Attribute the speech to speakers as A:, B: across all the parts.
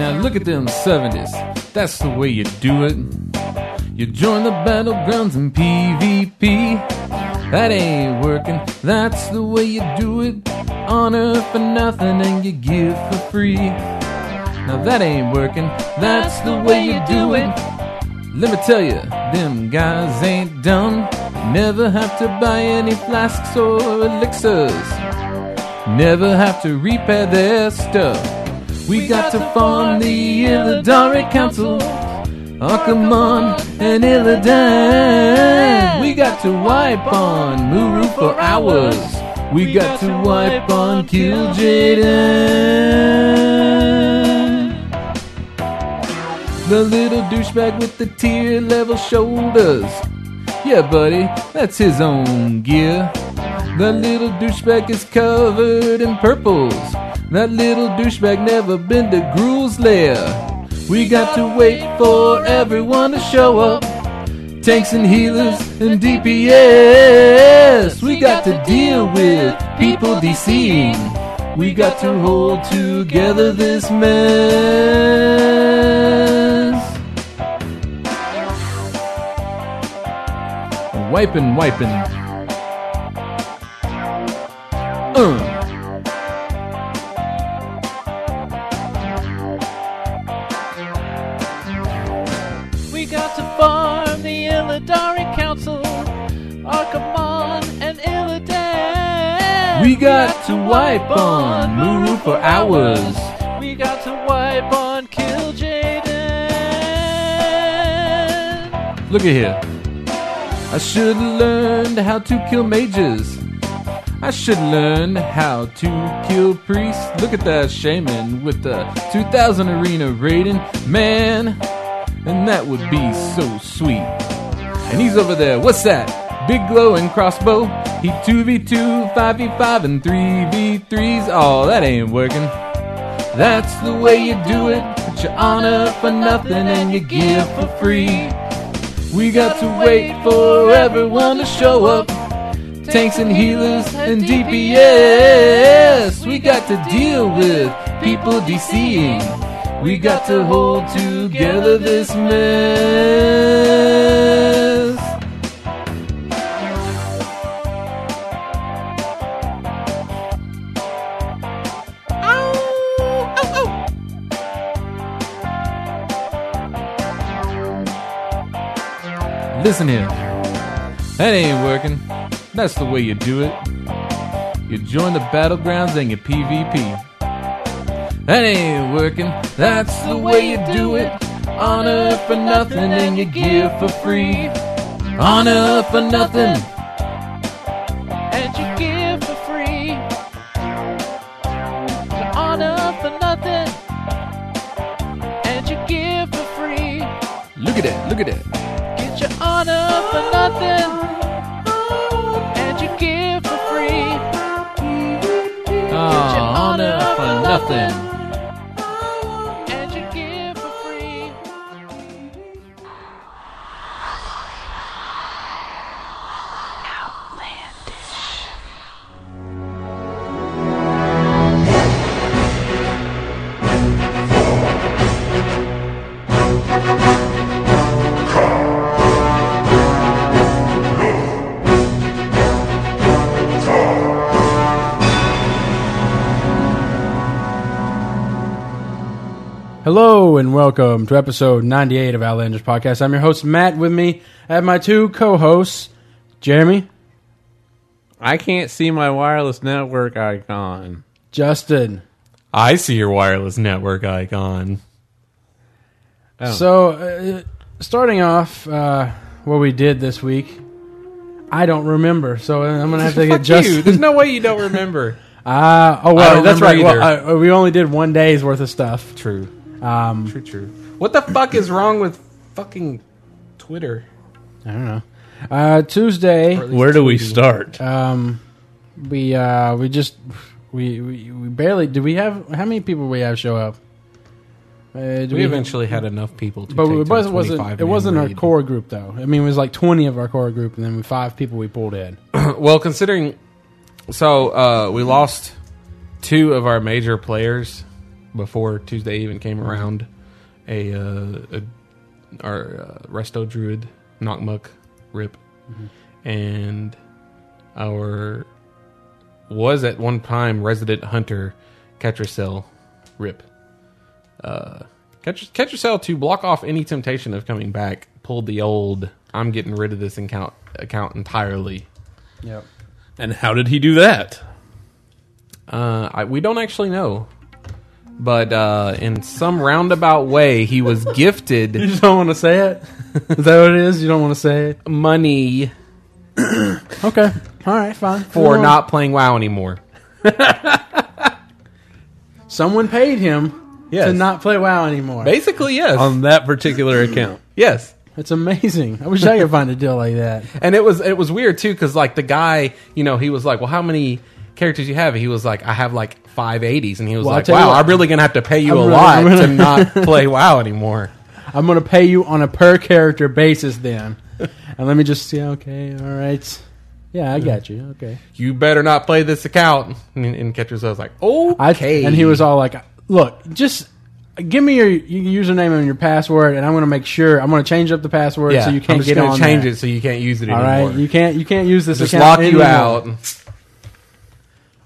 A: Now look at them 70s. That's the way you do it. You join the battlegrounds in PvP. That ain't working. That's the way you do it. Honor for nothing and you give for free. Now that ain't working. That's the way you do it. Let me tell you, them guys ain't dumb. Never have to buy any flasks or elixirs. Never have to repair their stuff. We got to form the Illidari Council. Archimon and Illidan. We got to wipe on Muru for hours. We got to wipe on Kil'jaeden. The little douchebag with the tier level shoulders. Yeah, buddy, that's his own gear. The little douchebag is covered in purples. That little douchebag never been to Gruul's lair. We got to wait for everyone to show up. Tanks and healers and DPS. We got to deal with people DCing. We got to hold together this mess. Wiping, wiping. Uh.
B: We got to farm the Illidari Council,
A: Oh,
B: Archimon and Illidan.
A: We got to wipe on Muru for hours.
B: We got to wipe on Kill Jaden.
A: Look at here. I should have learned how to kill mages. I should learn how to kill priests. Look at that shaman with the 2000 arena raiding. Man, and that would be so sweet. And he's over there. What's that? Big glow and crossbow. He 2v2, 5v5, and 3v3s. Oh, that ain't working. That's the way you do it. Put your honor for nothing and you give for free. We got to wait for everyone to show up. Tanks and healers and DPS. We got to deal with people DCing. We got to hold together this mess.
B: Oh,
A: Listen here. That ain't working. That's the way you do it. You join the battlegrounds and you PvP. That ain't working. That's the way you do it. Honor for nothing and you give for free. Honor for nothing.
B: And you give for free. The honor for nothing. And you give for free.
A: Look at it. Look at it.
B: Get your honor for nothing. And you give for free.
A: Oh, honor for nothing.
B: And you give for free.
C: Hello and welcome to episode 98 of Outlandish Podcast. I'm your host, Matt. With me, I have my two co hosts, Jeremy,
D: I can't see my wireless network icon.
C: Justin.
E: I see your wireless network icon.
D: Oh.
C: So, uh, starting off, uh, what we did this week, I don't remember. So, uh, I'm going to have to get
E: Fuck you. There's
C: Justin.
E: no way you don't remember.
C: Uh, oh,
E: I
C: well,
E: don't
C: that's right.
E: remember
C: Well, uh, we only did one day's worth of stuff.
E: true.
C: Um,
E: True, true. What the fuck is wrong with fucking Twitter?
C: I don't know. Uh, Tuesday.
F: Where do we start?
C: Um, we uh, we just we, we we barely did we have how many people we have show up? Uh, do
E: We, eventually had enough people to
C: but
E: take
C: it
E: to a
C: wasn't, wasn't
E: 25
C: it wasn't
E: man
C: our
E: raid.
C: core group though. I mean, it was like twenty of our core group, and then five people we pulled in.
E: Well, considering so uh, we lost two of our major players
F: before Tuesday even came around, a, uh, a our uh, resto druid Nokmuk Rip, and our was at one time resident hunter Ketracel Rip. Uh, Ketr- Ketracel to block off any temptation of coming back pulled the old "I'm getting rid of this account account entirely."
C: Yep.
A: And how did he do that?
F: Uh, I, we don't actually know. But uh, in some roundabout way, he was
C: You
F: gifted
C: just don't want to say it? Is that what it is? You don't want to say it?
F: money
C: Okay. All right, fine.
F: for
C: Well,
F: not playing WoW anymore.
C: Someone paid him
A: Yes.
C: to not play WoW anymore.
F: Basically, yes,
A: On that particular account.
F: yes,
C: It's amazing. I wish I could find a deal like that.
F: and it was it was weird too because like the guy, you know, he was like, "Well, how many characters you have?" He was like, "I have like five eighties. and he was
C: Well, I'll
F: like,
C: tell you
F: "Wow,
C: what.
F: I'm really gonna have to pay you
C: I'm
F: a
C: really-
F: lot
C: I'm really-
F: to not play WoW anymore."
C: I'm going to pay you on a per character basis then. And let me just see. Okay. All right. Yeah, I got you. Okay.
F: You better not play this account. And, and Ketchers was like, "Okay,"
C: I, And he was all like, "Look, just give me your, your username and your password, and I'm going to make sure I'm going to change up the password so you
F: I'm
C: can't
F: just
C: get
F: gonna
C: on
F: change
C: there.
F: it so you can't use it
C: All
F: anymore.
C: right, you can't you can't use this
F: just
C: account
F: lock you
C: anymore.
F: out.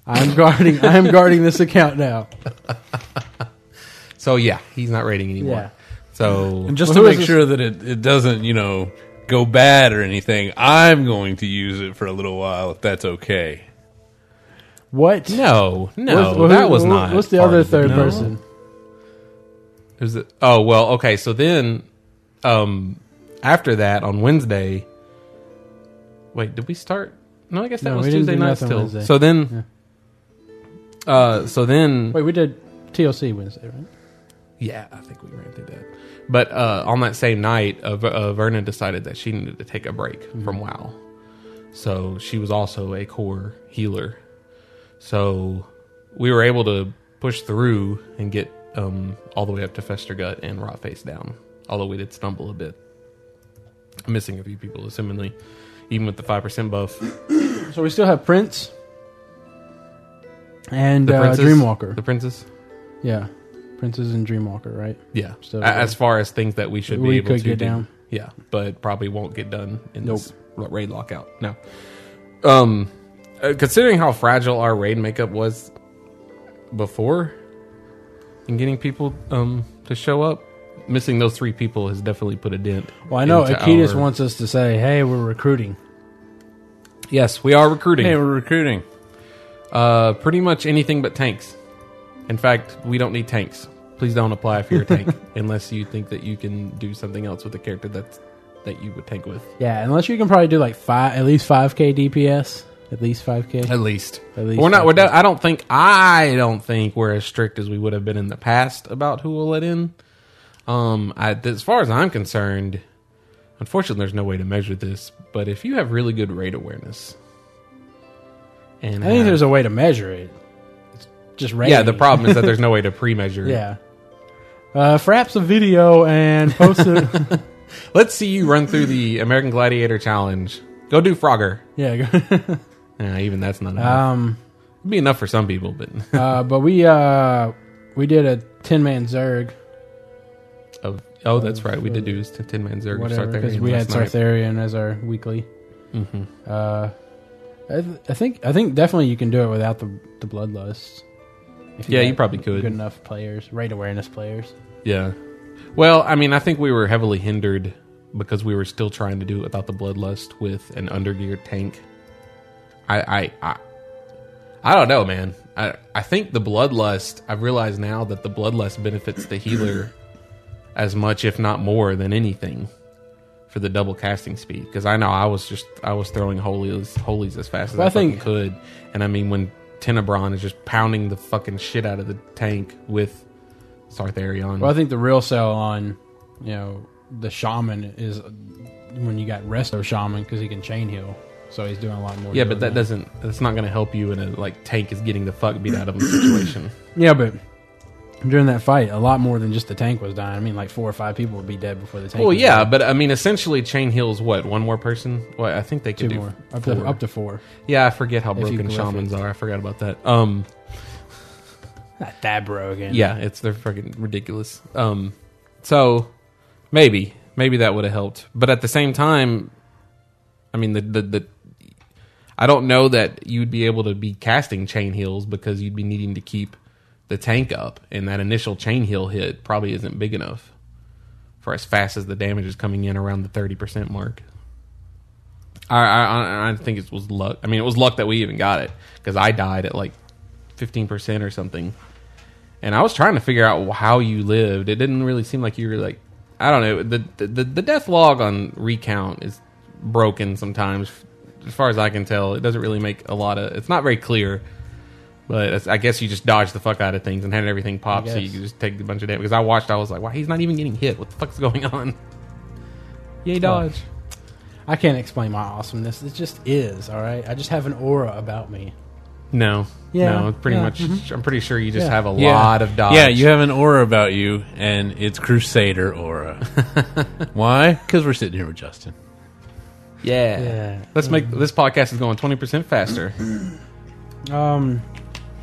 C: I'm guarding I'm guarding this account now.
F: So yeah, he's not rating anymore.
C: Yeah.
F: So
A: And just
C: Well, who
A: to
C: is
A: make
C: this-
A: sure that it, it doesn't, you know, go bad or anything, I'm going to use it for a little while if that's okay.
C: What?
F: no, no,
C: What's- well, who-
F: that was
C: wha-
F: not.
C: What's the
F: part
C: other
F: of
C: third
F: no.
C: person?
F: It was the- oh well, okay. So then, um, after that on Wednesday, wait, did we start? No, I guess that
C: No,
F: was
C: we didn't
F: Tuesday
C: do
F: night
C: nothing
F: still.
C: Wednesday.
F: So then, uh, so then,
C: Wait, we did TLC Wednesday, right?
F: yeah, I think we ran through that. But uh, on that same night, uh, Ver- uh, Vernon decided that she needed to take a break from WoW. So she was also a core healer. So we were able to push through and get um, all the way up to Festergut and Rotface down. Although we did stumble a bit. I'm missing a few people, assumingly. Even with the 5% buff.
C: So we still have Prince and
F: The
C: uh,
F: princess-
C: Dreamwalker.
F: The princess?
C: yeah, Princes and Dreamwalker, right?
F: Yeah.
C: So-
F: A- as far as things that we should be
C: We
F: able
C: could
F: to
C: get
F: do.
C: down.
F: Yeah, but probably won't get done in this lo- raid lockout. No. Um, uh, considering how fragile our raid makeup was before, and getting people um to show up, missing those three people has definitely put a dent.
C: Well, I know
F: into
C: Akitas
F: our-
C: wants us to say, "Hey, we're recruiting."
F: Yes, we are recruiting.
A: Hey, we're recruiting.
F: Uh, pretty much anything but tanks. In fact, we don't need tanks. Please don't apply if you're a tank unless you think that you can do something else with a character that's that you would tank with.
C: Yeah, unless you can probably do like five, at least five k DPS, at least five k.
F: At least.
C: At least
F: we're not. We're
C: five
F: de- I don't think. I don't think we're as strict as we would have been in the past about who will let in. Um, I, as far as I'm concerned, unfortunately, there's no way to measure this. But if you have really good rate awareness, and
C: I think
F: have-
C: there's a way to measure it. It's just rating.
F: yeah, the problem is that there's no way to pre-measure.
C: Yeah. Uh, fraps a video and post it.
F: let's see you run through the American Gladiator challenge. Go do Frogger.
C: yeah. go-
F: Yeah, even that's not enough.
C: um.
F: It'd be enough for some people, but
C: Uh. But we uh we did a ten man zerg
F: oh, oh, that's right. We did do his Tin Man Zerg and
C: whatever because
F: Sartharian
C: we had
F: last night.
C: Sartharian as our weekly. Mm-hmm. Uh. I, th- I think I think definitely you can do it without the the bloodlust. If
F: Yeah,
C: got
F: you probably could. Mm.
C: Good enough players, rate awareness players.
F: Yeah. Well, I mean, I think we were heavily hindered because we were still trying to do it without the bloodlust with an undergeared tank. I I I, I don't know, man. I I think the bloodlust. I've realized now that the bloodlust benefits the healer as much, if not more, than anything for the double casting speed. Because I know I was just I was throwing holies holies as fast as
C: Well,
F: I,
C: I think-
F: fucking could, and I mean when Tenebron is just pounding the fucking shit out of the tank with Sartharion.
C: Well, I think the real sell on, you know, the shaman is when you got resto shaman because he can chain heal, so he's doing a lot more.
F: Yeah, but
C: healing
F: that
C: now.
F: doesn't. That's not going to help you in a like tank is getting the fuck beat out of him situation.
C: Yeah, but during that fight, a lot more than just the tank was dying. I mean, like four or five people would be dead before the tank.
F: well,
C: was
F: yeah,
C: dead.
F: but I mean, essentially, chain heals what one more person. Well, I think they could
C: two
F: do
C: more up
F: four.
C: to up to four.
F: Yeah, I forget how
C: you
F: broken
C: glyph
F: shamans
C: it.
F: are. I forgot about that. Um,
C: Not that broken.
F: Yeah, it's they're fucking ridiculous. Um, so maybe maybe that would have helped, but at the same time, I mean the the, the I don't know that you'd be able to be casting chain heels because you'd be needing to keep the tank up, and that initial chain heel hit probably isn't big enough for as fast as the damage is coming in around the thirty percent mark. I, I I- I think it was luck. I mean, it was luck that we even got it because I died at like fifteen percent or something, and I was trying to figure out how you lived. It didn't really seem like you were like I don't know the the the, the death log on recount is broken sometimes. As far as I can tell, it doesn't really make a lot of. It's not very clear. But it's- I guess you just dodged the fuck out of things and had everything pop, so you
C: guess.
F: could just take a bunch of damage. Because I watched, I was like, "Wow, he's not even getting hit. What the fuck's going on?" Yay, dodge!
C: I can't explain my awesomeness. It just is, all right? I just have an aura about me.
F: No.
C: Yeah,
F: No, it's pretty
C: yeah, Mm-hmm.
F: much. I'm pretty sure you just
C: Yeah.
F: have a lot of dodge.
D: Yeah, you have an aura about you, and it's Crusader aura. Why? Because we're sitting here with Justin.
F: Yeah.
C: Yeah.
F: Let's make this podcast is going 20 percent faster.
C: Um,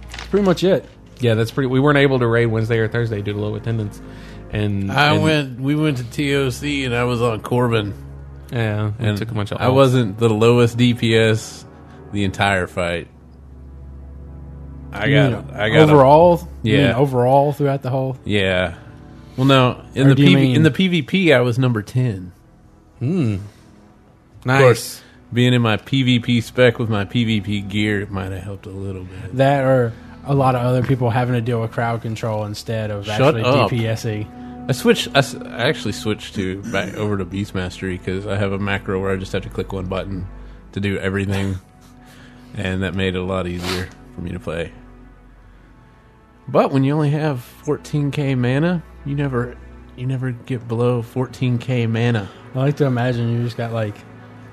C: that's pretty much it.
F: yeah, that's pretty. We weren't able to raid Wednesday or Thursday due to low attendance, and
D: I
F: and-
D: went. We went to TOC, and I was on Corbin,
F: Yeah, and
D: and
F: took a bunch of.
D: I
F: alts.
D: wasn't the lowest DPS the entire fight. I
C: You
D: got.
C: mean
D: I got. a-
C: overall. you mean
D: Yeah.
C: overall throughout the whole.
D: yeah. Well, no. In
C: Or
D: the
C: do you
D: PV,
C: mean-
D: in the PvP, I was number ten.
F: nice.
D: Of course, being in my PvP spec with my PvP gear might have helped a little bit.
C: That or a lot of other people having to deal with crowd control instead of
D: Shut
C: actually
D: up.
C: DPSing.
D: I switched. I, s- I actually switched to back over to Beast Mastery because I have a macro where I just have to click one button to do everything, and that made it a lot easier for me to play. But when you only have 14k mana, you never you never get below 14k mana.
C: I like to imagine you just got like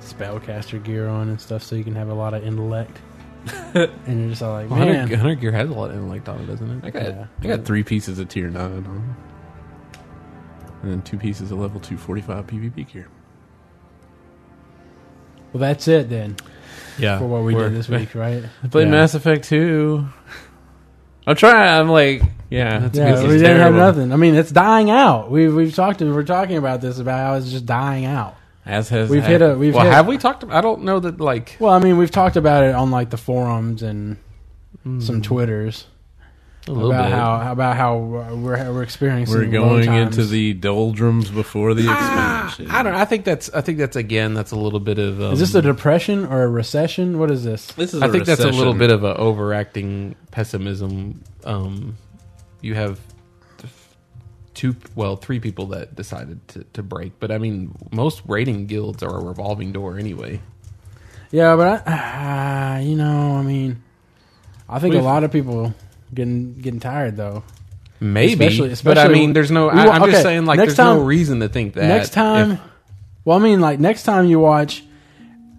C: spellcaster gear on and stuff so you can have a lot of intellect. and you're just all like,
F: Well, Hunter,
C: man.
F: Hunter Gear has a lot of intellect on it, doesn't
D: I
F: it?
D: got
C: Yeah.
D: I got three pieces of tier nine on, and then two pieces of level 245 PvP gear.
C: Well, that's it then
F: Yeah,
C: for what we
F: we're-
C: did this week, right?
D: I played
F: Yeah.
D: Mass Effect 2. I'm trying. I'm like, yeah,
F: That's
D: this
C: yeah,
D: is
C: we didn't have
D: terrible.
C: nothing. I mean, it's dying out. We've we've talked. We're talking about this about how it's just dying out.
D: As has
C: We've hit a. We've
F: Well,
C: hit,
F: have we talked? About, I don't know that like.
C: Well, I mean, we've talked about it on like the forums and some twitters
F: A little
C: about
F: bit.
C: how about how we're how we're experiencing.
D: We're
C: low
D: going
C: times.
D: into the Ah, doldrums before the expansion.
F: Ah, I don't. know. I think that's. I think that's again. That's a little bit of. Um,
C: Is this a depression or a recession? What is this?
D: This is.
F: I think that's a little bit of an overacting pessimism. Um, you have two, well, three people that decided to, to break, but I mean, most raiding guilds are a revolving door anyway.
C: Yeah, but I, uh, you know, I mean, I think a
F: We've-
C: lot of people getting getting tired though.
F: Maybe,
C: Especially-
F: but I
C: especially-
F: mean, there's no.
C: we
F: I,
C: wa-
F: I'm
C: okay,
F: just saying, like,
C: next
F: there's no
C: time-
F: reason to think that
C: next time,
F: if-
C: well, I mean, like next time you watch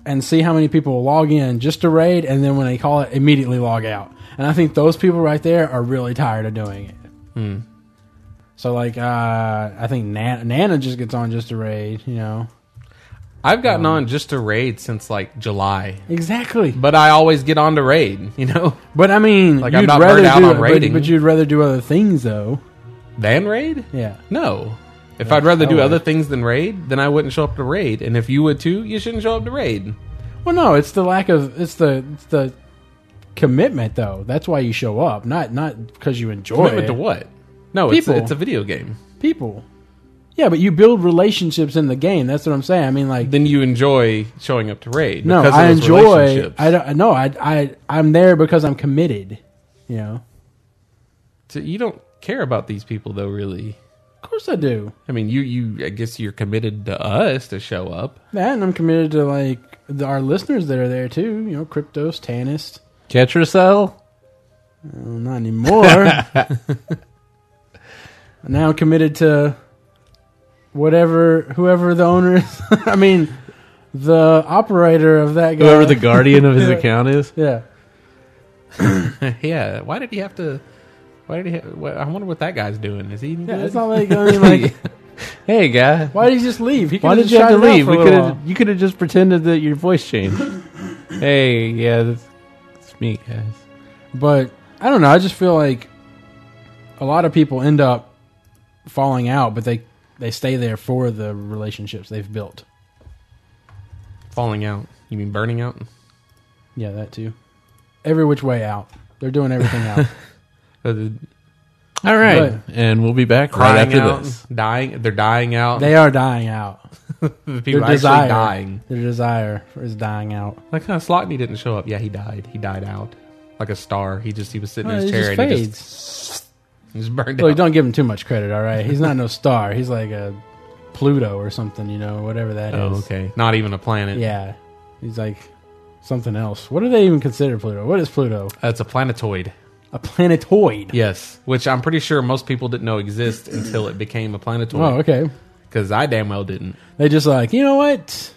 C: and see how many people log in just to raid, and then when they call it, immediately log out. And I think those people right there are really tired of doing it.
F: Hmm.
C: So like, uh, I think Nana, Nana just gets on just to raid, you know.
F: I've gotten on just to raid since like July,
C: Exactly,
F: but I always get on to raid. You know,
C: but I mean,
F: Like,
C: you'd
F: I'm not
C: rather
F: burnt out
C: do
F: on
C: it, but-
F: raiding.
C: but, you'd rather do other things though.
F: than raid.
C: Yeah,
F: No. If I'd rather do
C: hell
F: other
C: yeah.
F: things than raid, then I wouldn't show up to raid. And if you would too, you shouldn't show up to raid.
C: Well, no, it's the lack of it's the it's the commitment though. That's why you show up, not not because you enjoy
F: Commitment
C: it.
F: to what? No, it's,
C: People.
F: it's a video game.
C: people. Yeah, but you build relationships in the game. That's what I'm saying. I mean, like,
F: Then you enjoy showing up to raid.
C: no,
F: because of
C: I
F: those
C: enjoy.
F: relationships.
C: I don't. No, I I I'm there because I'm committed. You know,
F: So you don't care about these people though, really.
C: of course I do.
F: I mean, you you I guess you're committed to us to show up.
C: That and I'm committed to like the, our listeners that are there too. You know, Cryptos, Tanist.
D: Tetracell.
C: Well, not anymore. now I'm committed to whatever, whoever the owner is. I mean, the operator of that guy.
D: Whoever the guardian of his
C: Yeah.
D: account is.
C: yeah.
F: yeah. Why did he have to? Why did he? Have, what, I wonder what that guy's doing. Is he?
C: Yeah,
F: good?
C: it's not like, I mean, like,
D: Hey, guy.
C: why did he just leave? He
D: Why
C: could've
D: did
C: just
D: you have to
C: shouted out
D: leave?
C: for
D: We
C: a
D: could
C: little
D: have. You could have just pretended that your voice changed. hey, yeah, that's, that's me, guys.
C: while. But I don't know. I just feel like a lot of people end up falling out, but they they stay there for the relationships they've built.
F: Falling out. You mean burning out?
C: Yeah, that too. Every which way out. They're doing everything out.
F: Uh, the-
D: All right, and we'll be back right
F: Crying
D: after
F: out,
D: this.
F: dying. They're dying out.
C: they are dying out.
F: the people
C: Their
F: actually
C: desire,
F: dying.
C: their desire is dying out.
F: Like huh, Slotney didn't show up. Yeah, he died. He died out like a star. He just he was sitting
C: Oh,
F: in
C: he
F: his chair
C: just
F: and he
C: fades.
F: just, he just burned
C: Look,
F: out.
C: don't give him too much credit. All right, he's not no star. He's like a Pluto or something. You know, whatever that is.
F: oh, okay. Not even a planet.
C: Yeah, he's like something else. What do they even consider Pluto? What is Pluto?
F: That's a planetoid.
C: A planetoid.
F: Yes, which I'm pretty sure most people didn't know exist until it became a
C: Oh,
F: planetoid.
C: okay.
F: Because I damn well didn't.
C: They just like you know what,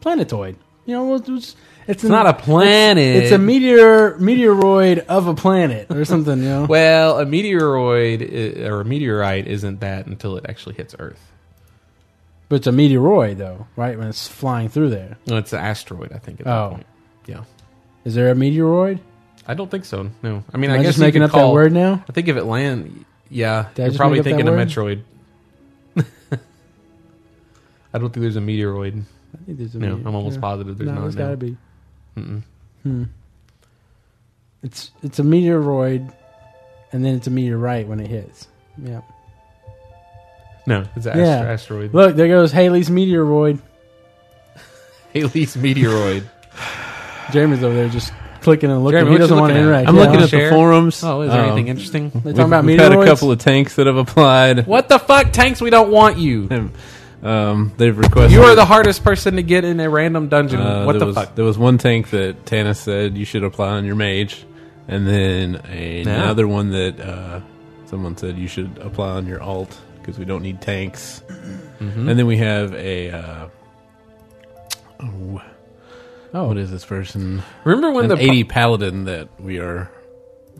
C: planetoid. You know, we'll just, it's, an-
F: not a planet.
C: It's, a meteor meteoroid of a planet or something. You know.
F: Well, a meteoroid i- or a meteorite isn't that until it actually hits Earth.
C: But it's a meteoroid, though, right? When it's flying through there.
F: No, it's an asteroid. I think. At
C: Oh.
F: that point. yeah.
C: Is there a meteoroid?
F: I don't think so. No, I mean,
C: Am
F: I,
C: I,
F: guess
C: just
F: you
C: making
F: could
C: up
F: call-
C: that word now?
F: I think if it land, yeah,
C: Did I
F: you're
C: just
F: probably
C: make up
F: thinking
C: that
F: of
C: word?
F: Metroid. I don't think there's a meteoroid.
C: I think there's a
F: No,
C: meteor-
F: I'm almost
C: yeah.
F: positive there's
C: no,
F: not.
C: there's
F: no.
C: got to be.
F: Mm-mm.
C: Hmm. It's it's a meteoroid, and then it's a meteorite when it hits. Yeah.
F: No, it's an
C: Yeah.
F: ast- asteroid.
C: Look, there goes Haley's meteoroid.
F: Haley's meteoroid.
C: Jeremy's over there just clicking and looking.
F: Jeremy,
C: he
F: what you
C: doesn't want to
F: looking at?
C: interact.
D: I'm
C: Yeah.
D: looking at
F: Share.
D: the forums.
F: Oh, is there
D: Um,
F: anything interesting?
C: They
D: We've,
C: talking about
D: we've had a
C: meteoroids?
D: couple of tanks that have applied.
F: What the fuck, tanks? We don't want you.
D: Um, they've requested.
F: You are the hardest person to get in a random dungeon.
D: Uh,
F: what
D: there
F: the
D: was,
F: fuck?
D: There was one tank that Tana said you should apply on your mage, and then another one that uh, someone said you should apply on your alt because we don't need tanks. And then we have a. Uh, oh,
C: Oh.
D: what is this person?
F: Remember when
D: An
F: the
D: 80 paladin that we are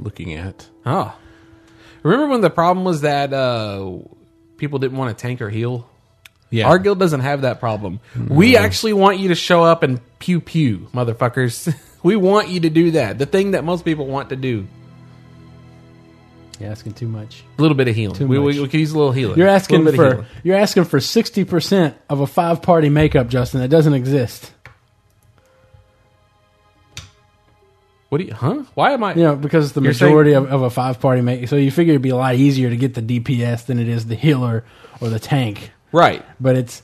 D: looking at.
F: Oh. Remember when the problem was that uh, people didn't want to tank or heal?
D: Yeah.
F: Our guild doesn't have that problem. We actually want you to show up and pew pew, motherfuckers. we want you to do that. The thing that most people want to do.
C: You're asking too much.
F: A little bit of healing. We,
C: much.
F: we, we could use a little healing.
C: You're
F: A
C: asking
F: little bit of
C: for
F: healing.
C: you're asking for sixty percent of a five party makeup, Justin. That doesn't exist.
F: What do you, huh? Why am I?
C: You know, because the
F: You're saying-
C: majority of, of a five party make, so you figure it'd be a lot easier to get the DPS than it is the healer or the tank.
F: Right.
C: But it's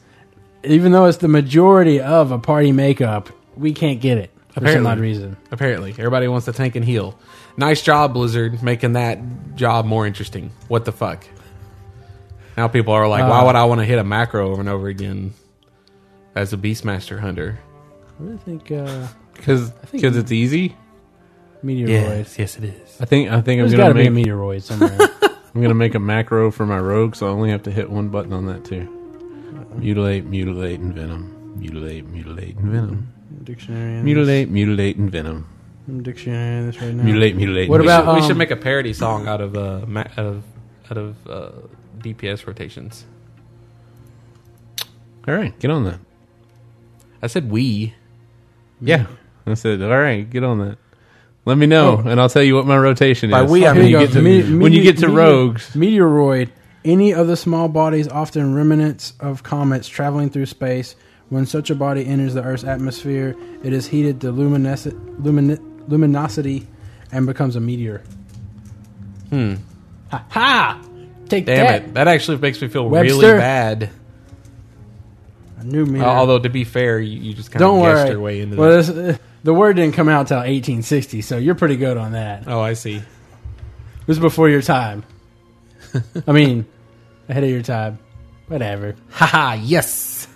C: even though it's the majority of a party makeup, we can't get it for
F: Apparently.
C: some odd reason.
F: Apparently, everybody wants to tank and heal. Nice job, Blizzard, making that job more interesting. What the fuck? Now people are like, why
C: Uh,
F: would I want to hit a macro over and over again as a Beastmaster hunter?
C: I really think uh,
D: Because
C: think-
D: it's easy.
C: meteoroid.
F: yes, it is.
D: I think I think I'm
C: There's got
D: gonna
C: to be
D: make
C: a meteoroid somewhere.
D: I'm gonna make a macro for my rogue, so I only have to hit one button on that too. Mutilate, mutilate, and venom. Mutilate, mutilate, and venom.
C: dictionary.
D: Mutilate, mutilate, and venom.
C: Dictionary. This right now.
D: Mutilate, mutilate.
C: What
D: and
C: about,
D: venom.
F: we should
C: Um,
F: make a parody song out of uh, ma- out of out of uh, DPS rotations.
D: all right, get on that.
F: I said we.
D: Yeah, I said all right, get on that. Let me know, and I'll tell you what my rotation
F: By
C: Uh,
D: is.
F: we, I
D: when
F: mean-
D: you
F: Here you
D: get to, when you get to rogues.
C: Meteoroid. Any of the small bodies, often remnants of comets traveling through space. When such a body enters the Earth's atmosphere, it is heated to luminescent, lumini- luminosity and becomes a meteor.
F: Hmm.
C: Ha ha! Take
F: Damn
C: that.
F: it! That actually makes me feel
C: Webster.
F: really bad.
C: A new meteor.
F: Uh, although to be fair, you, you just kind
C: Don't
F: of guessed
C: worry.
F: your way into
C: well,
F: that.
C: this, uh, the word didn't come out till 1860, so you're pretty good on that.
F: Oh, I see.
C: It was before your time. I mean, ahead of your time. Whatever.
F: Haha, yes.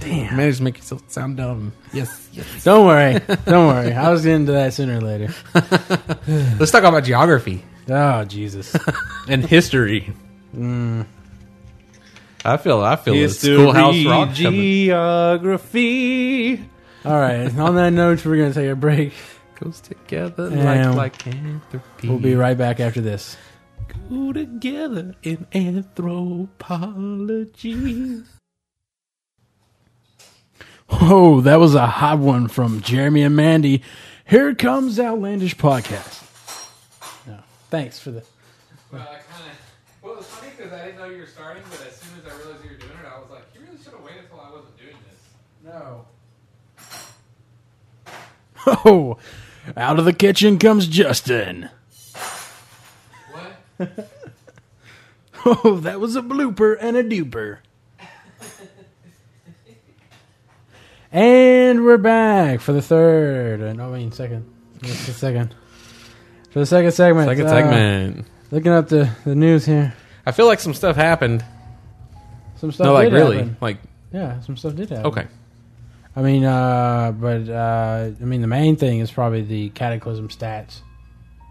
C: Damn.
F: Managed to make yourself sound dumb. Yes, yes.
C: Don't worry. Don't worry. I was into that sooner or later.
F: Let's talk about geography.
C: Oh, Jesus.
D: and history.
F: I feel I feel a
D: History,
F: schoolhouse rock coming.
D: geography.
C: All right. On that note, we're going to take a break.
F: Goes together
C: Damn.
F: like lycanthropy.
C: We'll be right back after this.
F: Go together in anthropology.
C: Oh, that was a hot one from Jeremy and Mandy. Here comes Outlandish Podcast. No, thanks for the.
A: Well, I kind of was funny because I didn't know you were starting, but as soon as I realized you were doing it, I was like, you really should have waited until I wasn't doing this.
C: No. Oh, out of the kitchen comes Justin.
A: What?
C: Oh, that was a blooper and a duper. and we're back for the third. uh, No, I mean second. That's the second. For the second segment.
F: Second
C: uh,
F: segment.
C: Looking up the, the news here.
F: I feel like some stuff happened.
C: Some stuff.
F: no, like
C: did
F: really,
C: happen.
F: like
C: Yeah, some stuff did happen.
F: okay.
C: I mean, uh, but uh, I mean, the main thing is probably the cataclysm stats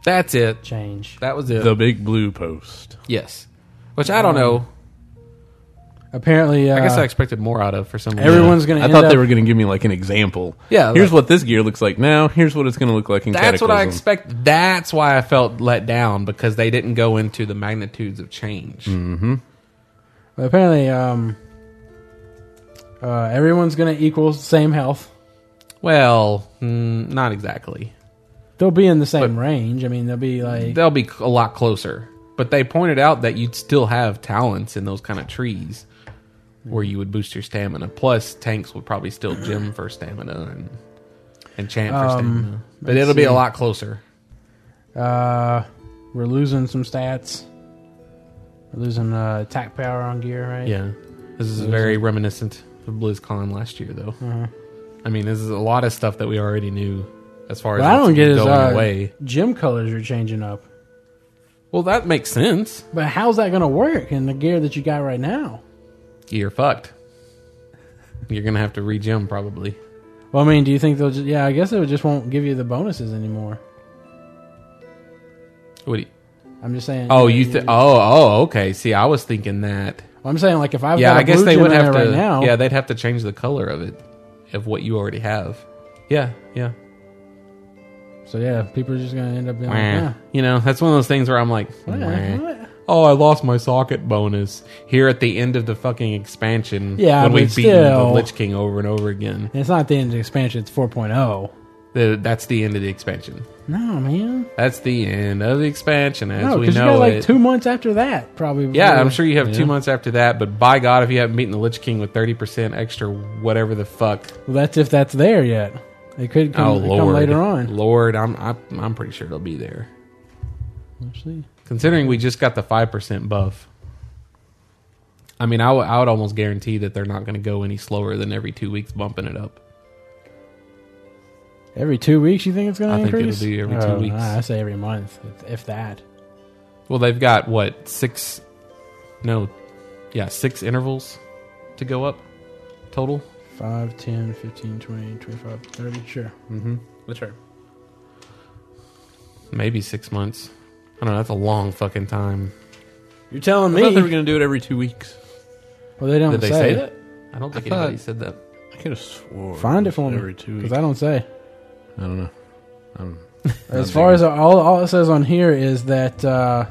F: That's it.
C: change.
F: That was it.
D: The big blue post.
F: yes, which I don't know.
C: Apparently, Um, uh,
F: I guess I expected more out of for some reason.
C: everyone's going to.
D: I thought they were going to give me like an example.
F: Yeah,
D: Here's
F: like-
D: what this gear looks like now. Here's what it's going to look like in
F: That's what I
D: Cataclysm.
F: expect. That's why I felt let down because they didn't go into the magnitudes of change.
C: But apparently, um, uh, everyone's going to equal same health.
F: Well, mm, not exactly.
C: They'll be in the same range. I mean, they'll be like
F: They'll be a lot closer. But they pointed out that you'd still have talents in those kind of trees where you would boost your stamina. Plus, tanks would probably still gym for stamina and, and chant for stamina. But
C: Um, let's
F: it'll be
C: see.
F: a lot closer.
C: uh, we're losing some stats. We're losing uh, attack power on gear, right?
F: Yeah. This is very reminiscent of BlizzCon last year, though.
C: Uh-huh.
F: I mean, this is a lot of stuff that we already knew as far
C: What
F: as
C: I don't
F: what's
C: get is
F: going
C: uh,
F: away.
C: gym colors are changing up.
F: Well, that makes sense.
C: But how's that going to work in the gear that you got right now?
F: You're fucked. You're gonna have to re-gym probably.
C: Well, I mean, do you think they'll? Just, yeah, I guess they would just won't give you the bonuses anymore.
F: What? Do you,
C: I'm just saying.
F: oh,
C: yeah,
F: you? Th- oh, oh, okay. See, I was thinking that.
C: I'm saying like if I've
F: yeah,
C: got
F: I
C: a
F: guess
C: blue
F: they
C: gym
F: would
C: in
F: have to.
C: there right now.
F: Yeah, they'd have to change the color of it, of what you already have. Yeah, yeah.
C: So yeah, people are just going to end up being
F: Wah.
C: like, yeah.
F: You know, that's one of those things where I'm like,
C: Yeah,
F: wah.
C: what?
F: oh, I lost my socket bonus here at the end of the fucking expansion.
C: Yeah,
F: when
C: but
F: we've beaten the
C: still-
F: Lich King over and over again.
C: It's not the end of the expansion. It's 4.0.
F: The, that's the end of the expansion.
C: No, man.
F: That's the end of the expansion as
C: No,
F: we
C: because you
F: know
C: got like
F: it.
C: two months after that, probably.
F: Yeah,
C: before-
F: I'm sure you have two months after that, but by God, if you haven't beaten the Lich King with 30% extra, whatever the fuck.
C: Well, that's if that's there yet. It could come,
F: oh,
C: it come
F: Lord.
C: later on.
F: Lord, I'm, I, I'm pretty sure it'll be there.
C: Let's see.
F: Considering we just got the 5% buff. I mean, I would- I would almost guarantee that they're not going to go any slower than every two weeks bumping it up.
C: Every two weeks, you think it's going
F: I
C: to
F: think it'll
C: increase?
F: be every
C: two
F: two weeks.
C: I say every month, if- if that.
F: Well, they've got, what, six? No. Yeah, six intervals to go up total.
C: 5, 10, 15, 20, 25, 30, sure.
D: Mm-hmm. That's right.
F: Maybe six months. I don't know. That's a long fucking time.
C: You're telling
D: I thought they were
C: me.
D: going to do it every two weeks.
C: Well, they don't
F: Did they
C: say,
F: say
C: it.
F: that? I don't think
D: I
F: anybody
D: thought-
F: said that.
D: I could have swore.
C: Find it for me.
D: Every two
C: Because
D: weeks.
C: I don't say.
D: I don't know. I don't
C: As far as all, all it says on here is that uh,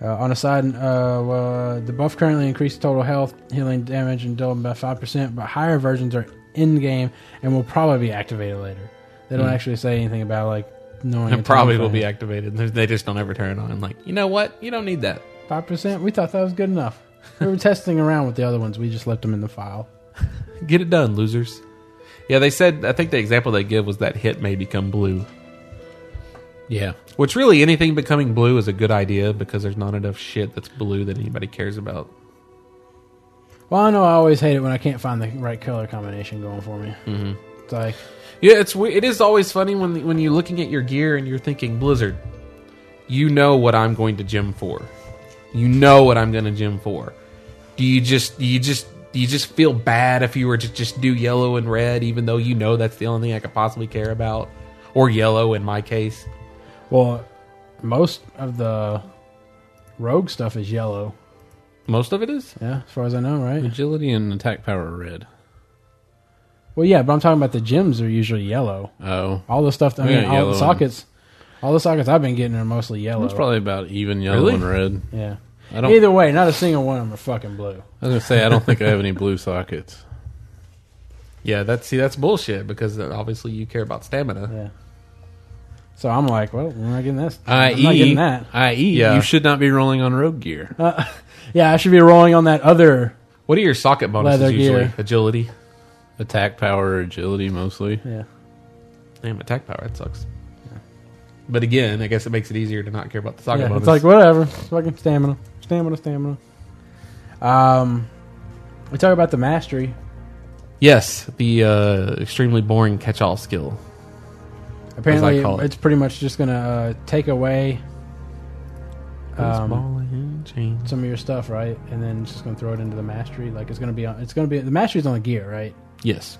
C: uh, on a side, uh, uh, the buff currently increases total health, healing damage, and double by five percent. But higher versions are in game and will probably be activated later. They don't actually say anything about like knowing.
F: It Hmm. probably will be activated. They- They just don't ever turn it on. Like, you know what? You don't need that.
C: five percent. We thought that was good enough. we were testing around with the other ones. We just left them in the file.
F: Get it done, losers. Yeah, they said. I think the example they give was that hit may become blue.
D: Yeah.
F: Which really, anything becoming blue is a good idea because there's not enough shit that's blue that anybody cares about.
C: Well, I know I always hate it when I can't find the right color combination going for me. Mm-hmm. It's like
F: Yeah, it's we- it is always funny when when you're looking at your gear and you're thinking Blizzard. You know what I'm going to gym for. You know what I'm going to gym for. Do you just do you just do you just feel bad if you were to just do yellow and red, even though you know that's the only thing I could possibly care about, or yellow in my case.
C: well, most of the rogue stuff is yellow.
F: Most of it is
C: Yeah, as far as I know, right?
D: Agility and attack power are red.
C: Well, yeah, but I'm talking about the gyms are usually yellow.
D: Oh.
C: All the stuff, I
D: We
C: mean,
D: got
C: all
D: yellow
C: the
D: and-
C: sockets, all the sockets I've been getting are mostly yellow.
D: It's probably about even yellow
F: Really?
D: and red.
C: yeah.
D: I don't.
C: Either way, not a single one of them are fucking blue.
D: I was gonna say I don't think I have any blue sockets.
F: uh, yeah. That's see that's bullshit because obviously you care about stamina.
C: Yeah. So I'm like, well, we're not getting this. I'm not
D: I.e.,
C: getting that.
D: I.e.,
F: Yeah.
D: E. you should not be rolling on rogue gear.
C: Yeah, I should be rolling on that other.
F: What are your socket bonuses
C: Leather
F: usually?
C: gear.
F: Agility.
D: Attack power, agility mostly.
C: Yeah.
F: Damn, attack power. That sucks. But again, I guess it makes it easier to not care about the socket
C: Yeah,
F: bonus.
C: it's like whatever. It's fucking stamina, stamina, stamina. Um, we talk about the mastery.
F: yes, the uh, extremely boring catch-all skill.
C: Apparently,
F: call it.
C: it's pretty much just gonna uh, take away Um,
F: Baseball and chains.
C: some of your stuff, right? And then it's just gonna throw it into the mastery. Like it's gonna be on. It's gonna be the mastery's on the gear, right?
F: Yes.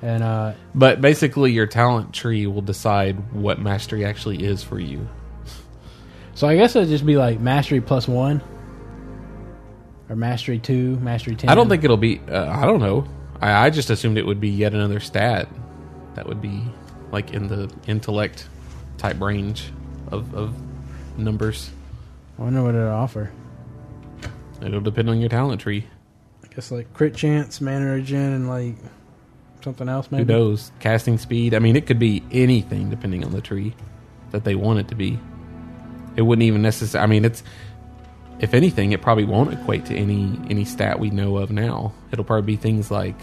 C: And uh,
F: But basically, your talent tree will decide what mastery actually is for you.
C: so I guess it'd just be like mastery plus one, or mastery two, mastery ten.
F: I don't think it'll be. Uh, I don't know. I, I just assumed it would be yet another stat that would be like in the intellect type range of, of numbers.
C: I wonder what it'll offer.
F: It'll depend on your talent tree.
C: I guess like crit chance, mana origin, and like something else
F: Who
C: maybe.
F: knows? Casting speed. I mean, it could be anything depending on the tree that they want it to be. It wouldn't even necessarily. I mean, it's if anything, it probably won't equate to any any stat we know of now. It'll probably be things like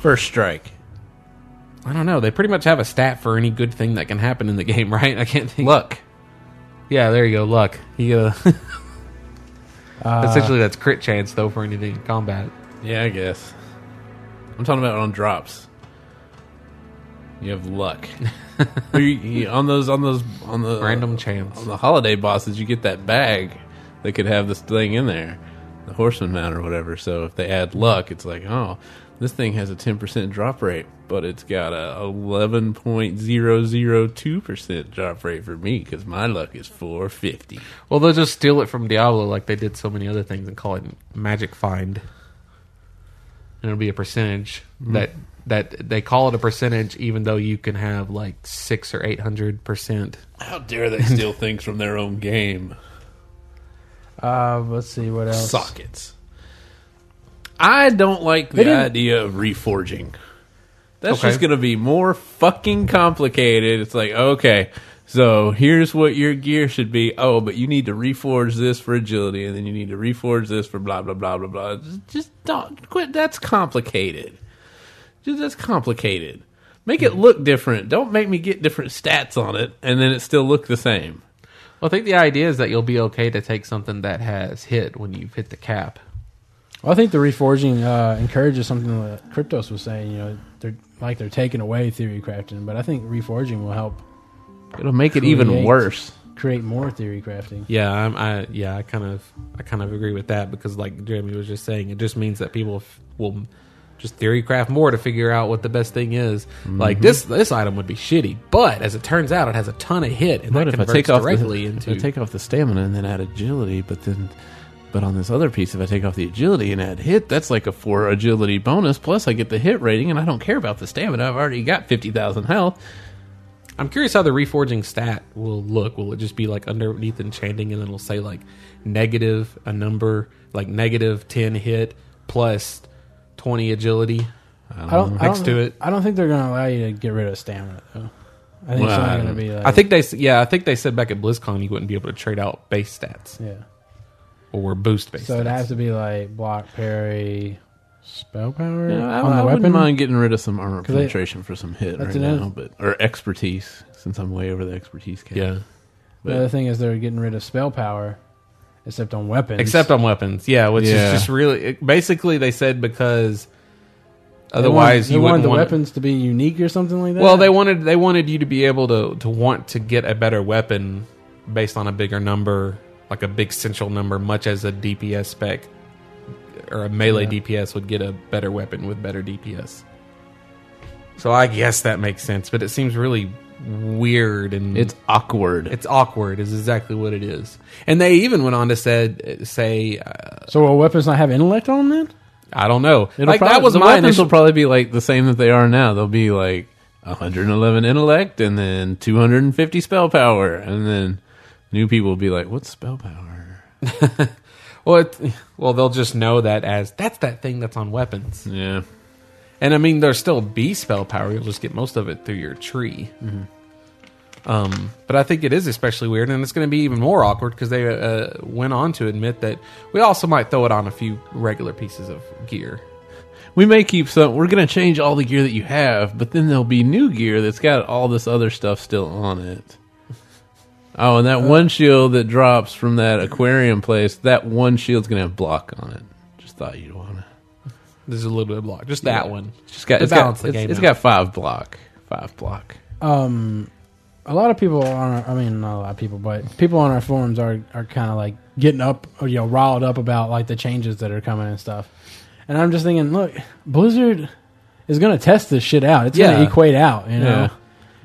D: First strike.
F: I don't know. They pretty much have a stat for any good thing that can happen in the game, right? I can't think.
D: Luck.
F: Yeah, there you go. Luck. You gotta. Essentially, that's crit chance though for anything in combat.
D: Yeah, I guess. I'm talking about on drops. You have luck. Or you- you- on those, on those, on the
F: Random chance.
D: on the holiday bosses, you get that bag that could have this thing in there, the horseman mount or whatever. So if they add luck, it's like, oh, this thing has a 10% drop rate, but it's got a 11.002% drop rate for me because my luck is 450.
F: Well, they'll just steal it from Diablo like they did so many other things and call it magic find. And it'll be a percentage that that they call it a percentage, even though you can have like six or eight hundred percent.
D: How dare they steal things from their own game?
C: Uh, let's see what else.
D: sockets. I don't like the
C: didn't-
D: idea of reforging. That's
F: Okay.
D: just going to be more fucking complicated. It's like, okay, so here's what your gear should be. Oh, but you need to reforge this for agility, and then you need to reforge this for blah, blah, blah, blah, blah. Just- Just don't quit. That's complicated. Just that's complicated. Make it look different. Don't make me get different stats on it, and then it still look the same.
F: Well, I think the idea is that you'll be okay to take something that has hit when you've hit the cap.
C: Well, I think the reforging uh, encourages something that Kryptos was saying. You know, they're like they're taking away theory crafting, but I think reforging will help
D: It'll make it even
C: Create.
D: worse.
C: create more theory crafting.
F: Yeah, I'm, I yeah, I kind of I kind of agree with that because like Jeremy was just saying, it just means that people f- will just theory craft more to figure out what the best thing is. Like this
D: Mm-hmm.
F: this item would be shitty, but as it turns out, it has a ton of hit and
D: But
F: that
D: if I
F: converts
D: take off
F: directly
D: the, if
F: into
D: I take off the stamina and then add agility, but then but on this other piece, if I take off the agility and add hit, that's like a four agility bonus. Plus, I get the hit rating, and I don't care about the stamina. I've already got fifty thousand health.
F: I'm curious how the reforging stat will look. Will it just be like underneath enchanting and then it'll say like negative a number like negative ten hit plus twenty agility?
C: I don't. I
F: Next
C: don't,
F: to it.
C: I don't think they're going to allow you to get rid of stamina. Though. I think
D: Well,
C: it's
D: I
C: only going
D: don't-
C: to be like.
F: I think they s- yeah I think they said back at BlizzCon you wouldn't be able to trade out base stats
C: Yeah.
F: or boost base.
C: So
F: stats.
C: it'd have to be like block, parry, spell power
D: You know, I,
C: on
D: I
C: the
D: wouldn't
C: weapon.
D: mind getting rid of some armor
C: 'Cause I-
D: penetration for some hit
C: that's
D: right
C: another-
D: now, but or expertise since I'm way over the expertise cap.
F: yeah.
C: The other thing is they're getting rid of spell power, except on weapons.
F: except on weapons. Yeah, which
D: Yeah.
F: is just really it- basically they said because
C: They want-
F: otherwise
C: they
F: you
C: wanted
F: wouldn't
C: the
F: want
C: weapons to be unique or something like that.
F: Well, they wanted they wanted you to be able to to want to get a better weapon based on a bigger number, like a big central number, much as a DPS spec or a melee
C: Yeah.
F: DPS would get a better weapon with better DPS. So I guess that makes sense, but it seems really weird and
D: It's awkward.
F: it's awkward is exactly what it is. And they even went on to said say uh,
C: So will weapons not have intellect on them then?
F: I don't know.
D: It'll
F: like
D: probably-
F: that was
D: the
F: my
D: weapons
F: initial.
D: will probably be like the same that they are now. They'll be like 111 intellect and then 250 spell power, and then new people will be like, "What's spell power?"
F: well, it, well, they'll just know that as that's that thing that's on weapons,
D: Yeah,
F: And I mean, there's still B spell power. You'll just get most of it through your tree.
C: Mm-hmm.
F: Um, but I think it is especially weird, and it's going to be even more awkward because they uh, went on to admit that we also might throw it on a few regular pieces of gear.
D: We may keep some. We're gonna change all the gear that you have, but then there'll be new gear that's got all this other stuff still on it. Oh, and that one shield that drops from that aquarium place, that one shield's gonna have block on it. Just thought you'd wanna.
F: This is a little bit of block, just that one.
D: It's just got
F: To
D: it's got-
F: balance the
D: it's-
F: game
D: it's
F: out.
D: got five block, five block.
C: um, a lot of people on our, I mean, not a lot of people, but people on our forums are, are kind of like getting up, or, you know, riled up about like the changes that are coming and stuff. And I'm just thinking, look, Blizzard is going to test this shit out. It's going
F: Yeah.
C: to equate out, you know.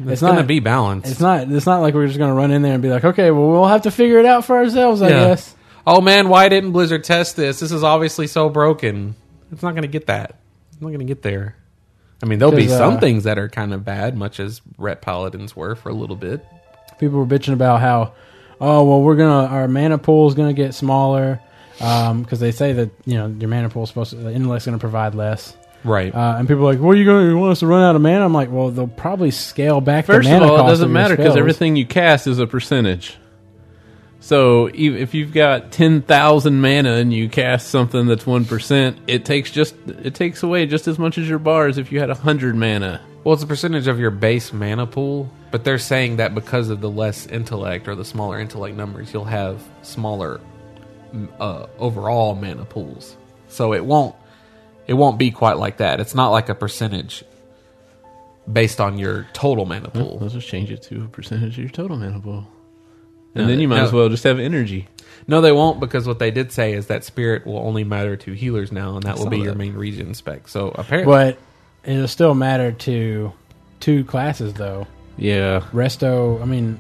F: It's, going to
C: not-
F: be balanced.
C: It's not. It's not like we're just going to run in there and be like, okay, well, we'll have to figure it out for ourselves, I
F: Yeah.
C: guess.
F: Oh man, why didn't Blizzard test this? This is obviously so broken. It's not going to get that. It's not going to get there. I mean, there'll be
C: 'Cause,
F: some
C: uh,
F: things that are kind of bad, much as Ret Paladins were for a little bit.
C: people were bitching about how, oh well, we're gonna our mana pool is gonna get smaller because they say that you know your mana pool is supposed to the intellect's gonna provide less.
F: Right.
C: Uh, and people are like, well, you going you want us to run out of mana? I'm like, well, they'll probably scale back.
D: First
C: the
D: of
C: mana
D: all, it
C: cost
D: doesn't
C: your
D: matter because
C: spells.
D: everything you cast is a percentage. So ev- if you've got ten thousand mana and you cast something that's one percent, it takes just it takes away just as much as your bars if you had hundred mana.
F: well, it's a percentage of your base mana pool, but they're saying that because of the less intellect or the smaller intellect numbers, you'll have smaller m- uh, overall mana pools. So it won't it won't be quite like that. It's not like a percentage based on your total mana pool.
D: Let's just change it to a percentage of your total mana pool, and
F: No,
D: then you might
F: no.
D: as well just have energy.
F: No, they won't because what they did say is that spirit will only matter to healers now, and that will
D: saw
F: be your
D: that.
F: main region spec. So apparently,
C: but it'll still matter to two classes though.
D: Yeah,
C: Resto, I mean,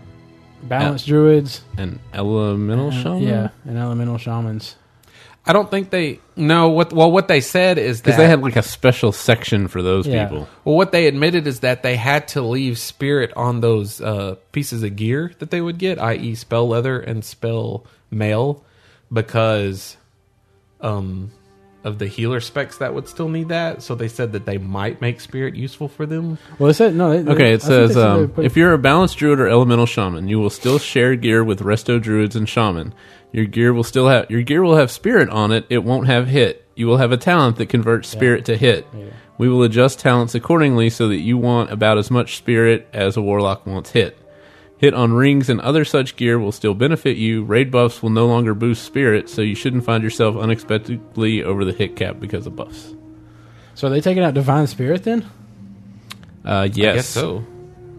C: balanced druids,
D: an elemental shaman.
C: Uh, yeah, and elemental shamans.
F: I don't think they. No, what? Well, what they said is that
D: because they had like a special section for those
C: Yeah.
D: people.
F: Well, what they admitted is that they had to leave spirit on those uh, pieces of gear that they would get, i.e., spell leather and spell mail, because um, of the healer specs that would still need that. So they said that they might make spirit useful for them.
C: Well, it said no. They,
D: Okay,
C: they- I think
D: it
C: they
D: says
C: said they
D: um,
C: put-
D: if you're a balanced druid or elemental shaman, you will still share gear with resto druids and shaman. Your gear will still have your gear will have spirit on it. It won't have hit. You will have a talent that converts spirit to hit. We will adjust talents accordingly so that you want about as much spirit as a warlock wants hit. Hit on rings and other such gear will still benefit you. Raid buffs will no longer boost spirit, so you shouldn't find yourself unexpectedly over the hit cap because of buffs.
C: so are they taking out divine spirit then?
D: Uh, yes,
F: I guess so.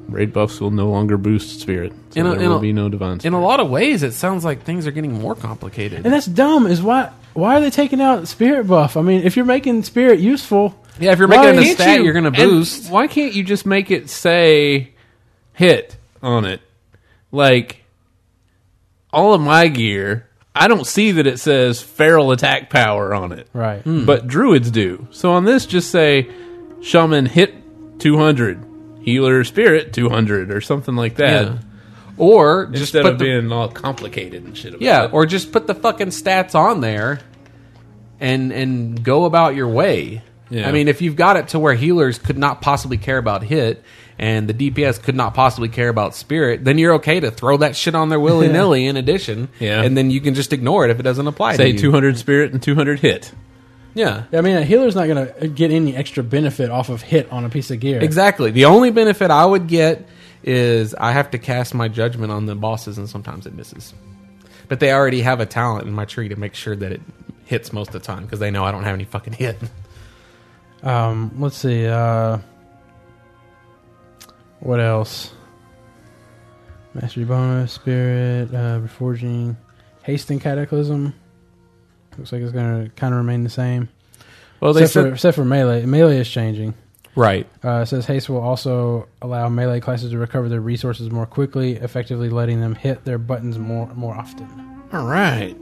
D: Raid buffs will no longer boost spirit, so
F: In a-
D: there
F: in
D: will
F: a-
D: be no divine.
F: In
D: Spirit.
F: a lot of ways, it sounds like things are getting more complicated.
C: And that's dumb. Is why why are they taking out spirit buff? I mean, if you're making spirit useful,
F: Yeah, if you're
C: Why
F: making it a
C: can't
F: stat,
C: you?
F: you? are going to
D: And
F: boost.
D: why can't you just make it say hit on it? Like all of my gear, I don't see that it says feral attack power on it, Hmm.
C: right?
D: but druids do. So on this, just say shaman hit two hundred, healer spirit two hundred, or something like that.
F: Yeah. or just
D: Instead
F: put
D: of
F: the,
D: being all complicated and shit. About
F: yeah,
D: it.
F: or just put the fucking stats on there, and and go about your way.
D: Yeah.
F: I mean, if you've got it to where healers could not possibly care about hit, and the DPS could not possibly care about spirit, then you're okay to throw that shit on there willy nilly. In addition,
D: Yeah.
F: and then you can just ignore it if it doesn't apply.
D: say
F: to
D: two
F: you.
D: hundred spirit and two hundred hit.
F: Yeah,
C: I mean, a healer's not going to get any extra benefit off of hit on a piece of gear.
F: Exactly. The only benefit I would get is I have to cast my judgment on the bosses, and sometimes it misses. But they already have a talent in my tree to make sure that it hits most of the time because they know I don't have any fucking hit.
C: Um, let's see. Uh, what else? Mastery bonus, spirit, uh, reforging, haste and cataclysm. Looks like it's going to kind of remain the same.
F: Well,
C: except, for, except for melee. Melee is changing.
F: right.
C: Uh, it says haste will also allow melee classes to recover their resources more quickly, effectively letting them hit their buttons more more often.
D: All right.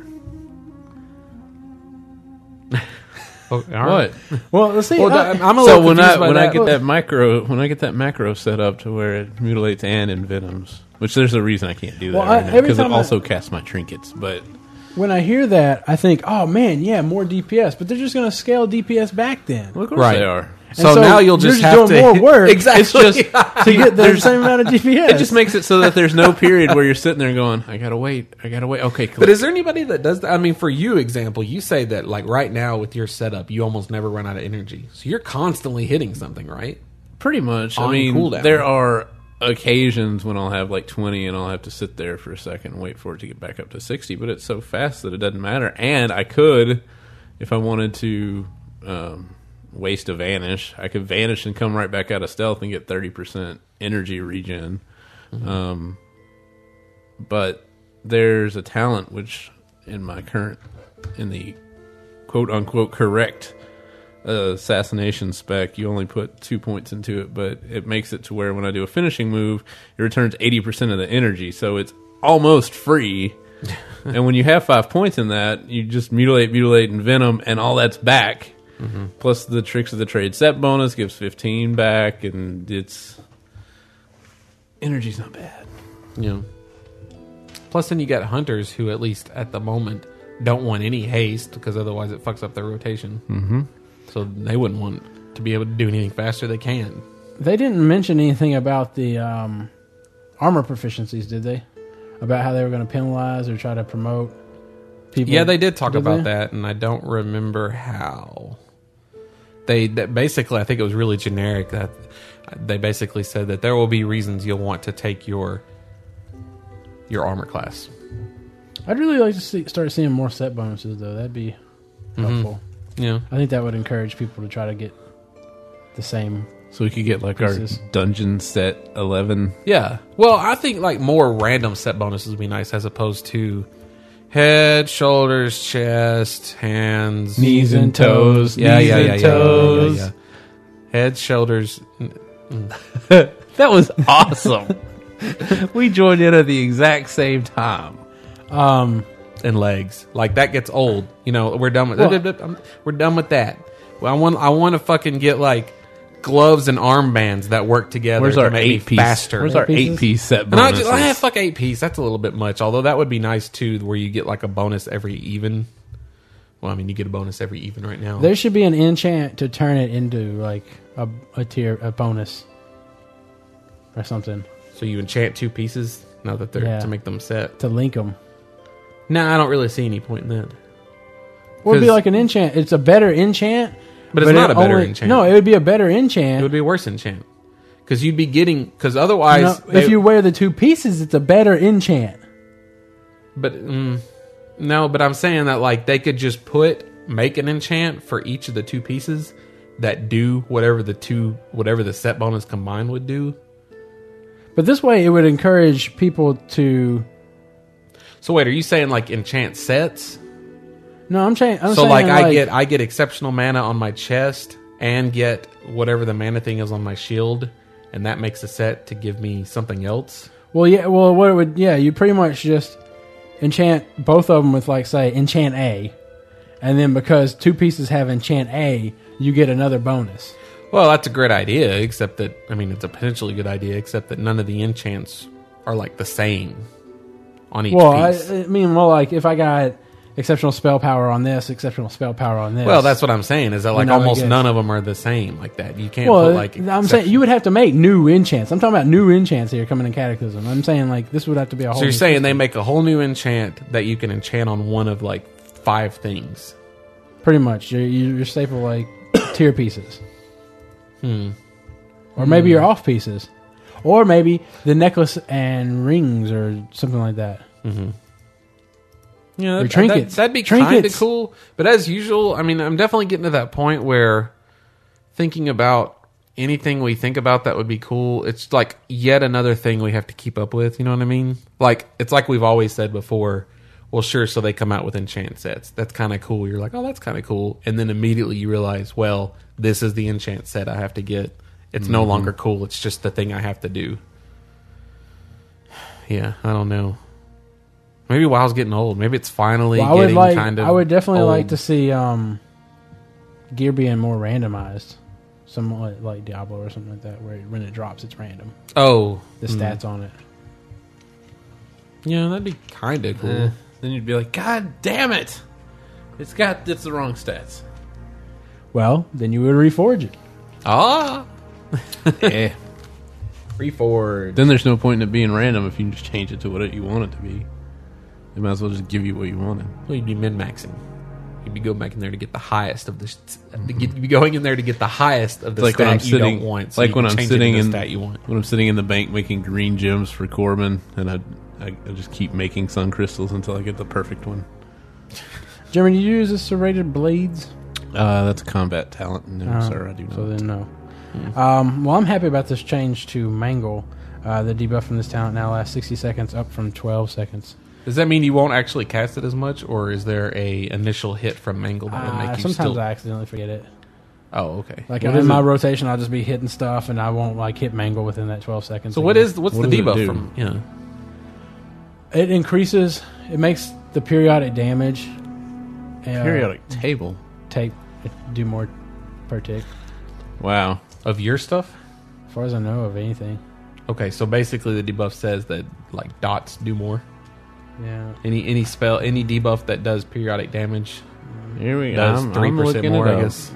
F: Oh,
D: What?
C: Well, let's see. uh,
F: Well,
C: I-
F: th- I'm a
D: so
F: little
D: when
F: confused
D: I
F: by
D: when I
F: that.
D: get that micro when I get that macro set up to where it mutilates and envenoms, which there's a reason I can't do that
C: Well, I-
D: right now
C: every
D: because it
C: time I-
D: also casts my trinkets. But
C: when I hear that, I think, oh man, yeah, more DPS. But they're just going to scale DPS back then.
D: well, of course
F: Right.
D: they are.
C: And
D: So now you'll
C: you're
D: just have
C: doing
D: to
C: more work
D: Exactly.
C: It's just to get the
D: There's-
C: same amount of GPS.
D: It just makes it so that there's no period where you're sitting there going, "I gotta wait, I gotta wait." Okay,
F: But is there anybody that does that? I mean, for you, example, you say that like right now with your setup, you almost never run out of energy, so you're constantly hitting something, right?
D: pretty much. I
F: On
D: mean,
F: cooldown.
D: there are occasions when I'll have like 20 and I'll have to sit there for a second and wait for it to get back up to 60. But it's so fast that it doesn't matter. And I could, if I wanted to, um, waste a vanish, I could vanish and come right back out of stealth and get 30% energy regen.
F: Mm-hmm.
D: Um, but there's a talent which in my current in the quote unquote correct uh, assassination spec you only put two points into it but it makes it to where when i do a finishing move it returns 80% of the energy so it's almost free and when you have five points in that you just mutilate mutilate and venom and all that's back
F: Mm-hmm.
D: plus the tricks of the trade set bonus gives 15 back and it's energy's not bad
F: Yeah. Plus, then you got hunters who, at least at the moment, don't want any haste because otherwise it fucks up their rotation. Mm-hmm. So they wouldn't want to be able to do anything faster. They can.
C: They didn't mention anything about the um, armor proficiencies, did they? About how they were going to penalize or try to promote people.
F: Yeah, they did talk
C: Did
F: about
C: they?
F: that, and I don't remember how. They that basically, I think it was really generic. That they basically said that there will be reasons you'll want to take your your armor class.
C: I'd really like to see, start seeing more set bonuses, though. That'd be
D: Mm-hmm.
C: helpful.
F: Yeah,
C: I think that would encourage people to try to get the same.
D: so we could get like
C: Pieces.
D: our dungeon set 11
F: yeah. Well, I think like more random set bonuses would be nice as opposed to head, shoulders, chest, hands,
C: Knees and toes,
F: Yeah, yeah, yeah, yeah, yeah, yeah, yeah,
C: toes.
F: yeah. Head, shoulders. that was awesome. we joined in at the exact same time.
C: Um,
F: And legs, like that gets old. You know, we're done with
C: Well-
F: I'm- we're done with that. Well, I want I want to fucking get like gloves and armbands that work together.
D: Where's
F: to
D: our
F: make me
D: eight piece?
F: Faster.
D: Where's our
C: pieces?
D: eight piece set
F: And I
D: bonus?
F: just, I have fuck eight piece. That's a little bit much. Although that would be nice too, where you get like a bonus every even. Well, I mean, you get a bonus every even right now.
C: there should be an enchant to turn it into like a, a tier, a bonus, or something
F: So you enchant two pieces now that they're
C: Yeah.
F: to make them set.
C: to link them.
F: No, I don't really see any point in that.
C: It would be
F: 'Cause-
C: like an enchant. It's a better enchant,
F: But it's not
C: it
F: a better enchant.
C: No, it would be a better
F: It would
C: enchant.
F: be a worse enchant because you'd be getting because otherwise,
C: No, if
F: they-
C: you wear the two pieces, it's a better enchant.
F: but mm, no, but I'm saying that like they could just put make an enchant for each of the two pieces that do whatever the two whatever the set bonus combined would do.
C: But this way, it would encourage people to.
F: So wait, are you saying like enchant sets?
C: No, I'm, saying. I'm
F: so
C: saying.
F: like, I get I get exceptional mana on my chest and get whatever the mana thing is on my shield, and that makes a set to give me something else.
C: Well, yeah. Well, what it would? Yeah, you pretty much just enchant both of them with like say enchant A, and then because two pieces have enchant A, you get another bonus.
F: Well, that's a great idea, except that I mean it's a potentially good idea, except that none of the enchants are like the same on each
C: Well, I, uh,
F: piece.
C: I mean, well, like if I got exceptional spell power on this, exceptional spell power on this.
F: well, that's what I'm saying is that like
C: Now I
F: almost
C: guess.
F: none of them are the same like that. You can't
C: Well,
F: put like
C: I'm saying you would have to make new enchants. I'm talking about new enchants here coming in Cataclysm. I'm saying like this would have to be a whole.
F: so
C: new-
F: you're saying they make a whole new enchant that you can enchant on one of like five things.
C: pretty much your your staple like tier pieces, hmm. or maybe your off pieces, or maybe the necklace and rings or something like that.
F: Yeah,
C: Or
F: that,
C: trinkets.
F: That, would be kind of
C: Trinkets.
F: cool. But as usual, I mean, I'm definitely getting to that point where thinking about anything we think about that would be cool, it's like yet another thing we have to keep up with. You know what I mean? Like, it's like we've always said before. Well, sure. So they come out with enchant sets. That's kind of cool. You're like, oh, that's kind of cool. And then immediately you realize, well, this is the enchant set I have to get. It's no
C: Mm-hmm.
F: longer cool. It's just the thing I have to do. Yeah, I don't know. Maybe WoW's getting old. Maybe it's finally
C: Well, I would
F: getting
C: like.
F: kind of.
C: I would definitely
F: old.
C: like to see um, gear being more randomized, somewhat like Diablo or something like that, where when it drops, it's random.
F: Oh,
C: The stats on it.
F: yeah, that'd be kind of cool.
D: Eh, then you'd be like, God damn it! It's got it's the wrong stats.
C: Well, then you would reforge it.
F: Ah,
D: eh.
F: free forward.
D: Then there's no point in it being random if you can just change it to what you want it to be. They might as well just give you what you wanted.
F: Well, you'd be min maxing. You'd be going back in there to get the highest of the. st- You'd be going in there to get the highest of the
D: Like
F: stat
D: when I'm
F: you
D: sitting,
F: don't want. so you
D: like
F: can
D: when I'm
F: change it
D: sitting
F: to the
D: in
F: stat you want.
D: when I'm sitting in the bank making green gems for Corbin, and I, I, I just keep making sun crystals until I get the perfect one.
C: Jeremy, do you use the serrated blades?
D: Uh, that's a combat talent. No,
C: Uh,
D: sir, I do not.
C: So then, no. Um, well, I'm happy about this change to Mangle. Uh, the debuff from this talent now lasts 60 seconds, up from 12 seconds.
E: Does that mean you won't actually cast it as much, or is there a initial hit from Mangle that will
C: Uh,
E: make you
C: sometimes
E: still?
C: I accidentally forget it.
E: oh, okay.
C: Like
D: What
C: in
D: is
C: my
D: it?
C: rotation, I'll just be hitting stuff, and I won't like hit Mangle within that 12 seconds.
F: So what
C: again.
F: is what's
D: What
F: the
D: does it
F: debuff
D: do?
F: from? Yeah,
C: It increases. It makes the periodic damage. Uh,
D: periodic table.
C: take do more per tick.
D: Wow.
E: of your stuff.
C: As far as I know of anything.
E: Okay, so basically the debuff says that like dots do more.
C: Yeah.
E: Any any spell any debuff that does periodic damage
D: Here we
E: does three percent more. I guess.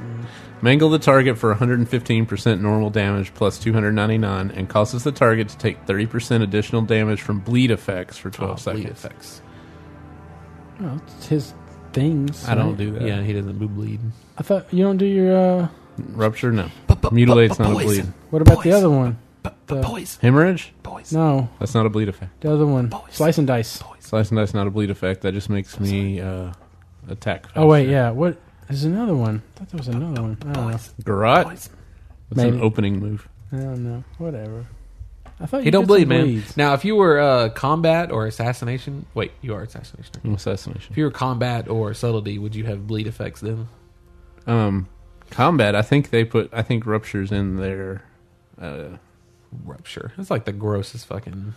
D: Mangle the target for 115% normal damage plus 299 and causes the target to take 30% additional damage from bleed effects for 12
E: Oh, bleed
D: seconds.
E: effects.
C: Well, it's his things.
D: I don't
C: right?
D: do that.
E: Yeah, he doesn't do bleed.
C: I thought you don't do your. uh
D: Rupture, no. Mutilate's not a bleed.
C: What about the other one? The-
D: Hemorrhage?
C: no,
D: That's not a bleed effect.
C: the other one. Slice and dice.
D: Slice and dice, not a bleed effect. That just makes me uh, attack.
C: Oh wait,
D: faster.
C: yeah. What? There's another one. I thought there was another one. I don't know.
D: Garrot? That's
C: Maybe.
D: an opening move.
C: I don't know. Whatever. I thought
F: he
C: you
F: don't
C: did some
F: bleed, man.
C: bleeds.
F: Now, if you were uh, combat or assassination, wait, you are assassination.
D: An Assassination.
F: If you were combat or subtlety, would you have bleed effects then?
D: Um, combat, I think they put, I think Rupture's in there. Uh,
F: Rupture. That's like the grossest fucking.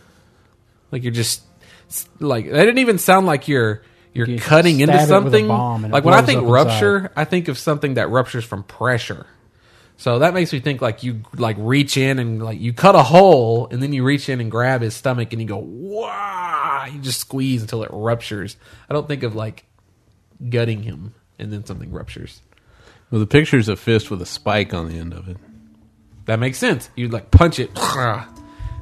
F: Like you're just s- like that didn't even sound like you're you're
C: You
F: cutting
C: stab it
F: into
C: with a
F: something.
C: bomb and it
F: like when I
C: blows
F: think
C: up inside.
F: rupture, I think of something that ruptures from pressure. So that makes me think like you like reach in and like you cut a hole and then you reach in and grab his stomach and you go wow you just squeeze until it ruptures. I don't think of like gutting him and then something ruptures.
D: well, the picture's a fist with a spike on the end of it.
F: That makes sense. You'd like punch it,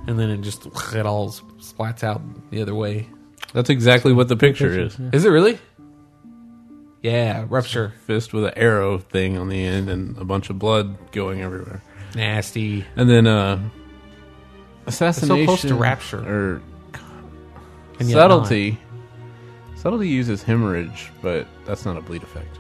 F: and then it just it all splats out the other way.
D: That's exactly what the picture is.
F: Is it really? Yeah, rupture,
D: Fist with an arrow thing on the end and a bunch of blood going everywhere.
F: nasty.
D: And then uh assassination
F: close to rapture.
D: or
F: And yet
D: subtlety. Subtlety uses hemorrhage, but that's not a bleed effect.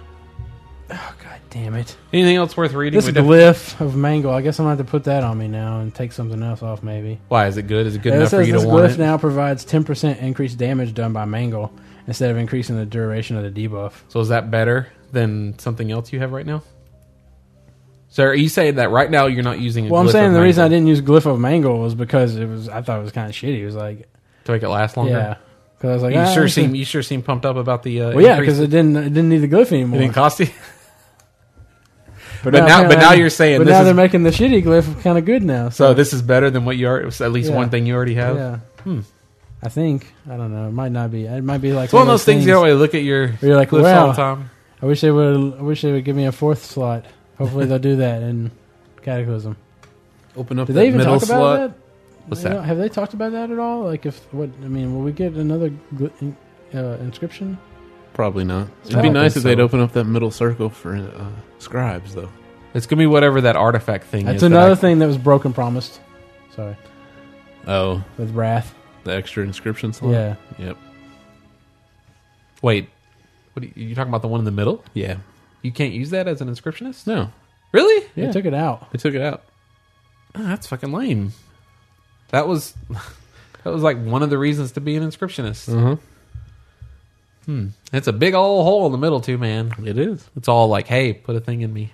C: Oh, God damn it!
E: Anything else worth reading?
C: This
E: We def-
C: glyph of mangle. I guess I'm gonna have to put that on me now and take something else off, maybe.
E: Why is it good? Is it good
C: Yeah, it
E: enough for
C: says
E: you
C: this
E: to want
C: glyph
E: it?
C: now provides 10% increased damage done by Mangle instead of increasing the duration of the debuff.
E: So is that better than something else you have right now? So are you saying that right now you're not using? A
C: Well, I'm
E: glyph
C: saying
E: of
C: the reason I
E: Mangle
C: didn't use glyph of Mangle was because it was I thought it was kind of shitty. It was like,
E: to make it last longer.
C: yeah, because I was like,
E: You
C: ah,
E: sure
C: this is-
E: seem you sure seem pumped up about the. Uh,
C: Well, yeah,
E: increase-
C: because it didn't it didn't need the glyph
E: it
C: anymore.
E: didn't cost you.
C: but,
E: now- but
C: apparently-
E: now you're saying
C: but
E: this
C: now
E: is-
C: they're making the shitty glyph kind of good now.
E: so this is better than what you are. At least
C: Yeah.
E: one thing you already have.
C: yeah, I think I don't know. It might not be. It might be like
E: It's one of those things you always look at your
C: where you're like,
E: glyphs all the
C: wow,
E: time.
C: I wish they would. I wish they would give me a fourth slot. Hopefully they'll do that in Cataclysm.
D: Open up
C: Did
D: that
C: they even
D: middle
C: talk about
D: slot.
C: that?
E: What's
C: They
E: that?
C: don't- Have they talked about that at all? Like, if what I mean, will we get another gl- in, uh, inscription?
D: Probably not.
C: I
D: It'd be
C: don't
D: nice
E: think
D: if they'd
E: so.
D: open up that middle circle for uh, scribes, though.
E: It's gonna be whatever that artifact thing.
C: That's
E: is that
C: another
E: I-
C: thing that was broken, promised. Sorry,
D: Oh,
C: with wrath.
D: the extra inscription slot.
C: Yeah,
D: Yep.
E: Wait, what are you, you talking about? The one in the middle?
D: Yeah.
E: You can't use that as an inscriptionist?
D: No,
E: Really?
C: they
D: Yeah.
C: took it out.
D: they took it out.
E: Oh, that's fucking lame. That was that was like one of the reasons to be an inscriptionist.
D: Uh
E: Hmm. It's a big old hole in the middle too, man.
D: It is
E: It's all like, hey, put a thing in me.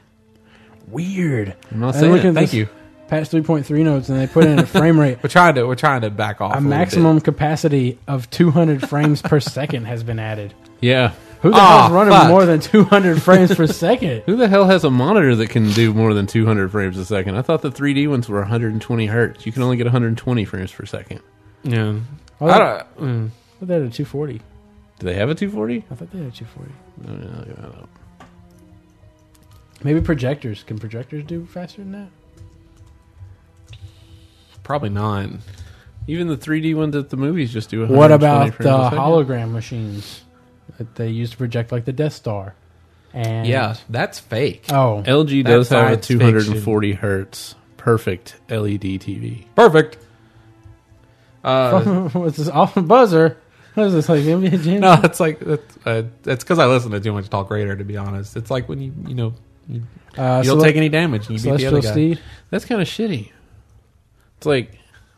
C: Weird.
D: I'm not
C: And
D: saying
C: look
D: it.
C: at
E: Thank
C: this
E: you.
C: Patch three point three notes, and they put in a frame rate.
E: We're trying to we're trying to back off
C: A
E: little bit.
C: maximum capacity of 200 frames per second has been added.
D: Yeah.
C: Who the
E: Ah,
C: hell's running
E: fuck.
C: more than 200 frames per second?
D: Who the hell has a monitor that can do more than 200 frames a second? I thought the 3D ones were 120 hertz. You can only get 120 frames per second.
E: Yeah.
C: Oh,
E: I
C: I
E: don't. mm.
C: thought they had a 240.
D: Do they have a 240?
C: I thought they had a 240.
D: I don't know.
C: Maybe projectors. Can projectors do faster than that?
F: Probably not.
D: Even the 3D ones at the movies just do.
C: What about
D: 120 frames
C: the
D: a second.
C: hologram machines that they use to project like the Death Star? And
F: Yeah, that's fake.
C: Oh,
D: LG
F: That's
D: does have a
F: science
D: 240 hertz perfect E LED TV.
F: Perfect. Uh,
C: what's this off the buzzer? What is this like NBA Jam?
F: no, it's like that's uh, that's because I listen to too much Talk Radar. To be honest, it's like when you you know you,
C: Uh,
F: you don't
C: Cele-
F: take any damage. And you beat the other
C: Celestial
F: guy.
C: Steed.
D: That's kind of shitty. It's like,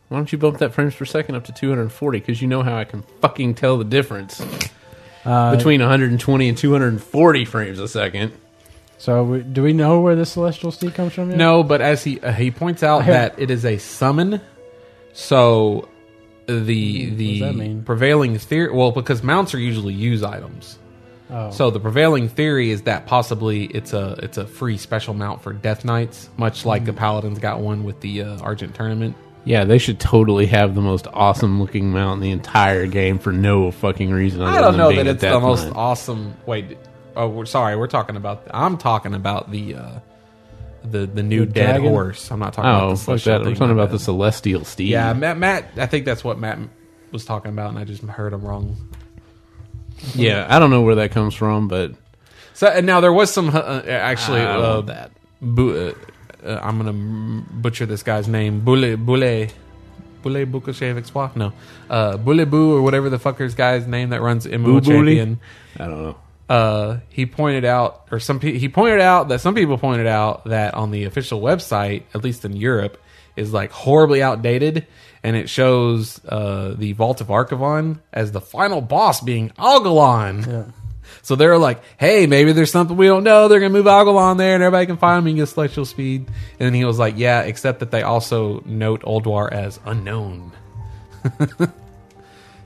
D: why don't you bump that frames per second up to 240? Because you know how I can fucking tell the difference
C: Uh,
D: between 120 and 240 frames a second.
C: so we, do we know where the Celestial Steed comes from? Yet?
F: No, but as he uh, he points out that it is a summon, so the the
C: Hmm, that mean?
F: prevailing theory. Well, because mounts are usually use items,
C: Oh.
F: so the prevailing theory is that possibly it's a it's a free special mount for Death Knights, much
C: Hmm.
F: like the Paladins got one with the uh, Argent Tournament.
D: Yeah, they should totally have the most awesome looking mount in the entire game for no fucking reason.
F: I
D: other
F: don't
D: than
F: know
D: being
F: that
D: a
F: it's the
D: death
F: most
D: knight.
F: awesome. Wait, oh, we're, sorry, we're talking about. I'm talking about the uh, the the new
C: The
F: dead
C: dragon?
F: horse. I'm not talking about
D: Oh,
F: the
D: fuck
F: celestial
D: that. We're
F: thing,
D: talking
F: my
D: about
F: bad.
D: the Celestial Steed.
F: Yeah, Matt, Matt. I think that's what Matt was talking about, and I just heard him wrong.
D: Yeah, I don't know where that comes from, but
F: So and now there was some uh, actually.
D: I
F: uh,
D: love that.
F: Bu- uh, uh, I'm gonna m- butcher this guy's name. Bule Bule Bule Bukashevic's wife. No, uh, Bule Boo or whatever the fucker's guy's name that runs MMO
D: Boo Bully?
F: champion.
D: I don't know.
F: uh, he pointed out, or some pe- he pointed out that some people pointed out that on the official website, at least in Europe, is like horribly outdated, and it shows uh, the Vault of Archivon as the final boss being Algalon. So they're like, hey, maybe there's something we don't know. They're gonna move Algalon there, and everybody can find him and get celestial speed. And then he was like, yeah, except that they also note Oldwar as unknown.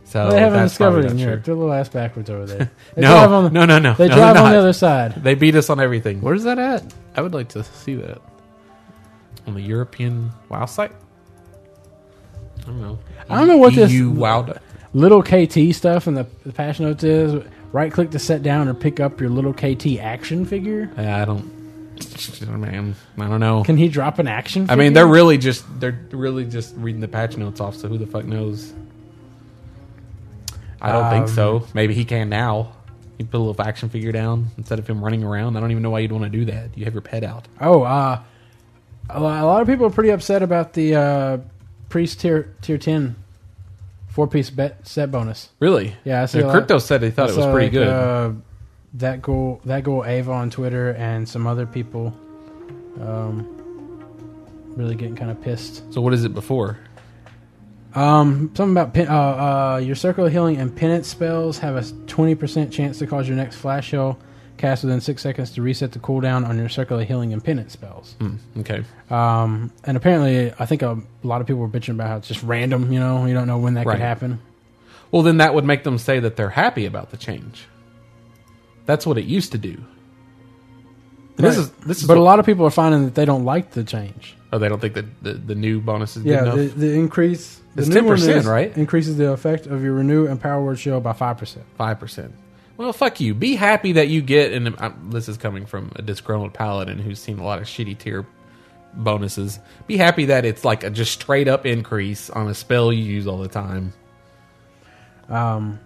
F: so
C: They haven't
F: that's probably
C: discovered it in
F: not
C: Europe.
F: true.
C: They're a little ass backwards over there. They drive
F: No,
C: on the,
F: no, no, no.
C: They
F: no,
C: drive
F: they're
C: on the
F: not.
C: other side.
F: They beat us on everything.
D: Where's that at? I would like to see that.
F: on the European WoW site. I don't know.
C: I don't know what this
F: EU WoW. do-
C: little KT stuff and the, the passion notes is. Right click to set down or pick up your little KT action figure.
F: Yeah, I don't. Man, I don't know.
C: Can he drop an action?
F: I
C: Figure?
F: mean, they're really just they're really just reading the patch notes off. So who the fuck knows? I don't think
C: Um,
F: so. Maybe he can now. You put a little action figure down instead of him running around. I don't even know why you'd want to do that. You have your pet out.
C: Oh, uh, a lo- a lot of people are pretty upset about the uh, priest tier tier ten four piece bet set bonus.
F: Really?
C: Yeah, I see. a
F: The
C: lot-
F: crypto said they thought
C: I
F: it was
C: saw,
F: pretty
C: like,
F: good.
C: Uh, that goal, that goal, Ava on Twitter and some other people, um, really getting kind of pissed.
F: so what is it before?
C: Um, something about pin, uh, uh, your circle of healing and penance spells have a twenty percent chance to cause your next flash hill cast within six seconds to reset the cooldown on your circle of healing and penance spells.
F: Hmm, okay.
C: Um, and apparently, I think a lot of people were bitching about how it's just random. You know, you don't know when that
F: Right.
C: could happen.
F: Well, then that would make them say that they're happy about the change. That's what it used to do. This
C: Right.
F: is this is.
C: But a
F: what-
C: lot of people are finding that they don't like the change.
F: oh, they don't think that the, the new bonus is
C: Yeah,
F: good
C: the,
F: enough.
C: the increase. the
F: It's
C: new one
F: 10%,
C: is-
F: right?
C: Increases the effect of your renew and power word shield by five percent.
F: Five percent. Well, fuck you. Be happy that you get. And I'm, this is coming from a disgruntled paladin who's seen a lot of shitty tier bonuses. Be happy that it's like a just straight up increase on a spell you use all the time.
C: Um,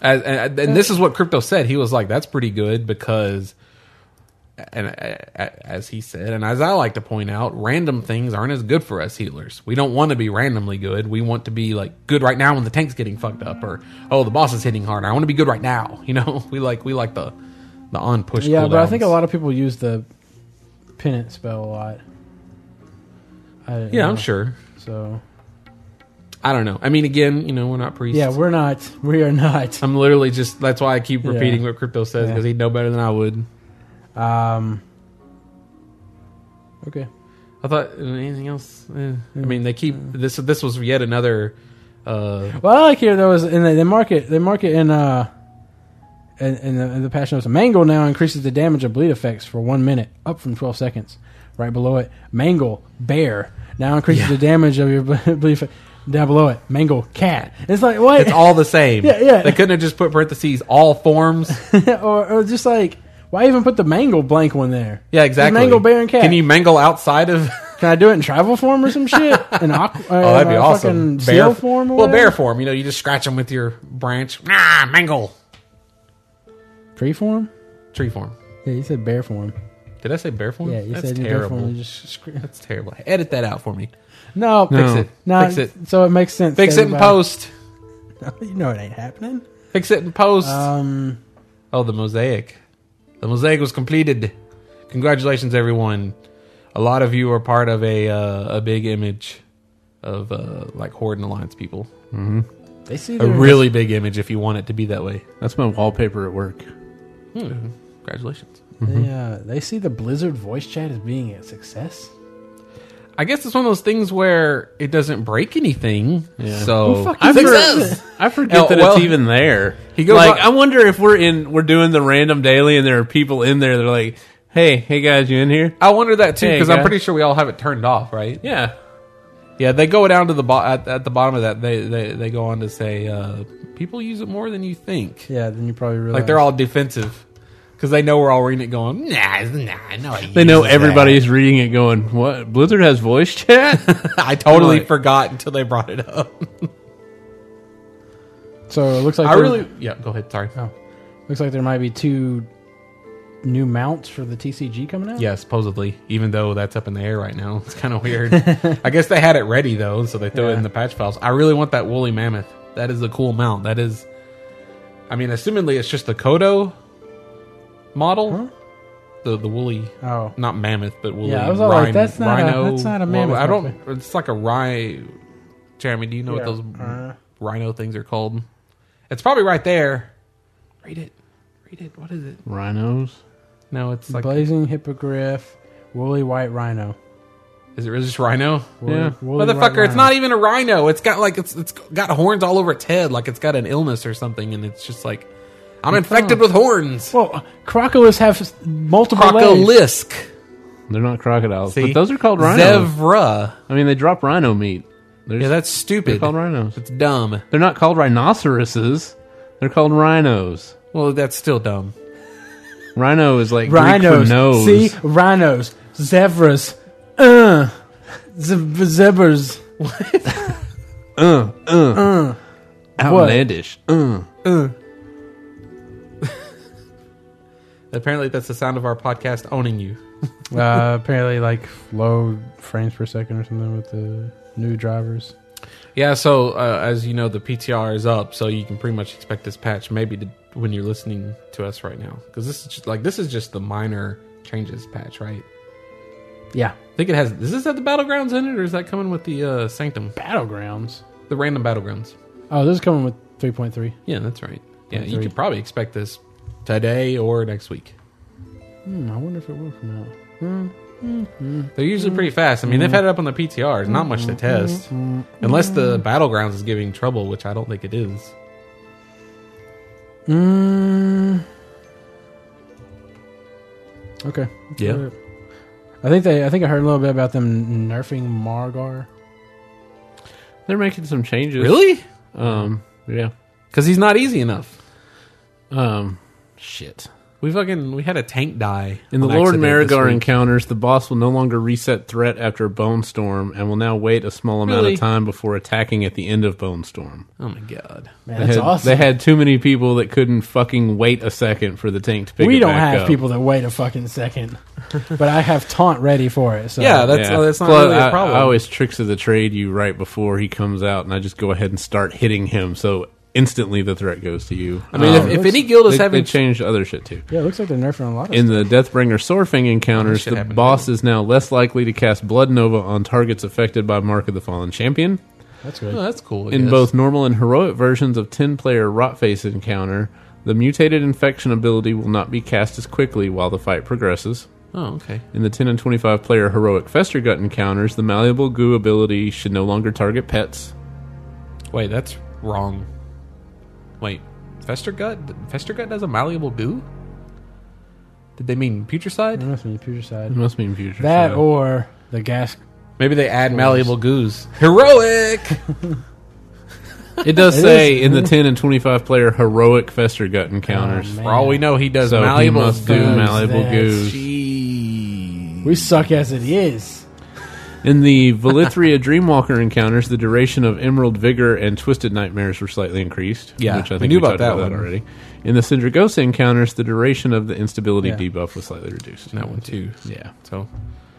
F: As, and, and this is what crypto said. He was like, "That's pretty good because," and a- a- as he said, and as I like to point out, random things aren't as good for us healers. We don't want to be randomly good. We want to be like good right now when the tank's getting fucked up, or oh, the boss is hitting harder. I want to be good right now. You know, we like we like the the on push.
C: yeah, but I think a lot of people use the pennant spell a lot. I, you
F: Yeah,
C: know,
F: I'm sure.
C: So
F: I don't know. I mean, again, you know, we're not priests.
C: yeah, we're not. We are not.
F: I'm literally just. That's why I keep repeating
C: Yeah.
F: what crypto says
C: Yeah.
F: because he'd know better than I would.
C: Um, okay.
F: I thought uh, anything else. eh. I mean, they keep this. This was yet another. Uh,
C: Well, I like here though is in the, they market they market in uh in, in, the, in the passion notes. Mangle now increases the damage of bleed effects for one minute, up from twelve seconds. Right below it, Mangle Bear now increases the damage of your ble- bleed effect. Down below it, Mangle Cat. It's like what?
F: it's all the same.
C: Yeah, yeah.
F: They couldn't have just put parentheses all forms.
C: or, or just like Why even put the mangle blank one there?
F: Yeah, exactly.
C: Mangle bear and cat.
F: Can you mangle outside of?
C: Can I do it in travel form or some shit? In aqua,
F: oh, that'd be awesome.
C: Bear Uh, seal form. Or
F: well,
C: whatever?
F: bear form. You know, you just scratch them with your branch. Ah, mangle.
C: tree form.
F: Tree form.
C: Yeah, you said bear form.
F: Did I say bear form?
C: Yeah, you
F: That's
C: said in bear
F: terrible.
C: form. You just scr-
F: That's terrible. Edit that out for me.
C: no,
F: Fix it.
C: No,
F: Fix it.
C: So it makes sense.
F: Fix
C: to
F: it in
C: everybody.
F: post.
C: you know it ain't happening.
F: Fix it in post.
C: Um,
F: oh, the mosaic. The mosaic was completed. Congratulations, everyone. A lot of you are part of a uh, a big image of uh, like Horde and Alliance people.
C: they see
F: A
C: their-
F: really big image if you want it to be that way.
D: That's my wallpaper at work.
F: Hmm. Congratulations.
C: They, uh, they see the Blizzard voice chat as being a success.
F: I guess it's one of those things where it doesn't break anything. So
D: I, for-
F: Success!
D: I forget
F: Oh,
D: that
F: well-
D: it's even there.
F: He goes
D: like,
F: on-
D: I wonder if we're in, we're doing the random daily, and there are people in there. They're like, "Hey, hey guys, you in here?"
F: I wonder that too
D: Hey,
F: because I'm
D: guy.
F: pretty sure we all have it turned off, right?
D: Yeah,
F: Yeah, they go down to the bo- at, at the bottom of that. They they, they go on to say uh, people use it more than you think.
C: Yeah, then you probably realize
F: Like they're all defensive because they know we're all reading it going nah it's- nah no. I
D: they
F: use
D: know
F: that."
D: everybody's reading it, going, "What? Blizzard has voice chat?"
F: I totally
D: Right.
F: forgot until they brought it up.
C: So it looks like
F: I
C: there-
F: really yeah. Go ahead. Sorry.
C: looks like there might be two new mounts for the TCG coming out.
F: Yeah, supposedly. Even though that's up in the air right now, it's kind of weird. I guess they had it ready though, so they threw it in the patch files. I really want that woolly mammoth. That is a cool mount. That is, I mean, assumedly it's just the Kodo model,
C: Huh?
F: the the woolly,
C: Oh,
F: not mammoth, but woolly.
C: Yeah, I was all like, that's not a-
F: rhino.
C: that's not a
F: Well,
C: mammoth,
F: I don't. It's like a rye. Jeremy, do you know what those
C: Uh,
F: rhino things are called? It's probably right there. Read it. Read it. What is it?
D: Rhinos.
F: No, it's like.
C: blazing hippogriff, woolly white rhino.
F: Is it really just rhino?
C: Woolly,
D: Yeah.
C: woolly white
F: Motherfucker, it's not even a rhino. It's got like it's it's got horns all over its head, like it's got an illness or something, and it's just like I'm infected with horns.
C: rhino. Well, crocodilus have s- multiple legs.
F: Crocolisk.
D: They're not crocodiles,
F: See?
D: but those are called rhinos.
F: Zevra.
D: I mean, they drop rhino meat. They're,
F: Yeah,
D: just-
F: that's
D: they're
F: stupid.
D: called rhinos.
F: It's dumb.
D: They're not called rhinoceroses. They're called rhinos.
F: Well, that's still dumb.
D: Rhino is like Greek
C: Rhinos.
D: for nose.
C: See, rhinos, zebras, uh, ze- zebras.
D: Uh, uh, outlandish. Uh.
F: Apparently, that's the sound of our podcast owning you.
C: uh, apparently, like low frames per second or something with the new drivers.
F: Yeah. So uh, as you know, the PTR is up, so you can pretty much expect this patch maybe to, when you're listening to us right now, because this is just, like this is just the minor changes patch, right?
C: Yeah,
F: I think it has. Does this have the battlegrounds in it, or is that coming with the uh, sanctum,
C: battlegrounds.
F: the random battlegrounds?
C: Oh, this is coming with three point three.
F: Yeah, that's right. Yeah, you
C: Three.
F: could probably expect this today or next week.
C: Hmm, I wonder if it will come out.
F: They're usually pretty fast. I mean, they've had it up on the PTR. There's not much to test, unless the battlegrounds is giving trouble, which I don't think it is.
C: Mm. Okay. that's
F: Yeah.
C: about it. I think they. I think I heard a little bit about them nerfing Margar.
D: They're making some changes.
F: Really?
D: Um. Yeah.
F: Because he's not easy enough.
D: Um. Shit.
F: We fucking we had a tank die
D: In the
F: on
D: Lord
F: accident this
D: Marigar
F: week.
D: encounters, the boss will no longer reset threat after a bone storm and will now wait a small amount
F: Really?
D: of time before attacking at the end of bone storm.
F: Oh my god!
C: Man,
D: They
C: that's
D: had,
C: awesome.
D: They had too many people that couldn't fucking wait a second for the tank to pick
C: we
D: it
C: don't
D: back
C: have
D: up.
C: people that wait a fucking second, but I have taunt ready for it. So
F: Yeah, that's
D: Yeah.
F: uh, that's not
D: Plus,
F: really
D: I-
F: a problem.
D: I, always tricks of the trade you right before he comes out, and I just go ahead and start hitting him, so instantly the threat goes to you. Um,
F: I mean, if, if any guild is
D: they,
F: having
D: they changed other shit too.
C: yeah. It looks like they're nerfing a lot of.
D: In the Deathbringer Surfing encounters,
F: shit
D: the
F: happened.
D: boss is now less likely to cast Blood Nova on targets affected by Mark of the Fallen Champion.
C: that's good.
F: oh, that's cool. I
D: In
F: guess.
D: both normal and heroic versions of 10 player Rotface encounter, the mutated infection ability will not be cast as quickly while the fight progresses.
F: Oh, okay.
D: In the 10 and 25 player heroic Festergut encounters, the malleable goo ability should no longer target pets.
F: Wait, that's wrong. Wait, Festergut? Festergut has a malleable goo? Did they mean
C: That
D: Mm-hmm.
F: Putricide?
C: must be Puget Side.
F: Mm-hmm.
D: It must mean future.
C: That
D: so-
C: or the gas.
F: Maybe they add malleable goos. Heroic!
D: It does
C: It
D: say
C: is.
D: in the 10 and 25 player heroic Festergut encounters.
C: Oh,
F: For all we know, he does
D: so
F: malleable
D: he must do
F: food.
D: malleable
C: That's
D: goose.
C: We suck as it is.
D: In the Velithria Dreamwalker encounters, the duration of Emerald Vigor and Twisted Nightmares were slightly increased.
F: Yeah,
D: which I
F: we
D: think
F: knew
D: we
F: about
D: talked
F: that
D: about that
F: one.
D: already. In the Syndragosa encounters, the duration of the instability
C: Yeah.
D: debuff was slightly reduced.
E: That one too.
D: Yeah.
E: So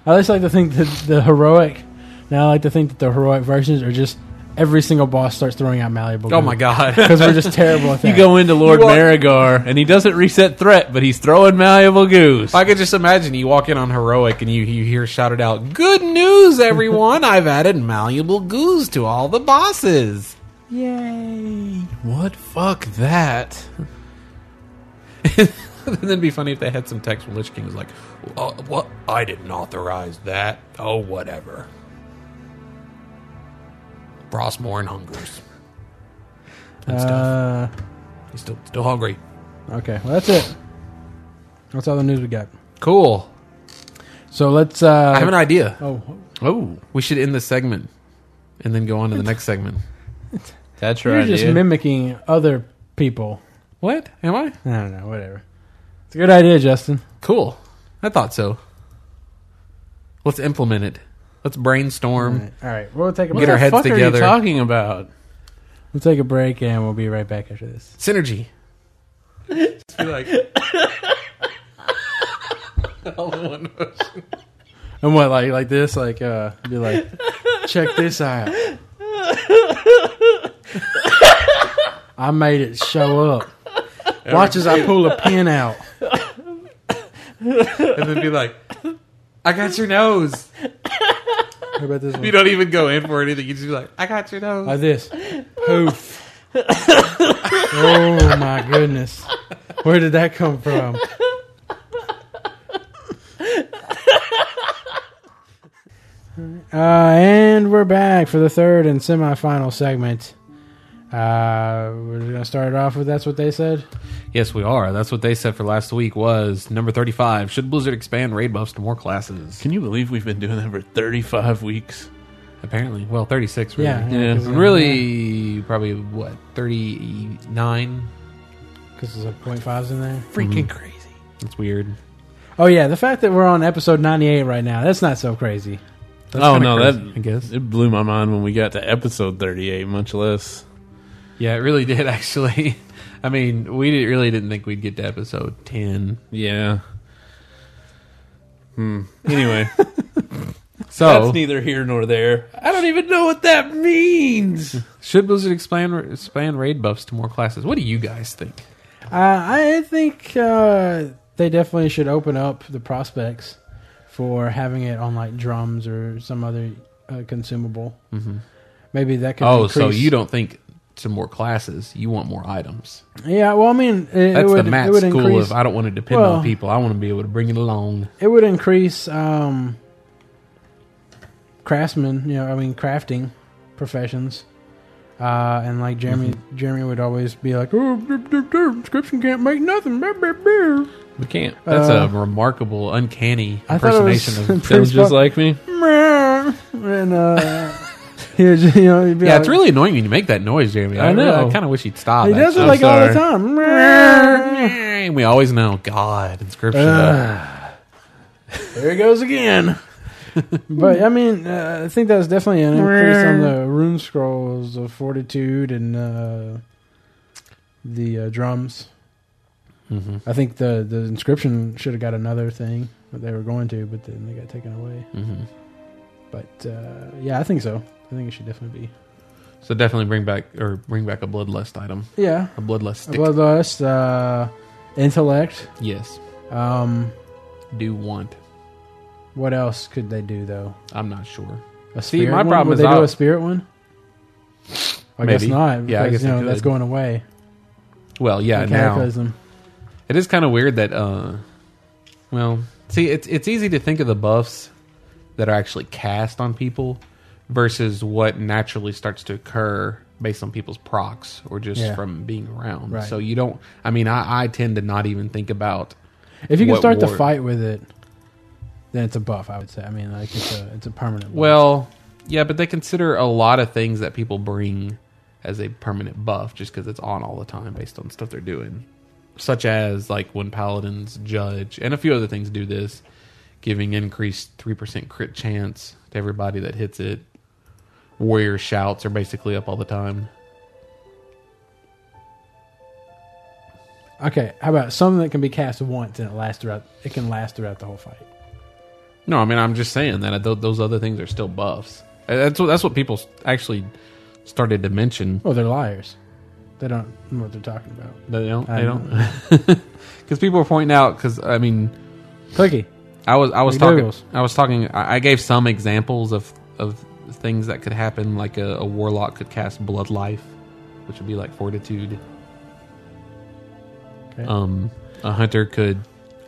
C: I just like to think that the heroic. Now I like to think that the heroic versions are just every single boss starts throwing out malleable.
F: Oh my god.
C: Because we're just terrible at that.
D: You go into Lord Marigar, and he doesn't reset threat, but he's throwing malleable goose.
F: I could just imagine you walk in on heroic and you you hear shouted out, "Good news, everyone! I've added malleable goose to all the bosses."
C: Yay!
F: What? Fuck that. and then it'd be funny if they had some text where Lich King was like, uh, "What? I didn't authorize that. Oh, whatever." Brossmore and hungers. And stuff.
C: Uh,
F: He's still still hungry.
C: okay, well that's it. That's all the news we got.
F: Cool.
C: So let's. Uh,
F: I have an idea.
C: oh,
D: oh,
F: We should end this segment and then go on to the next segment.
D: that's
C: you're
D: right.
C: just mimicking other people.
F: What? Am I?
C: I don't know. Whatever. It's a good idea, Justin.
F: Cool. I thought so. Let's implement it. Let's brainstorm.
C: All right, all right. We'll take a
F: Get
C: break.
F: our heads
D: fuck
F: together.
D: Are you talking about?
C: We'll take a break and we'll be right back after this.
F: Synergy.
C: And what, like, like this, like, uh, be like, check this out. I made it show up. Watch as I pull a pin out.
F: And then be like, I got your nose.
C: How about this one?
F: You don't even go in for anything. You just be like, I got your nose.
C: Like this. Poof. oh my goodness. Where did that come from? Uh, and we're back for the third and semifinal segment. Uh, we're gonna start it off with that's what they said.
F: Yes, we are. That's what they said for last week was number 35. Should Blizzard expand raid buffs to more classes?
D: Can you believe we've been doing that for 35 weeks?
F: Apparently. Well, 36 really.
C: Yeah,
D: Yeah.
C: because
F: Really, probably what, 39?
C: there's a point fives in there.
D: Freaking crazy.
F: That's weird.
C: Oh yeah, the fact that we're on episode ninety eight right now, that's not so crazy.
D: oh no,
F: I guess.
D: that it blew my mind when we got to episode 38, much less.
F: Yeah, it really did actually. I mean, we did, really didn't think we'd get to episode 10.
D: Yeah. Hmm. Anyway,
F: So,
D: that's neither here nor there. I don't even know what that means.
F: should Blizzard expand expand raid buffs to more classes? What do you guys think?
C: Uh, I think uh, they definitely should open up the prospects for having it on like drums or some other uh, consumable. Mm-hmm. Maybe that could.
F: Oh,
C: increase.
F: so you don't think to more classes, you want more items.
C: Yeah, well, I mean, it, it
F: That's
C: would
F: the
C: it
F: max
C: would
F: school
C: increase
F: of I don't want to depend
C: Well-
F: on people. I want to be able to bring it along.
C: it would increase um, craftsmen. You know, I mean, crafting professions. Uh, and like Jeremy,
F: Mm-hmm.
C: Jeremy would always be like, "Oh, doop, doop, doop, "Description can't make nothing." Blah, blah, blah."
F: We can't. That's
C: Uh,
F: a remarkable, uncanny
C: I thought it was
F: impersonation of.
C: pretty
D: Sounds just
C: fu-
D: like me.
C: and uh, he was, you know, he'd be
F: Yeah,
C: like,
F: it's really annoying when you make that noise, Jeremy. I,
C: I know.
F: know. I kind of wish he'd stop.
C: He does it
F: actually.
C: like all the
D: sorry.
C: time.
F: And we always know. God, inscription.
C: Uh. there he goes again. but I mean, uh, I think that's definitely an increase on the rune scrolls of fortitude and uh, the uh, drums.
F: Mhm.
C: I think the the inscription should have got another thing that they were going to, but then they got taken away.
F: Mhm.
C: But uh, yeah, I think so. I think it should definitely be.
F: So definitely bring back or bring back a bloodlust item,
C: Yeah,
F: a bloodlust stick.
C: bloodlust, uh, intellect.
F: yes,
C: Um,
F: do want.
C: What else could they do though?
F: I'm not sure.
C: A
F: See,
C: spirit
F: my
C: one?
F: problem
C: Would
F: is
C: they do
F: I'll-
C: a spirit one? I guess
F: Maybe.
C: not. Because,
F: Yeah, I guess
C: you
F: they
C: know, that's
F: could.
C: going away.
F: Well, yeah,
C: The
F: now
C: cataclysm.
F: it is kind of weird that. uh Well, see, it's it's easy to think of the buffs that are actually cast on people versus what naturally starts to occur based on people's procs or just
C: Yeah.
F: from being around.
C: Right.
F: So you don't. I mean, I, I tend to not even think about.
C: If you can
F: what
C: start the
F: ward?
C: fight with it, then it's a buff. I would say. I mean, like it's a it's a permanent. buff.
F: Well, yeah, but they consider a lot of things that people bring as a permanent buff just because it's on all the time based on stuff they're doing. Such as like when paladins judge and a few other things do this, giving increased three percent crit chance to everybody that hits it. Warrior shouts are basically up all the time.
C: Okay, how about something that can be cast once and it lasts throughout? It can last throughout the whole fight.
F: No, I mean I'm just saying that tho- those other things are still buffs. Uh, That's what that's what people s- actually started to mention.
C: Well, Oh, they're liars. They don't know what they're talking about.
F: They don't.
C: I
F: They don't. Because people were pointing out. Because I mean,
C: Clicky.
F: I was I was talking.
C: McDougal's.
F: I was talking. I I gave some examples of of things that could happen. Like a, a warlock could cast blood life, which would be like fortitude.
C: Okay.
F: Um, a hunter could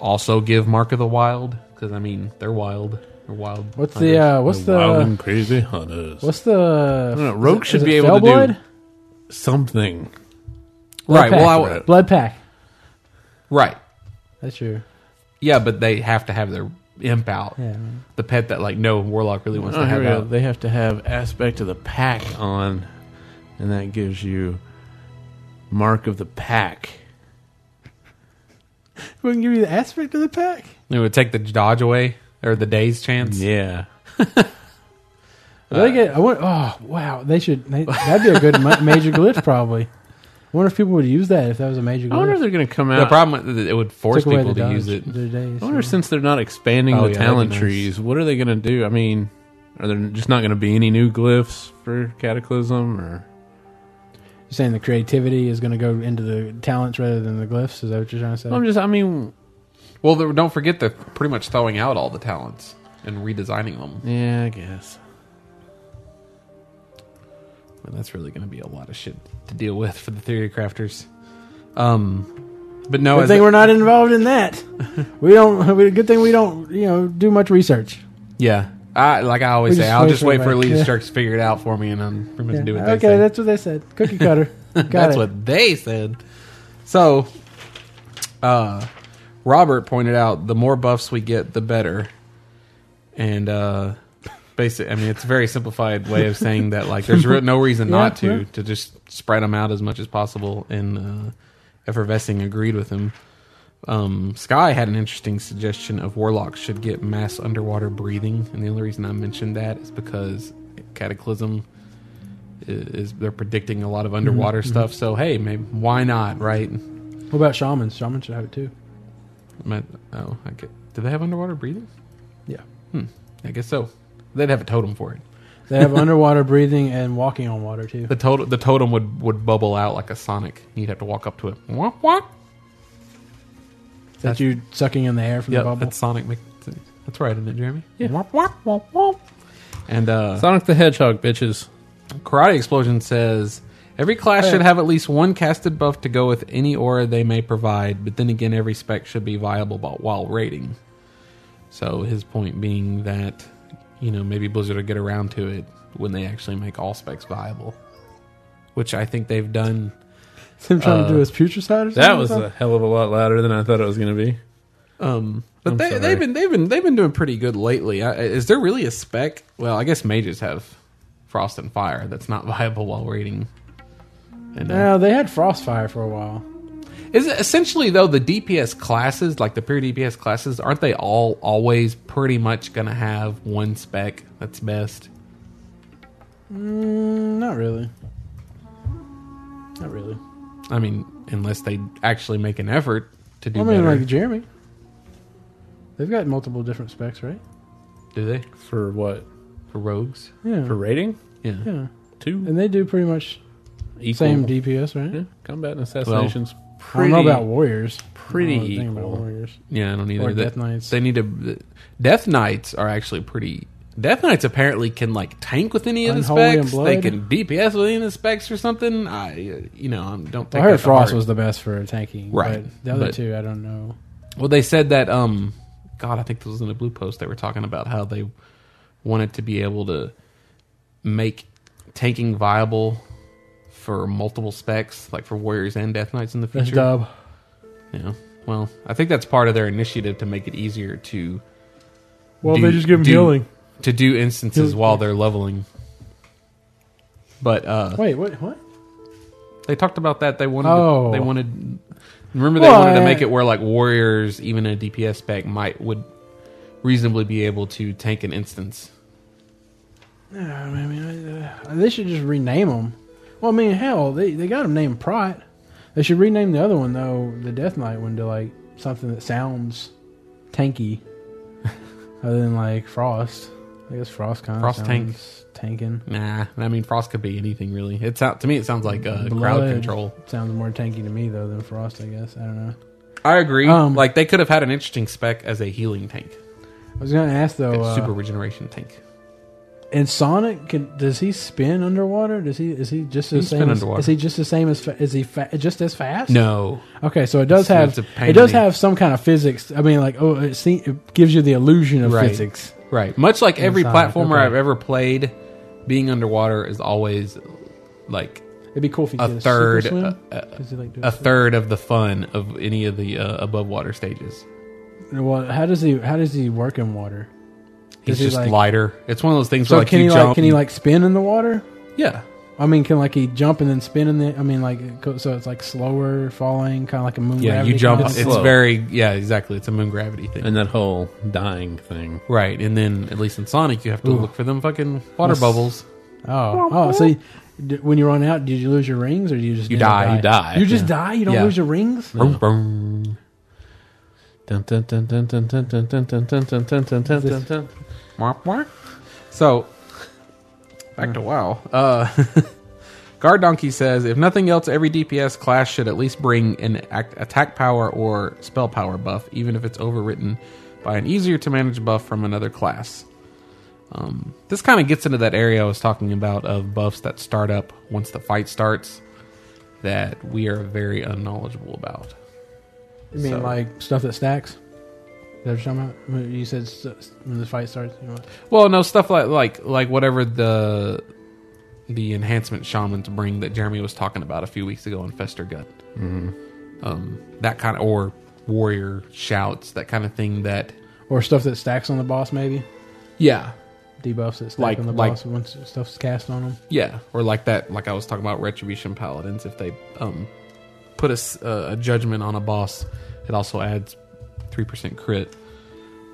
F: also give mark of the wild. Because I mean, they're wild. They're wild.
C: What's
F: hunters.
C: the uh, what's the
D: wild and crazy Oh, hunters.
C: what's the
D: know, Rogue
C: is
D: should
C: it
D: be able to do-
C: Fellblood?
D: Something.
C: Blood
F: right?
C: Pack.
F: Well, I w-
D: Right.
C: blood pack.
F: right.
C: That's your
F: Yeah, but they have to have their imp out.
C: yeah.
F: The pet that like no warlock really wants
D: Oh,
F: to
D: here
F: have
D: we go.
F: out.
D: They have to have aspect of the pack on, and that gives you mark of the pack.
C: We can give you the aspect of the pack.
F: It would take the dodge away or the day's chance.
D: Yeah.
F: Uh,
C: Did they get? I want. Oh wow, they should. They, that'd be a good ma- major glitch probably. I wonder if people would use that if that was a major glitch.
D: I wonder if they're going to come out.
F: The problem with it, it would force
C: Took away
F: people
C: the
F: to use
C: dodge,
F: it.
C: their days.
D: I wonder since they're not expanding
F: Oh,
D: the
F: yeah, that'd be
D: talent
F: nice.
D: trees, what are they going to do? I mean, are there just not going to be any new glyphs for Cataclysm? Or
C: You're saying the creativity is going to go into the talents rather than the glyphs. Is that what you're trying to say?
D: I'm just. I mean,
F: Well, there, don't forget they're pretty much throwing out all the talents and redesigning them.
D: yeah, I guess.
F: And that's really going to be a lot of shit to deal with for the theory crafters. Um, but no,
C: Good
F: as
C: thing
F: a-
C: we're not involved in that. we don't. We, good thing we don't. You know, do much research.
F: yeah. I, like I always
C: We
F: say,
C: just
F: I'll
C: wait
F: just
C: for
F: wait for
C: everybody.
F: Elite
C: Yeah.
F: Sharks to figure it out for me, and I'm pretty much
C: Yeah.
F: do what they
C: Okay,
F: say.
C: that's what they said. Cookie cutter. Got
F: That's
C: it.
F: what they said. So, uh, Robert pointed out the more buffs we get, the better. And uh, basic, I mean, it's a very simplified way of saying that. Like, there's re- no reason
C: Yeah,
F: not to
C: yeah.
F: to just spread them out as much as possible. And uh, effervescing agreed with him. Um, Sky had an interesting suggestion of warlocks should get mass underwater breathing, and the only reason I mentioned that is because Cataclysm i- is they're predicting a lot of underwater
C: Mm-hmm.
F: stuff. So hey, maybe why not? Right?
C: What about shamans? Shamans should have it too.
F: Might- Oh, I get, do they have underwater breathing?
C: Yeah.
F: Hmm. I guess so. They'd have a totem for it.
C: They have underwater breathing and walking on water too.
F: The totem, the totem would would bubble out like a Sonic. You'd have to walk up to it. What? What?
C: Is that you sucking in the air from
F: Yeah,
C: the bubble?
F: that's Sonic. Mc- That's right, isn't it, Jeremy?
C: Yeah.
F: And uh,
D: Sonic the Hedgehog, bitches.
F: Karate Explosion says every class
C: Hey.
F: should have at least one casted buff to go with any aura they may provide, but then again, every spec should be viable bu- while rating. So his point being that you know maybe Blizzard will get around to it when they actually make all specs viable, which I think they've done.
C: Him trying
F: Uh,
C: to do his future side or something.
D: That was a hell of a lot louder than I thought it was going to be.
F: Um, but
D: I'm
F: they,
D: sorry.
F: they've been they've been they've been doing pretty good lately. I, is there really a spec? Well, I guess mages have frost and fire that's not viable while rating. And, uh,
C: No, they had Frostfire for a while.
F: Is it essentially though the DPS classes, like the pure DPS classes, aren't they all always pretty much gonna have one spec that's best?
C: Mm, not really. Not really.
F: I mean, unless they actually make an effort to do
C: I mean,
F: better.
C: like Jeremy. They've got multiple different specs, right?
F: do they
D: For what?
F: for rogues?
C: Yeah.
D: For rating?
F: Yeah.
C: yeah.
D: Two.
C: And they do pretty much
D: Equal.
C: same DPS, right?
D: Yeah, combat and assassinations.
C: I don't
D: pretty-
C: know about warriors.
D: pretty
C: I don't know anything about
D: equal.
C: warriors.
F: Yeah, I don't either.
C: Or
F: They-
C: Death Knights.
F: They need to. the- Death Knights are actually pretty. Death Knights apparently can like tank with any of the
C: Unholy and
F: specs. They
C: Blood.
F: can DPS with any of the specs or something. I, uh, you know, I don't
C: I
F: think
C: heard Frost was the best for tanking,
F: Right,
C: But the other
F: but-
C: two, I don't know.
F: Well, they said that. Um, God, I think this was in a blue post. They were talking about how they wanted to be able to make tanking viable for multiple specs, like for warriors and death knights in the
C: That's
F: future.
C: dub.
F: Yeah. Well, I think that's part of their initiative to make it easier to
C: Well,
F: Do-
C: they just give him
F: do-
C: healing.
F: to do instances
C: Heal-
F: while they're leveling. But uh,
C: Wait, what? What?
F: They talked about that. They wanted.
C: Oh.
F: They wanted. Remember, they
C: Well,
F: wanted to
C: I-
F: make it where like warriors, even in a DPS spec, might would reasonably be able to tank an instance.
C: I mean, uh, they should just rename them. Well, I mean, hell, they, they got them named Prot. They should rename the other one though, the Death Knight one, to like something that sounds tanky, other than like Frost. I guess Frost kind of
F: Frost tank.
C: tanking
F: Nah, I mean Frost could be anything really. It's out to me. It sounds like uh, crowd
C: Blood
F: control.
C: Sounds more tanky to me though than Frost. I guess I don't know.
F: I agree.
C: Um,
F: like they could have had an interesting spec as a healing tank,
C: I was gonna ask though,
F: a
C: uh,
F: super regeneration tank.
C: And Sonic can does he spin underwater? Does he is he just the
F: can spin
C: same? As,
F: underwater.
C: is he just the same as fa- is he fa- just as fast?
F: No,
C: Okay, so it does
F: It's- it's
C: have
F: a pain
C: it does
F: in the-
C: have some kind of physics. I mean, like oh, it, se- it gives you the illusion of
F: Right.
C: physics.
F: right. Much like every
C: Sonic,
F: platformer
C: okay.
F: I've ever played, being underwater is always like
C: It'd be cool if you
F: a
C: did
F: third,
C: a, super
F: a,
C: swim.
F: a,
C: Does he, like, do
F: a
C: super-
F: third of the fun of any of the uh, above water stages.
C: Well, how does he how does he work in water?
F: He's
C: Is he
F: just
C: like-
F: lighter. It's one of those things
C: So
F: where like
C: can
F: you
C: he
F: jump.
C: like can he like spin in the water?
F: yeah,
C: I mean, can like he jump and then spin in the? I mean, like it go- so it's like slower falling, kind of like a moon.
F: yeah.
C: gravity
F: You jump.
C: kinda
F: It's
C: thing?
D: slow.
F: very yeah. Exactly. It's a moon gravity thing.
D: And that whole dying thing.
F: Right, and then at least in Sonic, you have to look for them fucking water
C: Yes.
F: bubbles.
C: Oh, oh! So you, d- when you run out, did you lose your rings, or do you just
F: You
C: end up
F: die,
C: dying?
F: you
D: die.
C: You just die. You don't
F: Yeah.
C: lose your rings.
F: Vroom, vroom.
D: Dun, dun, dun, dun, dun, dun, dun, dun, dun, dun, dun, dun, dun, dun, dun, dun.
F: Womp, womp. So, back to WoW. Uh, Guard Donkey says, if nothing else, every DPS class should at least bring an act- attack power or spell power buff, even if it's overwritten by an easier to manage buff from another class. Um, this kind of gets into that area I was talking about of buffs that start up once the fight starts that we are very unknowledgeable about.
C: You mean
F: So-
C: like stuff that stacks? Is that what you're talking about? When You said st- when the fight starts. You know, what?
F: Well, no stuff like like like whatever the the enhancement shamans bring that Jeremy was talking about a few weeks ago in Fester Gut. Mm-hmm. Um, that kind of or warrior shouts that kind of thing. That
C: or stuff that stacks on the boss, maybe
F: yeah,
C: debuffs that stack
F: Like-
C: on the
F: like-
C: boss once stuff's cast on them.
F: yeah, or like that like I was talking about retribution paladins. If they um put a, s- uh, a judgment on a boss, it also adds three percent crit.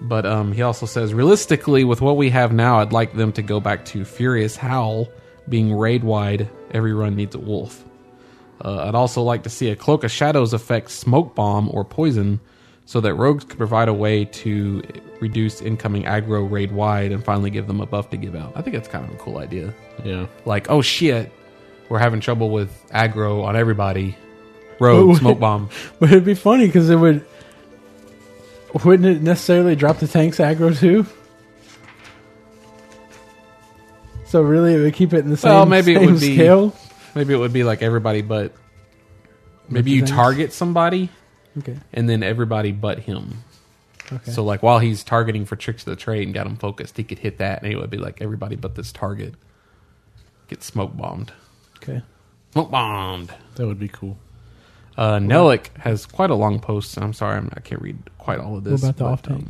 F: But um, he also says, realistically, with what we have now, I'd like them to go back to Furious Howl being raid wide. Every run needs a wolf. Uh, I'd also like to see a Cloak of Shadows effect smoke bomb or poison so that rogues could provide a way to reduce incoming aggro raid wide and finally give them a buff to give out. I think that's kind of a cool idea.
D: Yeah.
F: Like, oh shit, we're having trouble with aggro on everybody. Rogue,
C: Ooh.
F: smoke bomb.
C: But it'd be funny because it would. Wouldn't it necessarily drop the tanks aggro too? So really, it would keep it in the same,
F: Well, maybe it
C: same
F: would be-
C: scale.
F: Maybe it would be like everybody but. Maybe
C: What you
F: you
C: think?
F: target somebody
C: Okay.
F: and then everybody but him.
C: Okay.
F: So like while he's targeting for tricks of the trade and got him focused, he could hit that and it would be like everybody but this target gets smoke bombed.
C: okay.
F: Smoke bombed.
D: That would be cool.
F: Uh, Nellick has quite a long post. and I'm sorry, I'm, I can't read quite all of this.
C: What about the off tank?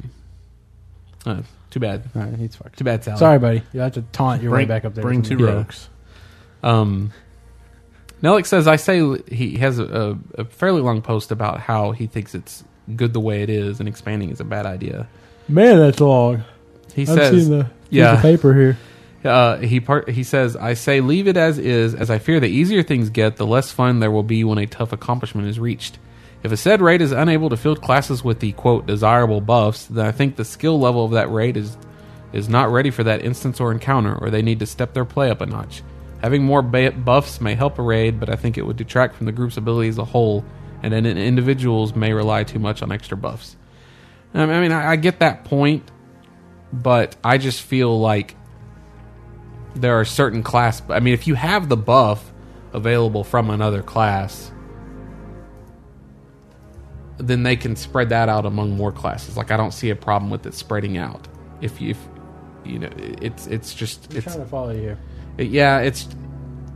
F: um, uh, too bad.
C: All right, he's fucked.
F: Too bad, Sally.
C: Sorry, buddy. You have to taunt your way back up there.
D: Bring two
C: Yeah.
D: rogues.
F: Um, Nellick says, I say he has a, a, a fairly long post about how he thinks it's good the way it is and expanding is a bad idea.
C: Man, that's long.
F: He
C: I've
F: says,
C: seen the
F: yeah.
C: piece of paper here.
F: Uh, he part, he says, "I say leave it as is, as I fear the easier things get, the less fun there will be when a tough accomplishment is reached. If a said raid is unable to field classes with the quote desirable buffs, then I think the skill level of that raid is is not ready for that instance or encounter, or they need to step their play up a notch. Having more ba- buffs may help a raid, but I think it would detract from the group's ability as a whole, and then individuals may rely too much on extra buffs." Um, I mean, I, I get that point, but I just feel like there are certain class. I mean, if you have the buff available from another class, then they can spread that out among more classes. Like, I don't see a problem with it spreading out. If you, if, you know, it's it's just
C: I'm
F: it's
C: trying to follow you.
F: yeah, it's.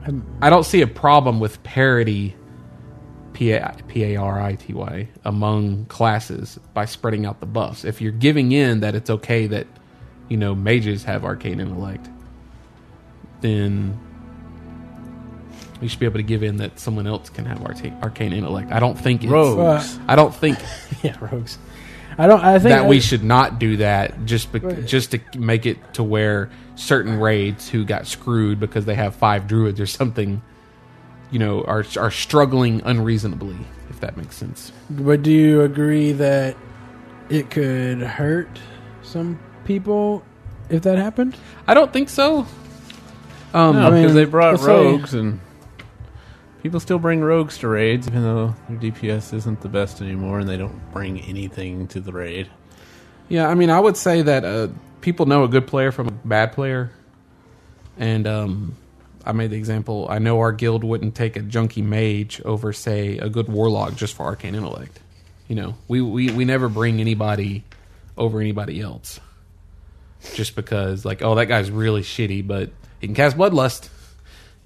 C: I'm-
F: I don't see a problem with parity, P A P A R I T Y, among classes by spreading out the buffs. If you're giving in that it's okay that, you know, mages have arcane intellect, then we should be able to give in that someone else can have arcane, arcane intellect. I don't think it's,
C: Rogues.
F: I don't think
C: yeah, rogues. I don't. I think
F: that we should not do that just bec
C: Right.
F: just to make it to where certain raids who got screwed because they have five druids or something, you know, are are struggling unreasonably. If that makes sense.
C: But do you agree that it could hurt some people if that happened?
F: I don't think so. Um,
D: No,
C: I mean,
D: because they brought
C: let's say-
D: rogues and people still bring rogues to raids, even though their DPS isn't the best anymore, and they don't bring anything to the raid.
F: Yeah, I mean, I would say that uh, people know a good player from a bad player, and um, I made the example. I know our guild wouldn't take a junkie mage over, say, a good warlock just for arcane intellect. You know, we we, we never bring anybody over anybody else, just because like, oh, that guy's really shitty, but he can cast bloodlust.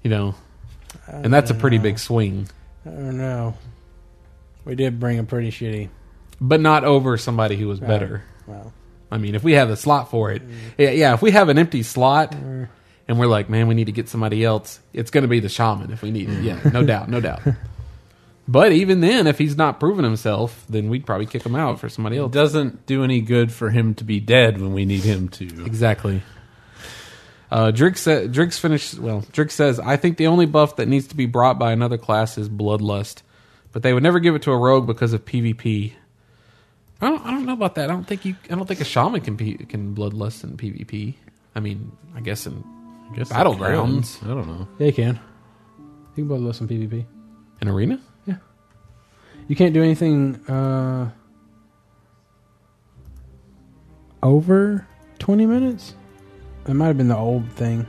F: You know, and that's a pretty big swing,
C: I don't know. We did bring a pretty shitty.
F: but not over somebody who was better.
C: Well,
F: I mean, if we have the slot for it, yeah, yeah. If we have an empty slot, and we're like, man, we need to get somebody else. It's going to be the shaman if we need it. Yeah, no doubt, no doubt. But even then, if he's not proven himself, then we'd probably kick him out for somebody
D: It
F: else.
D: doesn't do any good for him to be dead when we need him to.
F: Exactly. Uh, Drix, sa- Drix finished. Well, Drix says, I think the only buff that needs to be brought by another class is Bloodlust, but they would never give it to a rogue because of PvP. I don't, I don't know about that. I don't think you. I don't think a shaman can P- can Bloodlust in PvP. I mean, I guess in
D: I guess
F: Battlegrounds.
D: I don't know.
C: yeah, you can. You can both listen PvP.
F: an arena.
C: You can't do anything uh, over 20 minutes? That might have been the old thing.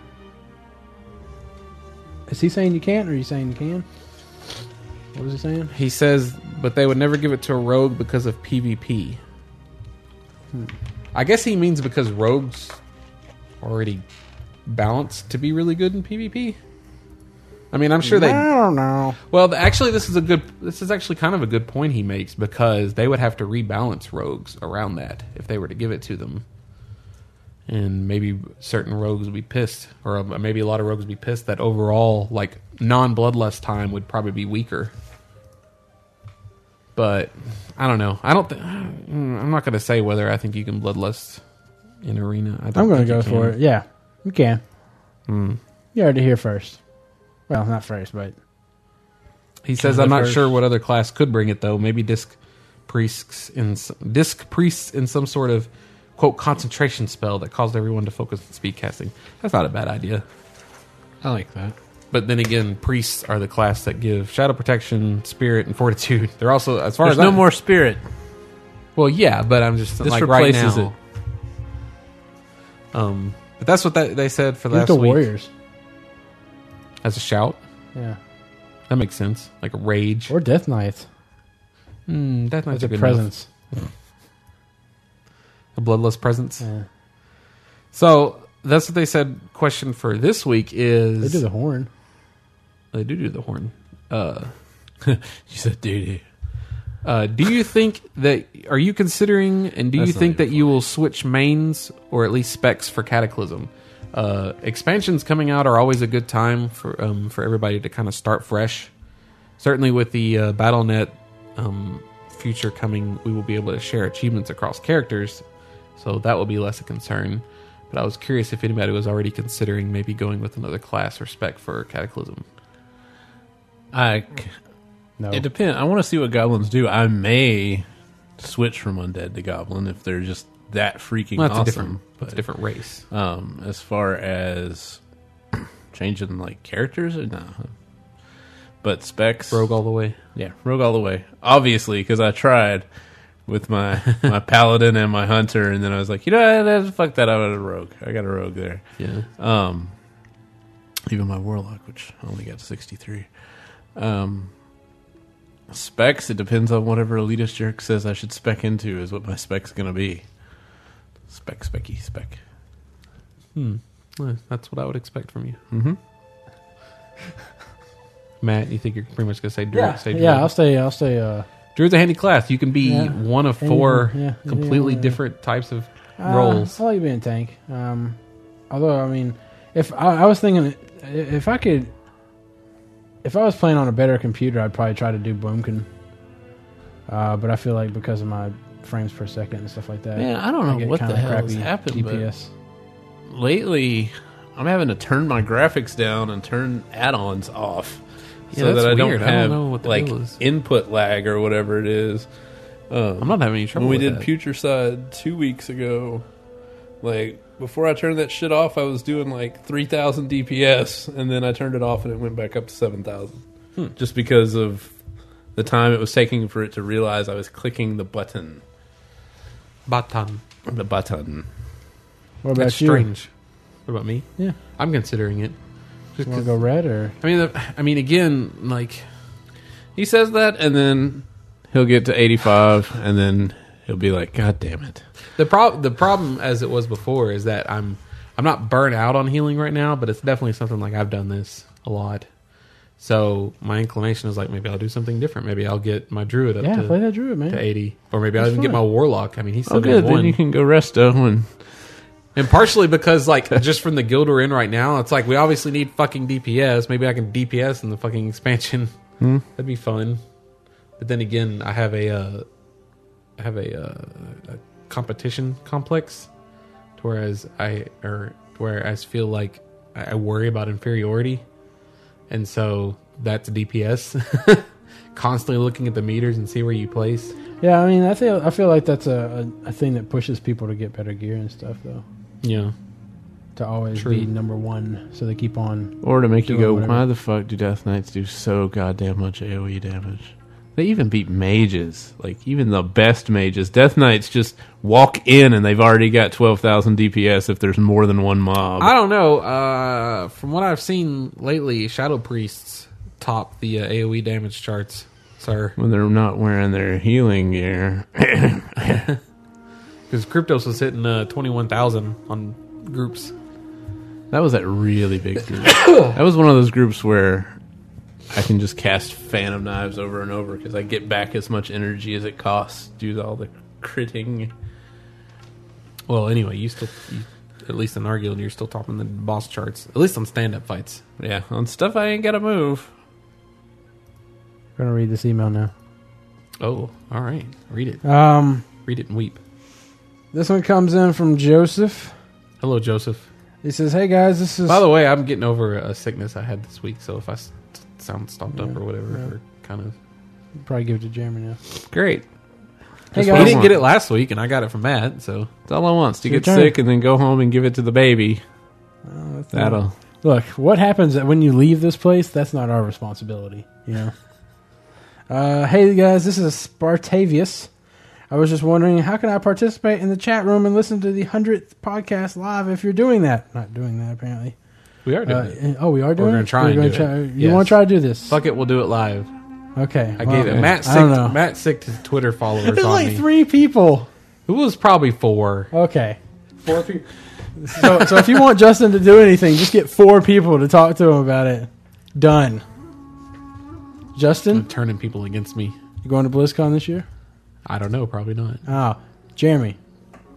C: Is he saying you can't, or are you saying you can? What was he saying?
F: He says, but they would never give it to a rogue because of PvP. Hmm. I guess he means because rogues already balanced to be really good in PvP. I mean, I'm sure they.
C: don't know.
F: Well, th- actually, this is a good. This is actually kind of a good point he makes because they would have to rebalance rogues around that if they were to give it to them, and maybe certain rogues would be pissed, or uh, maybe a lot of rogues would be pissed that overall, like non-bloodlust time would probably be weaker. But I don't know. I don't. Th- I'm not going to say whether I think you can bloodlust in arena. I don't
C: I'm going to
F: think you
C: go
F: can. Hmm.
C: for it. Yeah, you can. You heard it here first. Well, not first, but
F: He says, "I'm not sure what other class could bring it though. Maybe disc priests in s- disc priests in some sort of quote concentration spell that caused everyone to focus on speed casting. That's not a bad idea.
D: I like that.
F: But then again, priests are the class that give shadow protection, spirit, and fortitude. They're also as far
D: There's
F: as
D: no
F: I-
D: more spirit.
F: Well, yeah, but I'm just
D: This
F: like right
D: replaces
F: now. Um, but that's what that, they said for
C: it's
F: last
C: the
F: week
C: Warriors.
F: as a shout.
C: Yeah,
F: That makes sense. Like a rage.
C: or Death Knights.
F: Mm, that's not
C: That's a
F: good enough.
C: presence.
F: A bloodless presence.
C: Yeah.
F: So that's what they said. Question for this week
C: They
F: is
C: do the horn.
F: They do do the horn. Uh,
D: She said, dude.
F: uh, do you think that are you considering and do
D: That's
F: you
D: not
F: think that
D: even
F: you will switch mains or at least specs for Cataclysm? Uh, expansions coming out are always a good time for um, for everybody to kind of start fresh. Certainly with the uh, BattleNet um, future coming, we will be able to share achievements across characters, so that will be less a concern. But I was curious if anybody was already considering maybe going with another class or spec for Cataclysm.
D: I, c-
C: No,
D: It depends. I want to see what goblins do. I may switch from undead to goblin if they're just that freaking
F: Well, that's
D: awesome.
F: a different, that's a
D: but-
F: different race.
D: Um, as far as changing like characters, or no. But specs,
F: Rogue all the way.
D: yeah, rogue all the way. Obviously, because I tried with my my paladin and my hunter, and then I was like, you know, what? Eh, fuck that. I got a rogue. I got a rogue there.
F: Yeah.
D: Um, even my warlock, which I only got to sixty three. Um, specs. It depends on whatever elitist jerk says I should spec into. Is what my spec's gonna be. Spec, specky, spec.
F: Well, That's what I would expect from you. Mm-hmm. Matt, you think you're pretty much going to say Druid?
C: yeah,
F: Say Druid.
C: yeah. I'll stay. I'll stay. Uh,
F: Druid's a handy class. You can be
C: Yeah.
F: one of four
C: Anything, yeah.
F: completely
C: Yeah.
F: different types of
C: Uh,
F: roles.
C: I like being tank. Um, although I mean, if I, I was thinking, i- if I could if I was playing on a better computer, I'd probably try to do Boomkin. Uh, but I feel like because of my frames per second and stuff like that,
D: Man, I don't know
C: get
D: what the
C: kinda
D: hell has
C: crappy
D: happened, but-
C: DPS.
D: lately I'm having to turn my graphics down and turn add-ons off so
F: that's
D: that I
F: weird.
D: don't
F: I don't
D: have
F: know what the
D: like
F: deal is.
D: input lag or whatever it is. Um,
F: I'm not having any trouble.
D: when we
F: with
D: did
F: that.
D: Future Side two weeks ago, like before I turned that shit off, I was doing like three thousand DPS, and then I turned it off and it went back up to seven thousand,
F: Hmm.
D: just because of the time it was taking for it to realize I was clicking the button.
F: Batan.
D: The button.
C: What about
F: That's
C: you?
F: strange. What about me?
C: Yeah.
F: I'm considering it. Just
C: Want to
F: 'cause-
C: go red or
F: I mean, the, I mean, again, like
D: He says that, and then he'll get to 85, and then he'll be like, God damn it.
F: the prob the problem as it was before is that I'm I'm not burnt out on healing right now, but it's definitely something like I've done this a lot. So my inclination is like maybe I'll do something different. Maybe I'll get my druid up
C: yeah,
F: to,
C: play that druid,
F: to
C: man.
F: eighty, or maybe I'll
C: That's
F: even get
C: fine.
F: my warlock. I mean, he's
D: Oh, good. Then you
F: seventy-one,
D: can go resto. And
F: and partially because like just from the guild we're in right now, it's like we obviously need fucking DPS. Maybe I can DPS in the fucking expansion. That'd be fun. But then again, I have a uh, I have a, uh, a competition complex, to whereas I or to whereas feel like I I worry about inferiority, and so that's DPS. Constantly looking at the meters and see where you place.
C: Yeah, I mean, I feel I feel like that's a, a, a thing that pushes people to get better gear and stuff, though.
F: Yeah,
C: To always
F: True.
C: be number one, so they keep on.
D: Or to make you
C: Doing
D: go,
C: whatever.
D: why the fuck do Death Knights do so goddamn much AoE damage? They even beat mages. Like, even the best mages. Death Knights just walk in, and they've already got 12,000 DPS if there's more than one mob.
F: I don't know. Uh, from what I've seen lately, Shadow Priests top the uh, AoE damage charts, sir.
D: when they're not wearing their healing gear.
F: Because Kryptos was hitting uh, 21,000 on groups.
D: That was that really big group. that was one of those groups where I can just cast Phantom Knives over and over because I get back as much energy as it costs due to all the critting.
F: Well, anyway, you still, you, at least in our guild, you're still topping the boss charts. At least on stand up fights.
D: Yeah, on stuff I ain't gotta move.
C: We're gonna read this email now.
F: Oh, all right. Read it.
C: Um,
F: Read it and weep.
C: this one comes in from Joseph.
F: Hello, Joseph.
C: He says, "Hey guys, this is
F: By the way, I'm getting over a sickness I had this week, so if I s- sound stopped up or whatever,
C: yeah.
F: or kind of.
C: probably give it to Jeremy now.
F: Great.
C: Hey
F: We
D: I
C: guys,
F: didn't
D: want.
F: get it last week, and I got it from Matt, so.
D: That's all I want is to
C: Your
D: get
C: turn.
D: sick and then go home and give it to the baby.
C: Oh, that's not-
D: That'll.
C: Look, what happens that when you leave this place, that's not our responsibility, you know. uh, hey guys, this is Spartavius. I was just wondering how can I participate in the chat room and listen to the hundredth podcast live if you're doing that? Not doing that apparently.
F: We are doing
C: Uh,
F: it.
C: oh, we are doing.
F: gonna
C: it?
F: try
C: We're
F: and
C: gonna
F: do
C: try- You
F: Yes.
C: want to try to do this?
F: Fuck it, we'll do it live.
C: Okay,
F: I gave it. Matt
C: I don't know.
F: sicked, Matt sicked his Twitter followers
C: There's
F: on
C: like
F: me.
C: three people.
F: It was probably four.
C: Okay. Four people. so, so if you want Justin to do anything, just get four people to talk to him about it. Done. Justin,
F: Turning people against me.
C: you going to BlizzCon this year?
F: I don't know. Probably not.
C: Oh, Jeremy,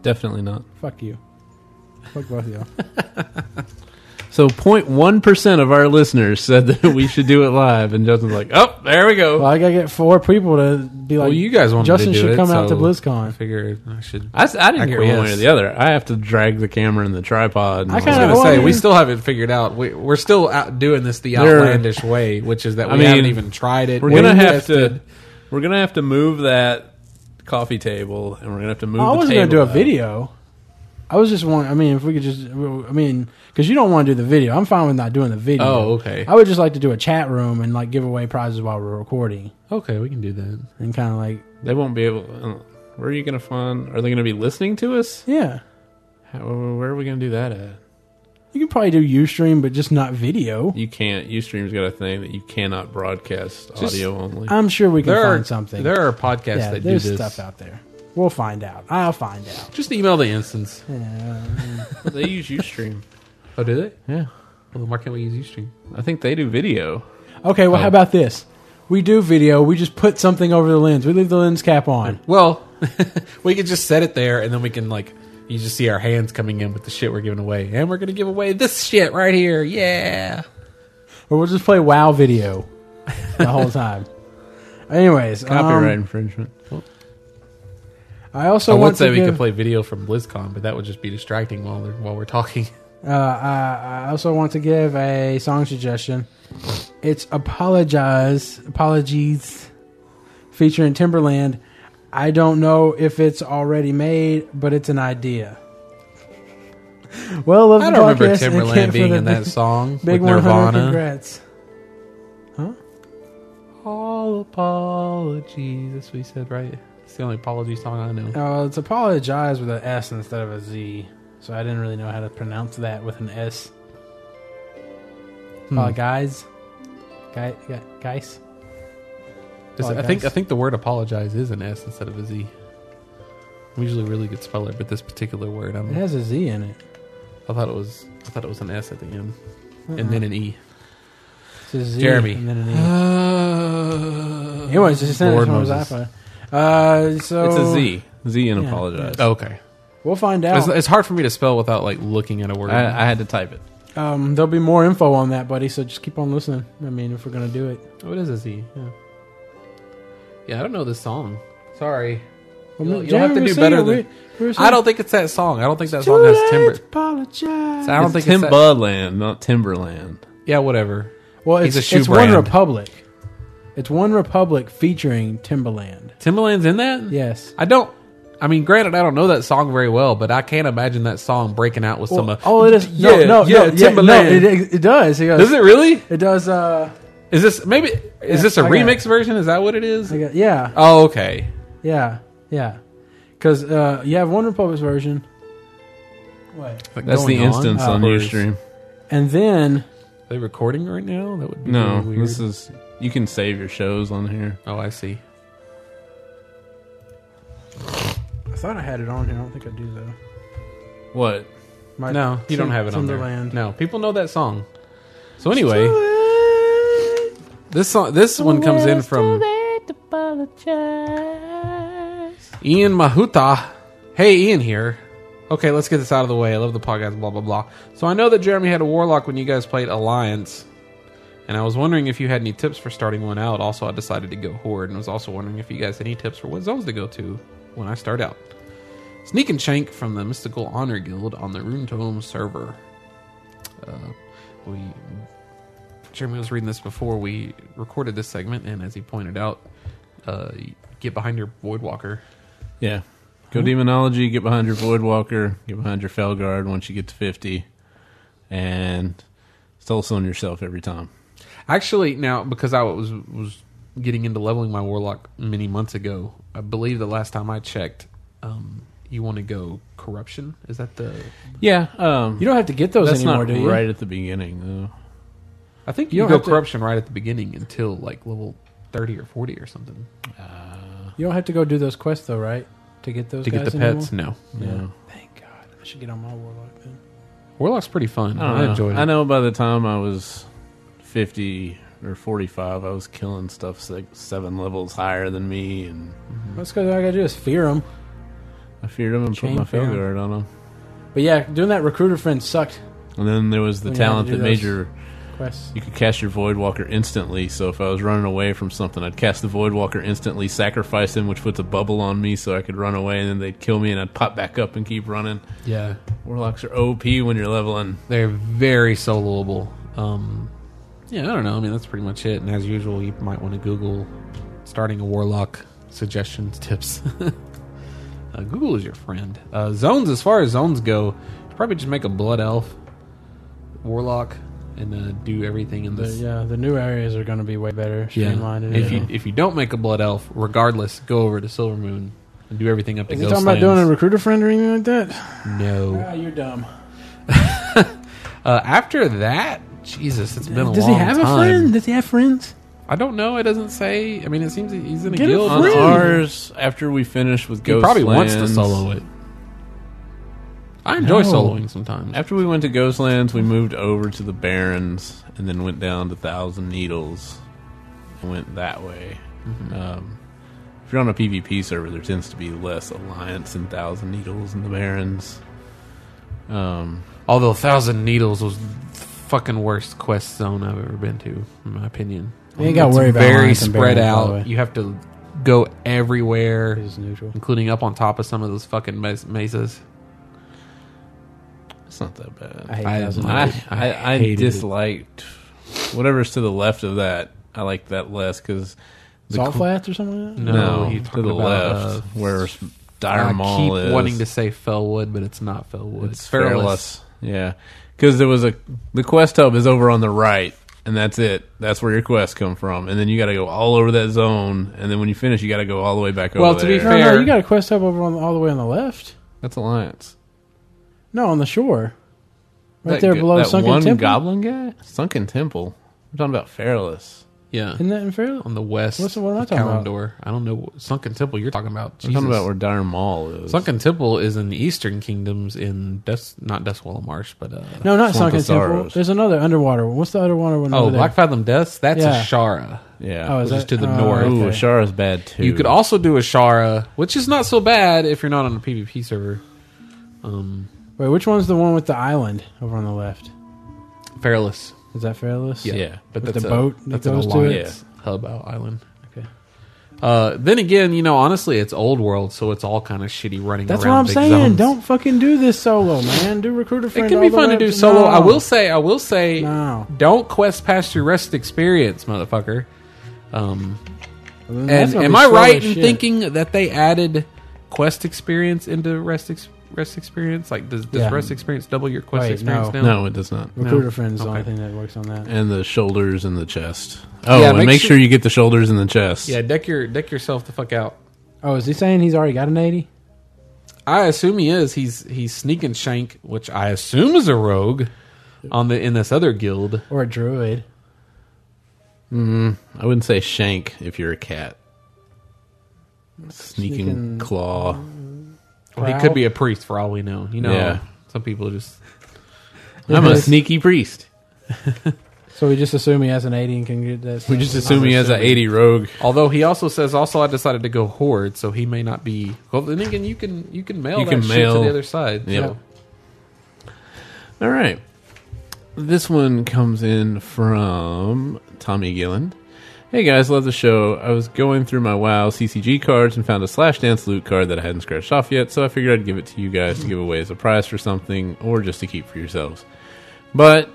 D: Definitely not.
C: fuck you. Fuck both of y'all.
D: So 0.1% of our listeners said that we should do it live, and Justin's like, oh, there we go.
C: Well, I gotta get four people to be like.
F: well, you guys wanted
C: Justin
F: to do
C: should
F: it,
C: come out to
F: so I
C: BlizzCon.
F: figure I should.
D: I, s- I didn't hear one way or
F: Acquiesce.
D: the other. I have to drag the camera and the tripod. And
C: I
D: all
C: kinda-
D: that.
F: I was
C: well,
F: gonna say
C: I mean-
F: we still haven't figured out. We, we're still out doing this the
D: There-
F: outlandish way, which is that we
D: I mean,
F: haven't even tried it.
D: We're
F: We
D: gonna
F: haven't
D: have
F: tested.
D: to. We're gonna have to move that coffee table, and we're gonna have to move.
C: Oh, I
D: the
C: wasn't gonna
D: table
C: do a
D: out.
C: video. I was just want. I mean, if we could just. I mean, because you don't want to do the video. I'm fine with not doing the video.
F: Oh, okay.
C: I would just like to do a chat room and like give away prizes while we're recording
F: Okay, we can do that.
C: and kind of like
D: They won't be able. uh, Where are you gonna find? Are they gonna be listening to us?
C: yeah.
D: How, where are we gonna do that at?
C: You can probably do Ustream, but just not video.
D: You can't. UStream's got a thing that you cannot broadcast audio only.
F: uh,
C: I'm sure we can
F: There
C: find
F: are
C: something.
F: There are podcasts
C: yeah,
F: that do
C: there's
F: this.
C: stuff out there. We'll find out. I'll find out.
F: Just email the instance.
C: Yeah.
D: they use UStream.
F: Oh, do they?
D: Yeah,
F: Well, then why can't we use Ustream?
D: I think they do video.
C: Okay,
F: Oh.
C: well, how about this? We do video. We just put something over the lens. We leave the lens cap on.
F: Well, we could just set it there, and then we can like you just see our hands coming in with the shit we're giving away, and we're gonna give away this shit right here. Yeah,
C: Or we'll just play WoW video. the whole time. Anyways, um,
D: Copyright infringement.
C: I also
F: I
C: want
F: would say
C: to
F: we
C: give,
F: could play video from BlizzCon, but that would just be distracting while they're, while we're talking.
C: Uh, I, I also want to give a song suggestion. It's "Apologize," apologies, featuring Timberland. I don't know if it's already made, but it's an idea. Well, love
G: I
C: the
G: don't remember
C: podcast and can't
G: Timberland being
C: further
G: in that song
C: Big
G: with
C: 100
G: Nirvana.
C: congrats.
F: All apologies. That's what he said, right? It's the only apology song I know.
C: Oh, it's apologize with an S instead of a Z. So I didn't really know how to pronounce that with an S.
F: Hmm.
C: Apologize. Guy, guy, guys.
F: Is it- I think I think the word apologize is an S instead of a Z. I'm usually a really good speller, but this particular word,
C: It
F: I'm,
C: has a Z in it.
F: I thought it was I thought it was an S at the end, and then an E.
C: It's a Z
F: Jeremy.
C: And then an
F: Uh,
C: E. Anyways, just send it
F: Lord
C: to his
F: Moses.
C: iPhone. Uh, so
D: It's a Z. Z and
C: Yeah.
D: apologize.
F: Oh, okay,
C: We'll find out.
F: it's, it's hard for me to spell without like looking at a word.
D: I, I had to type it.
C: um, there'll be more info on that, buddy. So just keep on listening. I mean, if we're gonna do it,
F: oh, it is a Z. Yeah, yeah. I don't know this song. Sorry,
C: Well,
F: You'll- you'll have to
C: Jeremy,
F: do
C: sing
F: better
C: it.
F: than-
C: We- we were
F: I don't think it's that song. I don't think that
C: saying,
F: song
C: "Too
F: has timber.
C: late to Apologize.
F: I don't
D: it's
F: think it's that-
D: Timbaland, not Timberland.
F: Yeah, whatever.
C: Well,
F: He's
C: it's,
F: a shoe
C: it's
F: brand.
C: One Republic. It's One Republic featuring Timbaland.
F: Timberland's in that.
C: Yes.
F: I don't. I mean, granted, I don't know that song very well, but I can't imagine that song breaking out with some.
C: Well,
F: uh,
C: oh, it is. No,
F: Yeah,
C: no,
F: yeah,
C: no, yeah, no,
F: Timbaland.
C: it, it, it does. It goes,
F: Does it really?
C: It does. Uh,
F: Is this maybe? Is this
C: I
F: a
C: got
F: remix version? Is that what it is?
C: I got, yeah,
F: Oh, okay.
C: yeah, yeah. Because uh, you have One Republic's version. Wait.
D: That's the
F: Going on?
D: instance
C: Oh.
D: on Uh, your stream.
C: And then
F: Are they recording right now? That would be
D: No,
F: really weird.
D: this is. You can save your shows on here.
F: oh, I see.
C: I thought I had it on here. I don't think I do though.
D: What?
C: My,
F: No, you don't have it on there.
C: Timberland.
F: No, people know that song. So anyway, this song, this one comes in from Ian Mahuta. Hey, Ian here. Okay, let's get this out of the way. I love the podcast, blah, blah, blah. So I know that Jeremy had a warlock when you guys played Alliance, and I was wondering if you had any tips for starting one out. Also, I decided to go Horde, and was also wondering if you guys had any tips for what zones to go to when I start out. Sneak and Shank from the Mystical Honor Guild on the Runetome server. Uh, we Jeremy was reading this before we recorded this segment, and as he pointed out, uh, get behind your Voidwalker.
D: Yeah. Go Demonology, get behind your Voidwalker, get behind your Felguard once you get to 50, and stealth on yourself every time.
F: Actually, now because I was was getting into leveling my warlock many months ago, I believe the last time I checked, um, you want to go corruption? Is that the?
D: Yeah. Um,
C: You don't have to get those
D: that's
C: anymore,
D: not
C: do you?
D: right at the beginning, though.
F: I think
C: You
F: you,
C: don't
F: go
C: have to-
F: corruption right at the beginning until like level thirty or forty or something
C: You don't have to go do those quests though, right? To get those
F: to get
C: guys
F: the pets.
C: anymore?
F: No,
D: Yeah.
C: Thank God. I should get on my warlock then.
F: warlock's pretty fun.
D: I don't
F: I,
D: know.
F: enjoy it.
D: I know by the time I was 50 or 45, I was killing stuff six, seven levels higher than me, and
C: That's because all I gotta do is fear them.
D: I feared them and
C: Chain
D: put my
C: fail.
D: Felguard on them.
C: But yeah, doing that recruiter friend sucked.
D: And then there was the
C: Well, you had to
D: talent
C: do
D: that
C: those.
D: made your
C: Quests.
D: You could cast your Voidwalker instantly, so if I was running away from something, I'd cast the Voidwalker instantly, sacrifice him, which puts a bubble on me so I could run away, and then they'd kill me, and I'd pop back up and keep running.
F: yeah,
D: Warlocks are OP when you're leveling.
F: they're very soloable. Um, yeah, I don't know. I mean, that's pretty much it. And as usual, you might want to Google starting a warlock suggestions tips. uh, Google is your friend. Uh, zones, as far as zones go, you probably just make a blood elf warlock and uh, do everything in
C: The,
F: this.
C: yeah, the new areas are gonna be way better, streamlined. and
F: If you
C: everything.
F: if you don't make a blood elf, regardless, go over to Silver Moon and do everything up to
C: Is he
F: Ghost
C: talking about doing a
F: Lands.
C: recruiter friend or anything like that?
F: No.
C: Ah, you're dumb.
F: Uh, after that, Jesus, it's been a
C: Does he
F: long
C: have a
F: time.
C: friend? Does he have friends?
F: I don't know. It doesn't say. I mean, it seems that he's in a
C: Get a
F: guild.
D: On
C: Really?
D: ours, after we finish with
F: he
D: Ghost
F: probably wants to
D: Lands-
F: solo it. I enjoy
C: No.
F: soloing sometimes.
D: After we went to Ghostlands, we moved over to the Barrens, and then went down to Thousand Needles, and went that way. Um, if you're on a PvP server, there tends to be less Alliance and Thousand Needles and the Barrens. Um,
F: Although Thousand Needles was the fucking worst quest zone I've ever been to, in my opinion.
C: You ain't got to worry about
F: very
C: lines and
F: spread
C: barriers, by the
F: out.
C: way.
F: You have to go everywhere,
C: It's neutral.
F: including up on top of some of those fucking mes- mesas.
D: It's not that bad.
C: I hate
F: I-
C: thousands.
D: I I, I,
C: hated it.
D: disliked whatever's to the left of that. I like that less because
C: Salt flats or something. Like that?
D: No,
F: you
D: to the
F: uh,
D: left where Dire
F: I
D: Mall
F: keep
D: is.
F: wanting to say Fellwood, but it's not Fellwood.
D: it's Fairless. Yeah, because there was a the quest hub is over on the right, and that's it. That's where your quests come from, and then you got to go all over that zone, and then when you finish, you got to go all the way back
F: Well,
D: over.
F: to be
D: there.
C: No, no,
F: Fair.
C: you got a quest up over on, all the way on the left.
D: that's Alliance.
C: No, on the shore, right
D: That
C: there
D: go-
C: below
D: that
C: sunken
D: one
C: temple.
D: goblin guy, Sunken Temple. We're talking about Fairless.
F: Yeah,
C: Isn't that in Fairless?
F: on the west.
C: What's- what am I
F: of
C: talking about?
F: Kalimdor. I don't know what- Sunken Temple. You're talking about.
D: We're talking
F: Jesus.
D: about where Dire Mall is.
F: Sunken Temple is in the Eastern Kingdoms in Dust, not Dustwallow Marsh, but uh,
C: No, not
D: Swamp
C: sunken
D: of
C: temple.
D: Sorrows.
C: There's another underwater one. What's the underwater one?
F: oh
C: over there?
F: Black Fathom Deaths. That's
C: Yeah.
F: a Shara.
D: yeah.
C: Oh, is
F: which is
C: that-
F: to the
C: oh,
F: north.
D: Ooh,
C: okay.
D: Ashara's bad too.
F: You could also do a Shara, which is not so bad if you're not on a PvP server. Um,
C: Wait, which one's the one with the island over on the left?
F: Fairless,
C: Is that Fairless?
D: yeah.
F: but
C: With
F: that's
C: the
F: a,
C: boat that
F: That's
C: goes
F: an
C: to it?
F: alliance hub out island.
C: Okay.
F: Uh, then again, you know, honestly, it's old world, so it's all kind of shitty running.
C: That's what
F: around
C: I'm
F: big
C: saying.
F: zones.
C: Don't fucking do this solo, man. Do recruiter friend.
F: It can
C: all
F: be
C: the
F: fun
C: way
F: to
C: up
F: do solo.
C: no.
F: I will say, I will say,
C: No.
F: don't quest past your rest experience, motherfucker. Um,
C: Well, then that's
F: and
C: gonna
F: am
C: be
F: I
C: slow
F: right
C: as
F: in
C: shit.
F: thinking that they added quest experience into rest ex- rest experience? Like, does, does
C: Yeah.
F: rest experience double your quest
C: Wait,
F: experience
C: no.
F: now?
D: No, it does not.
C: recruiter
F: No.
C: friend is the only
F: Okay.
C: thing that works on that?
D: And the shoulders and the chest. Oh,
F: Yeah,
D: and
F: make
D: make,
F: sure-
D: sure, you get the shoulders and the chest.
F: Yeah, deck your deck yourself the fuck out.
C: Oh, is he saying he's already got an eighty?
F: I assume he is. He's he's sneaking Shank, which I assume is a rogue on the in this other guild.
C: Or a druid?
D: I wouldn't say shank if you're a cat. Sneaking,
C: Sneaking-
D: claw.
F: Or he
C: Prowl?
F: could be a priest for all we know. You know,
D: Yeah.
F: some people just
D: I'm a
C: Yes.
D: sneaky priest.
C: So we just assume he has an eighty and can get that.
D: We just assume he has an 80 rogue.
F: Although he also says, also I decided to go horde, so he may not be. Well, then again, you can you can mail
D: You
F: that
D: can
F: shit to
D: mail-
F: the other side.
D: Yep.
F: so.
D: All right. This one comes in from Tommy Gilland. Hey guys, love the show. I was going through my WoW CCG cards and found a Slash Dance loot card that I hadn't scratched off yet, so I figured I'd give it to you guys to give away as a prize for something or just to keep for yourselves. But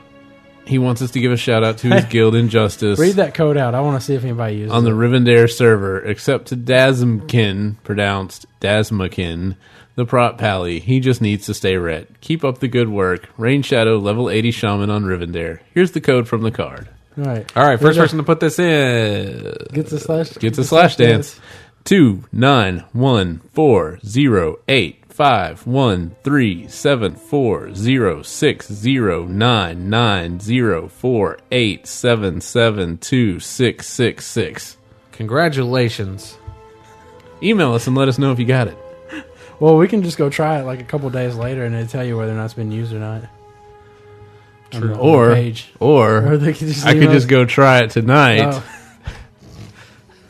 D: he wants us to give a shout out to his guild Injustice
C: Read that code out. I want to see if anybody uses
D: on
C: it.
D: the Rivendare server, except to Dasmkin, pronounced Dasmakin, the prop pally. He just needs to stay ret. Keep up the good work. Rain Shadow, level 80 shaman on Rivendare. Here's the code from the card.
C: All right,
F: All right, first
C: Read
F: person to put this in.
C: that- Get the slash.
D: Get the slash dance. Two nine one four zero eight five one three seven four zero six zero nine nine zero four eight seven seven two six six six.
F: Congratulations.
D: Email us and let us know if you got it.
C: Well, we can just go try it like a couple days later, and it'll tell you whether or not it's been used or not. On the- on the
D: Or,
C: page.
D: or
C: Or they could just
D: I could
C: email Oh.
D: just go try it tonight.
C: us-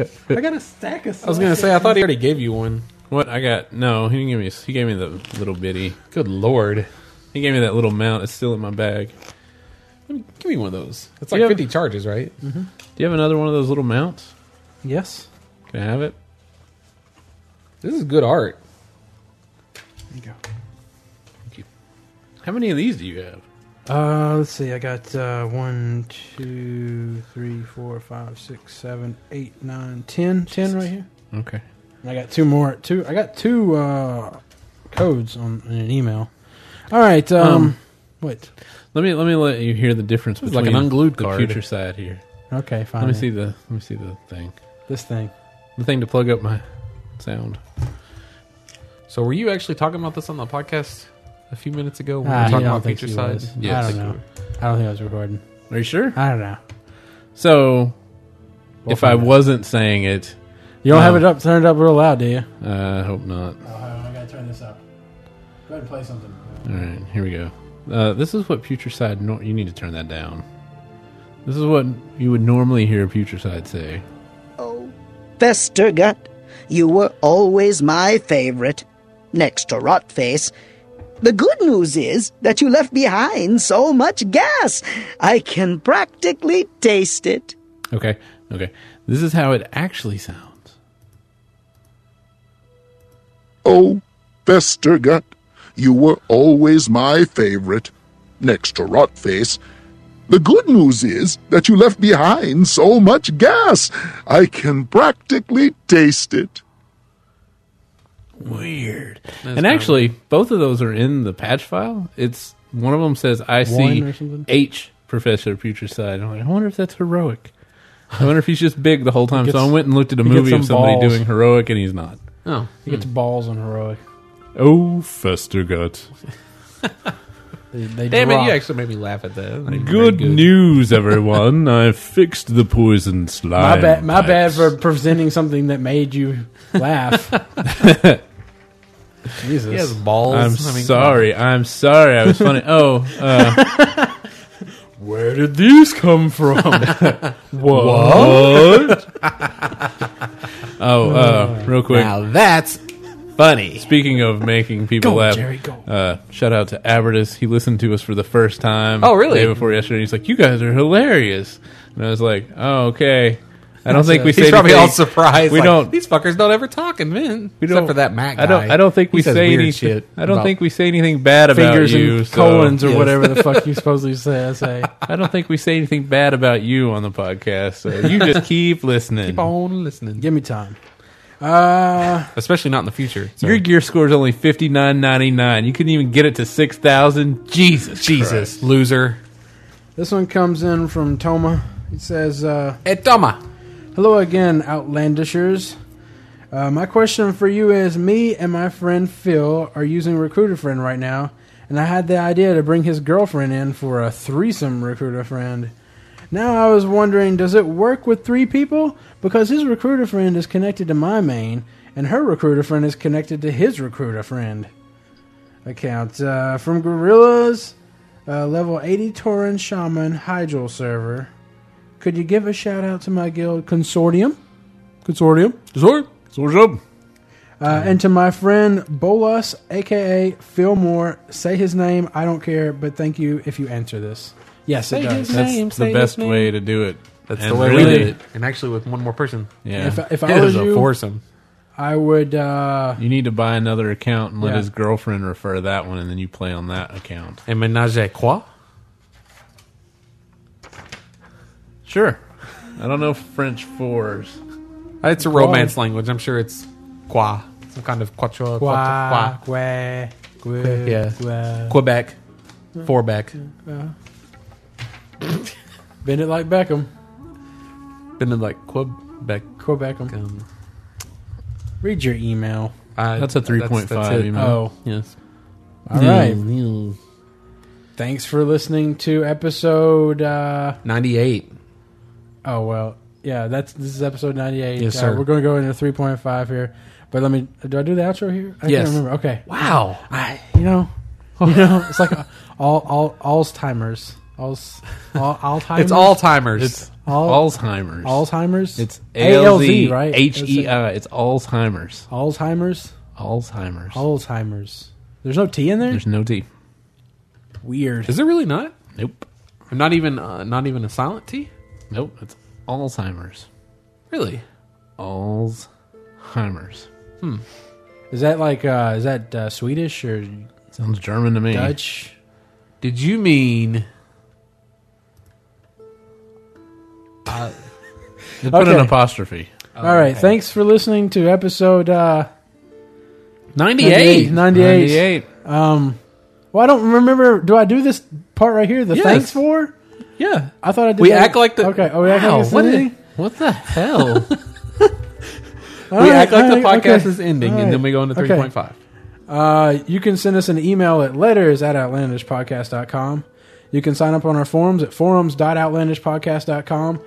C: Oh. I got a stack of.
F: I was gonna say I thought he already gave you one.
D: What I got? No, he didn't give me. He gave me the little bitty.
F: Good lord,
D: He gave me that little mount. It's still in my bag.
F: give me one of those. It's
D: Yeah.
F: like fifty charges, right?
E: Mm-hmm.
D: Do you have another one of those little mounts?
C: yes.
D: Can I have it?
F: This is good art.
D: How many of these do you have?
C: Uh, let's see. I got uh, one, two, three, four, five, six, seven, eight, nine, ten. Ten right here.
D: Okay.
C: And I got two more. Two. I got two uh, codes on in an email. All right. Um,
D: Um,
C: Wait.
D: Let me let me let you hear the difference
F: This is
D: between
F: like an unglued
D: the
F: card.
D: future side here.
C: Okay. Fine.
D: Let me see the let me see the thing.
C: this thing.
D: The thing to plug up my sound.
F: So were you actually talking about this on the podcast a few minutes ago? When we
C: Ah,
F: were
C: I
F: talking
C: don't
F: about
C: think
F: feature
C: she
F: side.
C: was.
D: Yes.
C: I don't know. I don't think I was recording.
D: Are you sure?
C: I don't know.
D: So,
C: We'll
D: if I
C: find out.
D: wasn't saying it,
C: You don't have
D: No.
C: it up turned up real loud, do you?
D: uh, I hope not.
C: Oh, I gotta turn this up. Go ahead and play something.
D: All right, here we go. Uh, this is what Future Side. Nor- you need to turn that down. This is what you would normally hear Future Side say.
H: Vestergut, you were always my favorite, next to Rotface. The good news is that you left behind so much gas, I can practically taste it.
D: Okay, Okay. This is how it actually sounds.
I: Oh, Vestergut, you were always my favorite, next to Rotface. The good news is that you left behind so much gas, I can practically taste it.
D: Weird. and actually, both of those are in the patch file. It's one of them says I
C: or
D: see
C: something?
D: H Professor Putreside. I'm like, I wonder if that's heroic. I wonder if he's just big the whole time. so I
C: gets-
D: went and looked at a
C: he gets
D: movie of
C: some
D: somebody
C: balls.
D: doing heroic, and he's not.
F: Oh,
C: He gets balls on heroic.
D: Oh, Festergut.
C: They, they
E: Damn it,
C: drop.
E: you actually made me laugh at that. Very
D: Good, news, everyone. I fixed the poison slime.
C: My bad. My bad
D: pipes.
C: for presenting something that made you laugh. Jesus.
E: He has balls.
D: I'm
E: I mean,
D: sorry. I'm sorry. I was funny. Oh, uh, where did these come from? what? oh, uh, real quick.
E: Now that's funny.
D: Speaking of making people laugh,
C: Jerry, go.
D: Uh, shout out to Abertus. He listened to us for the first time.
F: Oh, really?
D: Day before yesterday, he's like, "You guys are hilarious," and I was like, "Oh, okay." I don't think we say
E: He's probably all
D: anything-
E: surprised.
D: We
E: like,
D: don't-
E: These fuckers don't ever talk in men,
D: we
E: except
D: don't-
E: for that Mac guy.
D: I don't. I don't think
E: He
D: we
E: says
D: say
E: weird
D: anything.
E: shit
D: I don't
E: about-
D: think we say anything bad about
C: fingers
D: you.
C: and
D: so-
C: colons or whatever the fuck you supposedly say. say.
D: I don't think we say anything bad about you on the podcast. So you just keep listening.
E: keep on listening,
C: Give me time. Uh,
E: especially not in the future. So-
D: Your gear score is only fifty nine ninety nine. You couldn't even get it to six thousand. Jesus,
E: Jesus loser.
C: this one comes in from Toma. It says, uh,
E: Hey, Toma.
C: "Hello again, Outlandishers. Uh, my question for you is: Me and my friend Phil are using Recruiter Friend right now, and I had the idea to bring his girlfriend in for a threesome Recruiter Friend. Now I was wondering, does it work with three people? Because his Recruiter Friend is connected to my main, and her Recruiter Friend is connected to his Recruiter Friend." account uh, from Gorillas, uh, level 80 Torin Shaman Hydril server. Could you give a shout out to my guild consortium? Consortium. Uh, and to my friend Bolas, aka Fillmore. Say his name. I don't care, but thank you if you answer this. Yes, it does.
D: That's the best way to do it.
F: that's
D: And
F: the way
D: really-
F: we did it. And actually, with one more person.
D: Yeah,
C: If, if I
E: It
C: was
E: was a
C: you,
E: foursome.
C: I would. Uh,
D: you need to buy another account and let
C: Yeah.
D: his girlfriend refer that one, and then you play on that account.
F: And menage a quoi?
D: Sure. I don't know French fours.
E: Uh, It's a romance language. I'm sure it's qua, some kind of quechua, qua,
C: Qua, qua, qua,
E: Yeah.
C: qua.
E: Quebec, four-back.
C: Bend it like Beckham.
E: Been in like Quebec.
C: Quebec Beckham.
E: Um,
C: Read your email.
E: I-
D: That's a three point
E: that's
D: five.
E: it.
D: email.
C: Oh.
E: Yes.
F: Hmm.
E: Mm.
C: All right. Thanks for listening to episode. Uh,
E: 98.
C: oh well, yeah. That's this is episode ninety eight.
E: Yes,
C: Uh,
E: sir.
C: we're going to go into three point five here, but let me. Do I do the outro here? I
E: Yes.
C: can't remember. Okay.
E: Wow.
C: I, you know, you know, it's like uh, all all Alzheimer's. Alz, all Alzheimer's.
E: It's Alzheimer's.
D: It's
C: all
D: Alzheimer's.
C: Alzheimer's.
D: It's
C: ALZ,
D: ALZ,
C: right?
D: H E I. It's Alzheimer's.
C: Alzheimer's.
D: Alzheimer's.
C: Alzheimer's. There's no T in there.
D: There's no D.
C: Weird.
E: Is it really not?
D: Nope.
E: Not even uh, not even a silent T?
D: Nope. It's Alzheimer's.
E: Really?
D: Alzheimer's.
C: Is that like uh, is that uh, Swedish or
D: Sounds German to me.
C: Dutch?
E: Did you mean
D: Just Put an
C: Okay.
D: apostrophe.
C: All right. Thanks for listening to episode uh,
E: 98?
C: 98. Um, well, I don't remember. Do I do this part right here? The
E: Yes.
C: thanks for?
E: Yeah.
C: I thought I did.
E: We
C: that-
E: act like the-
C: Okay. Oh, we act
E: Wow,
C: like it's
E: what
C: ending?
E: What the hell?
C: All
E: we
C: right,
E: act like
C: all
E: the
C: right,
E: podcast
C: okay.
E: is ending
C: All
E: and then
C: right.
E: we go into
C: Okay.
E: 3.5.
C: Uh, you can send us an email at letters at outlandishpodcast.com. You can sign up on our forums at forums.outlandishpodcast.com.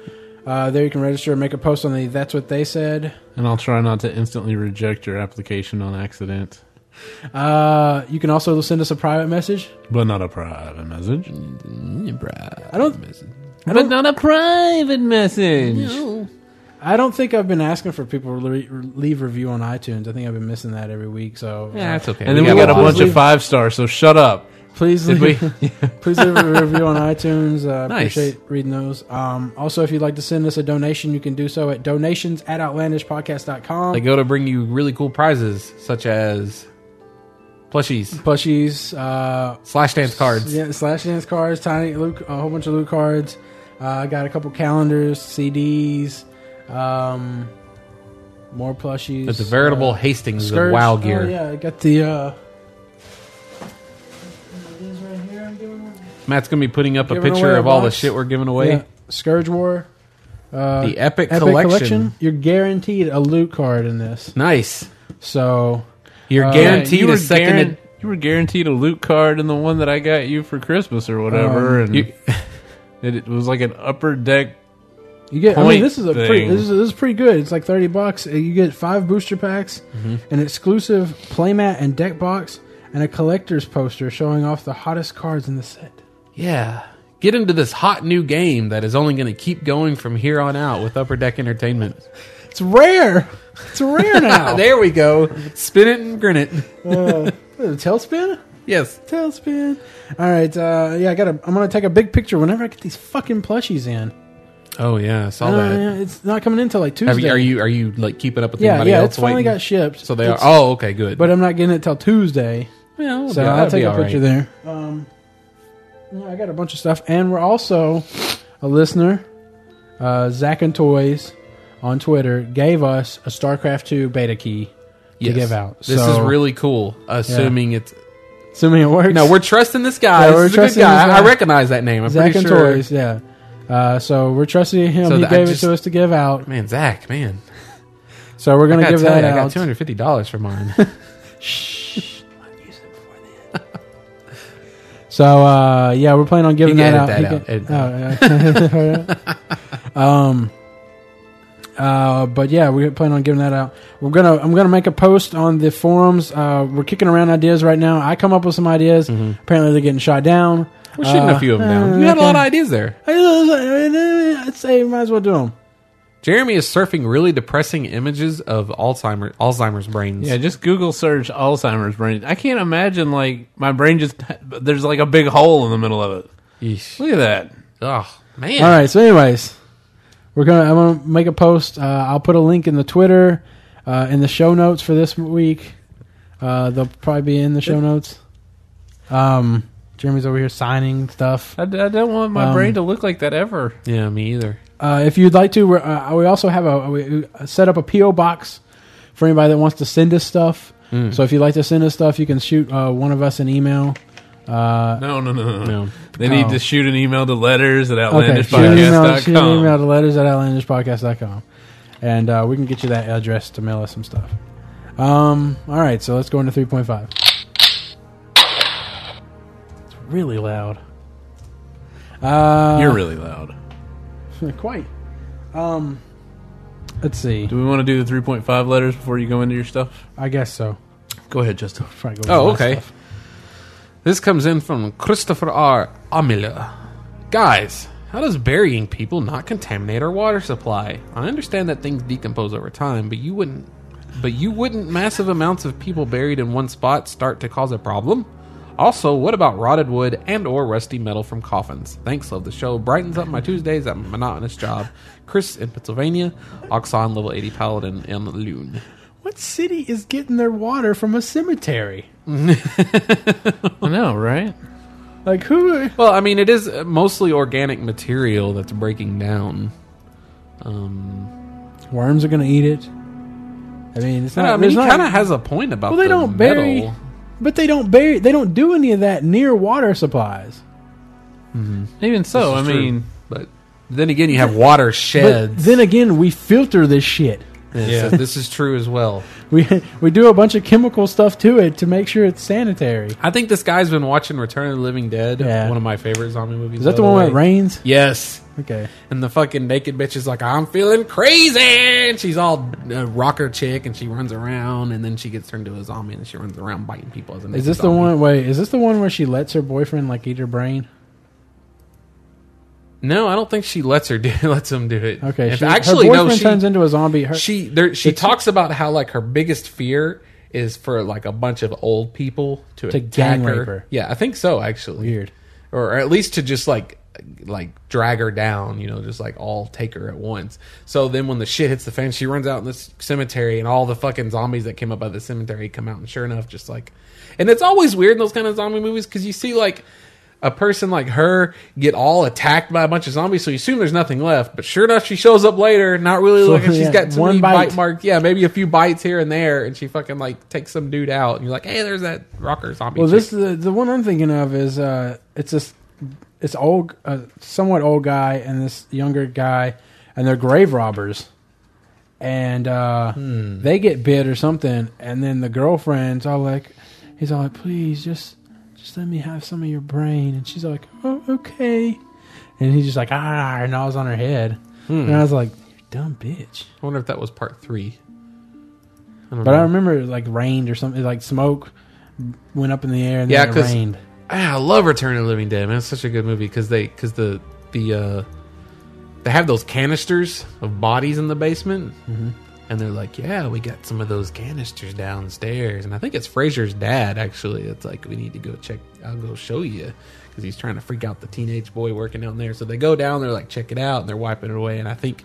C: Uh, there you can register and make a post on the That's What They Said.
D: And I'll try not to instantly reject your application on accident.
C: Uh, you can also send us a private message.
D: But not a private message. Mm,
C: I don't
D: But not a private message.
C: I don't think I've been asking for people to re- leave review on iTunes. I think I've been missing that every week. So uh,
E: Yeah, that's okay.
D: And then we got, a
E: lot.
D: bunch of five stars, so shut up.
C: Please
F: Did
C: leave,
F: we?
C: please leave a review on iTunes. Uh,
F: Nice.
C: Appreciate reading those. Um, also, if you'd like to send us a donation, you can do so at donations at outlandishpodcast.com.
F: They go to bring you really cool prizes, such as plushies,
C: Plushies, uh,
F: slash dance cards.
C: yeah, slash dance cards, tiny loot, a whole bunch of loot cards. Uh, I got a couple calendars, CDs, um, more plushies.
F: It's a veritable
C: uh,
F: Hastings
C: skirts.
F: of WoW
C: Oh,
F: gear.
C: yeah, I got the. Uh, these right here I'm giving away.
F: Matt's gonna be putting up a
C: Giving
F: picture
C: away a
F: of all the
C: box.
F: shit we're giving away.
C: Yeah, Scourge War. Uh,
F: The epic,
C: Epic
F: collection.
C: collection. You're guaranteed a loot card in this.
F: Nice.
C: So
F: You're
C: Uh,
F: guaranteed
D: you were
F: a second.
D: guaran- you were guaranteed a loot card in the one that I got you for Christmas or whatever, and
F: you-
D: it, it was like an upper deck.
C: you get. I mean,
D: Point
C: this is a
D: thing.
C: free, this is this is pretty good. It's like thirty bucks. Uh, You get five booster packs,
F: Mm-hmm.
C: an exclusive playmat and deck box, and a collector's poster showing off the hottest cards in the set.
F: yeah. Get into this hot new game that is only going to keep going from here on out with Upper Deck Entertainment.
C: It's rare. It's rare now.
F: there we go. Spin it and grin it.
C: uh, tailspin.
F: Yes.
C: Tailspin. All right. Uh, yeah, I got. to I'm gonna take a big picture whenever I get these fucking plushies in.
F: Oh yeah, I saw
C: Uh,
F: that.
C: yeah, it's not coming in till like Tuesday.
F: Have you, are you are you like keeping up with
C: Yeah,
F: anybody
C: yeah.
F: else?
C: It's finally
F: waiting?
C: got shipped.
F: so they are.
C: It's-
F: Oh, okay, good.
C: but I'm not getting it till Tuesday.
F: yeah, we'll
C: So
F: be-
C: I'll
F: that'll
C: take
F: be
C: a
F: all right.
C: picture there. Um, yeah, I got a bunch of stuff, and we're also a listener, uh, Zach and Toys on Twitter gave us a StarCraft two beta key
F: Yes.
C: to give out.
F: This
C: So,
F: is really cool. Assuming it's
C: assuming it works.
F: no, we're trusting this
C: Yeah,
F: guy. this
C: we're
F: is a good
C: trusting
F: guy.
C: this guy.
F: I recognize that name. I'm
C: Zach
F: pretty
C: and
F: sure.
C: Toys. Yeah. Uh, so we're trusting him.
F: So
C: he
F: that I
C: gave
F: just-
C: it to us to give out.
F: Man, Zach, man,
C: So we're gonna
F: I gotta
C: give
F: tell
C: that
F: you, I got
C: out.
F: two hundred fifty dollars for mine.
C: So uh, yeah, we're planning on giving
F: You
C: that
F: can
C: out.
F: edit
C: You
F: that
C: can- Oh, yeah. um, uh, but yeah, we plan on giving that out. We're gonna I'm gonna make a post on the forums. Uh, we're kicking around ideas right now. I come up with some ideas. Apparently, they're getting shot down.
F: Mm-hmm. We're shooting
C: Uh,
F: a few of them down.
C: uh,
F: You had a lot
C: okay.
F: of ideas there.
C: I'd say might as well do them.
F: Jeremy is surfing really depressing images of Alzheimer Alzheimer's brains.
D: Yeah, just Google search Alzheimer's brain. I can't imagine like my brain just there's like a big hole in the middle of it.
F: Yeesh.
D: Look at that.
F: Oh man.
C: All right. So, anyways, we're gonna I'm gonna make a post. Uh, I'll put a link in the Twitter, uh, in the show notes for this week. Uh, they'll probably be in the show notes. Um, Jeremy's over here signing stuff.
D: I, d- I don't want my
C: Um,
D: brain to look like that ever.
F: Yeah, me either.
C: Uh, if you'd like to, we're, uh, we also have a we we set up a PO box for anybody that wants to send us stuff. So if you'd like to send us stuff, you can shoot uh, one of us an email. Uh,
D: No, no, no, no.
F: No.
D: They need
C: Oh.
D: to shoot an email to letters at
C: shoot an email, shoot an email
D: outlandishpodcast.com.
C: to letters at outlandishpodcast.com. And uh, we can get you that address to mail us some stuff. Um, all right, so let's go into 3.5. It's really loud. Uh,
D: You're really loud.
C: quite. Um, let's see.
D: Do we want to do the 3.5 letters before you go into your stuff?
C: I guess so.
D: Go ahead, Justin.
C: Probably go
F: Oh,
C: with the last
F: okay.
C: stuff.
F: This comes in from Christopher R. Amila. Guys, how does burying people not contaminate our water supply? I understand that things decompose over time, but you wouldn't but you wouldn't massive amounts of people buried in one spot start to cause a problem? Also, what about rotted wood and or rusty metal from coffins? Thanks, love the show. Brightens up my Tuesdays at my monotonous job. Chris in Pennsylvania, Oxon level 80 paladin in Loon.
C: What city is getting their water from a cemetery?
D: I know, right?
C: Like, who?
F: Well, I mean, it is uh, mostly organic material that's breaking down. Um,
C: Worms are going to eat it. I mean, it's
F: but,
C: not.
F: I mean,
C: there's
F: he
C: not-
F: kind of has a point about.
C: Well, they
F: the
C: don't bury-
F: metal.
C: But they don't bury. They don't do any of that near water supplies.
D: Even so, I
F: It's true.
D: mean,
F: but then again, you have water
C: But
F: sheds.
C: then again, we filter this shit.
F: yeah, so this is true as well.
C: We we do a bunch of chemical stuff to it to make sure it's sanitary.
F: I think this guy's been watching Return of the Living Dead,
C: Yeah.
F: one of my favorite zombie movies.
C: Is that the one where it
F: with
C: rains?
F: Yes.
C: Okay.
F: And the fucking naked bitch is like, I'm feeling crazy. And she's all a rocker chick and she runs around and then she gets turned into a zombie and she runs around biting people. As a naked
C: Is this the
F: zombie.
C: one? Wait, is this the one where she lets her boyfriend like eat her brain?
F: No, I don't think she lets her do lets him do it.
C: Okay.
F: If-
C: she-
F: actually,
C: her
F: no.
C: boyfriend
F: She
C: turns into a zombie. Her,
F: she there, she
C: It's-
F: talks about how like her biggest fear is for like a bunch of old people to,
C: To
F: attack
C: gang
F: her.
C: rape her.
F: Yeah, I think so actually.
C: Weird.
F: Or at least to just like like drag her down, you know, just like all take her at once. So then when the shit hits the fan, she runs out in this cemetery and all the fucking zombies that came up out of the cemetery come out and sure enough just like and it's always weird in those kind of zombie movies cuz you see like a person like her get all attacked by a bunch of zombies, so you assume there's nothing left. But sure enough, she shows up later, not really
C: So,
F: looking. She's
C: yeah,
F: got
C: one
F: one
C: bite.
F: bite. mark. Yeah, maybe a few bites here and there, and she fucking like takes some dude out, and you're like, hey, there's that rocker zombie.
C: Well,
F: chick.
C: this the the one I'm thinking of is uh, it's this it's old, uh, somewhat old guy and this younger guy, and they're grave robbers, and uh,
F: Hmm.
C: they get bit or something, and then the girlfriend's all like, he's all like, please just just let me have some of your brain, and she's like, oh okay, and he's just like ah, and I was on her head, and I
F: Hmm.
C: was like, you dumb bitch.
F: I wonder if that was part three.
C: But I remember it like rained or something, like smoke went up in the air and
F: Yeah,
C: then it
F: 'cause-
C: rained.
F: Ah, I love Return of the Living Dead. Man, it's such a good movie because they because the the uh, they have those canisters of bodies in the basement, and they're like, yeah, we got some of those canisters downstairs. And I think it's Fraser's dad actually. It's like we need to go check. I'll go show you because he's trying to freak out the teenage boy working down there. So they go down. They're like, check it out, and they're wiping it away. And I think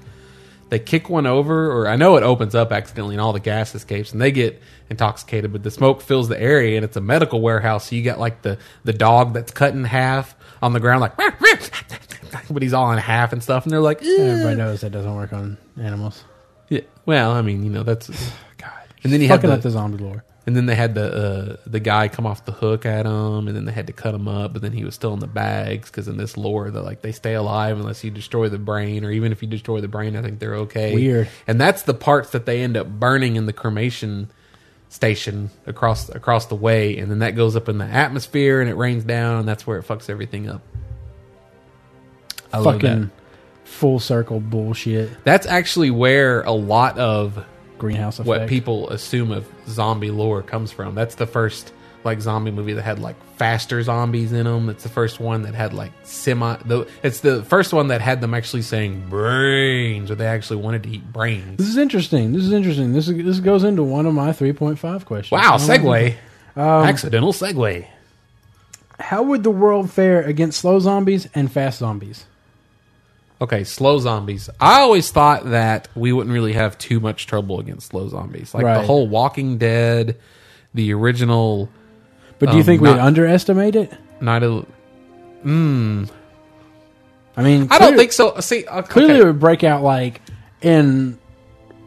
F: they kick one over, or I know it opens up accidentally and all the gas escapes and they get intoxicated, but the smoke fills the area and it's a medical warehouse. So you got like the, the dog that's cut in half on the ground, like, but he's all in half and stuff. And they're like,
C: Everybody
F: "Ugh."
C: knows that doesn't work on animals.
F: yeah. well, I mean, you know, that's, God. And then he had
C: Fucking up
F: the,
C: the zombie lore.
F: and then they had the uh, the guy come off the hook at him, and then they had to cut him up, but then he was still in the bags because in this lore, that like they stay alive unless you destroy the brain, or even if you destroy the brain, I think they're okay.
C: Weird.
F: And that's the parts that they end up burning in the cremation station across across the way, and then that goes up in the atmosphere and it rains down, and that's where it fucks everything up. I love
C: Fucking
F: Oh, that.
C: full circle bullshit.
F: That's actually where a lot of
C: Greenhouse effect.
F: what people assume of zombie lore comes from. That's the first like zombie movie that had like faster zombies in them. It's the first one that had like semi. The, it's the first one that had them actually saying brains, or they actually wanted to eat brains.
C: This is interesting. This is interesting. This is, this goes into one of my three point five questions.
F: Wow,
C: I don't know.
F: segue,
C: um,
F: accidental segue.
C: How would the world fare against slow zombies and fast zombies?
F: Okay, slow zombies. I always thought that we wouldn't really have too much trouble against slow zombies. Like
C: Right.
F: the whole Walking Dead, the original
C: But do you
F: Um,
C: think
F: not-
C: we'd underestimate it?
F: Night of.
C: I mean,
F: I don't
C: clear-
F: think so. See, uh,
C: clearly
F: okay.
C: it would break out like in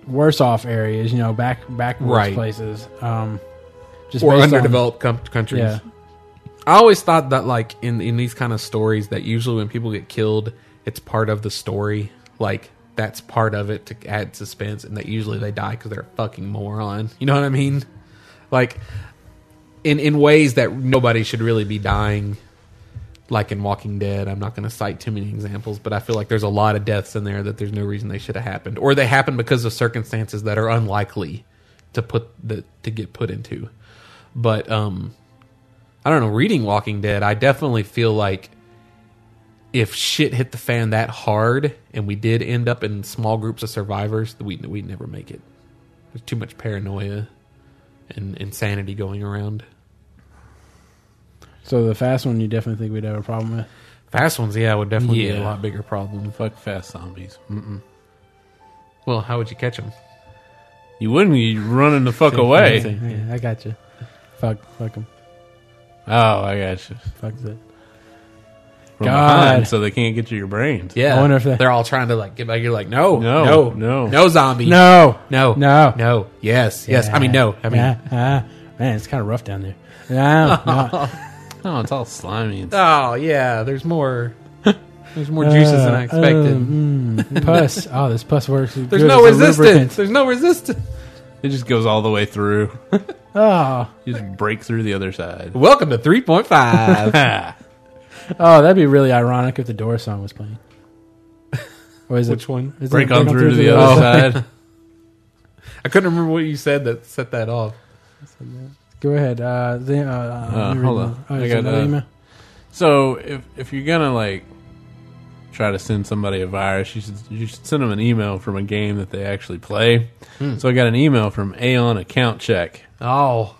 C: worse off areas, you know, back backwards
F: Right.
C: places. Um, just
F: or
C: based on-
F: underdeveloped com- countries.
C: yeah,
F: I always thought that like in in these kind of stories that usually when people get killed, it's part of the story. Like that's part of it to add suspense, and that usually they die because they're a fucking moron. You know what I mean? Like in in ways that nobody should really be dying. Like in Walking Dead, I'm not going to cite too many examples, but I feel like there's a lot of deaths in there that there's no reason they should have happened, or they happen because of circumstances that are unlikely to put the to get put into. But um, I don't know, reading Walking Dead, I definitely feel like if shit hit the fan that hard and we did end up in small groups of survivors, we we'd never make it. There's too much paranoia and insanity going around.
C: So the fast one, you definitely think we'd have a problem with.
F: Fast ones, yeah, would definitely be a
D: Yeah.
F: lot bigger problem.
D: Fuck fast zombies. Mm-mm.
F: Well, how would you catch them?
D: You wouldn't be running the fuck away.
C: Yeah, I got you. Fuck, fuck them,
D: Oh, I got you.
C: fuck that.
D: From
C: God.
D: behind, so they can't get to your brains.
F: Yeah,
C: I wonder if they-
F: they're all trying to like get back. You're like, no,
D: No,
F: no,
D: no.
F: no zombie,
C: No,
F: no,
C: No.
F: no. Yes, yes. I mean, no. I mean,
C: Yeah, ah, man, it's kind of rough down there. No, no.
D: Oh, it's all slimy. And
F: oh yeah. There's more. There's more juices than I
C: Uh,
F: expected.
C: um, mm, pus. Oh, this pus works. as
F: There's
C: good
F: no
C: as a
F: resistance.
C: lubricant.
F: There's no resistance.
D: it just goes all the way through.
C: Oh,
D: You just break through the other side.
F: Welcome to 3.5.
D: Ah,
C: oh, that'd be really ironic if the Doors song was playing. Or is
F: Which
C: it?
F: one?
C: is it
D: break on through to the
C: side?
D: other side.
F: I couldn't remember what you said that set that off.
C: Go ahead. Uh, the, uh, uh,
D: Uh,
C: let me read
D: hold
C: one.
D: on.
C: Oh,
D: I
C: is
D: got,
C: another
D: uh,
C: email?
D: So if if you're gonna like try to send somebody a virus, you should you should send them an email from a game that they actually play. So I got an email from Aeon Account Check. Um,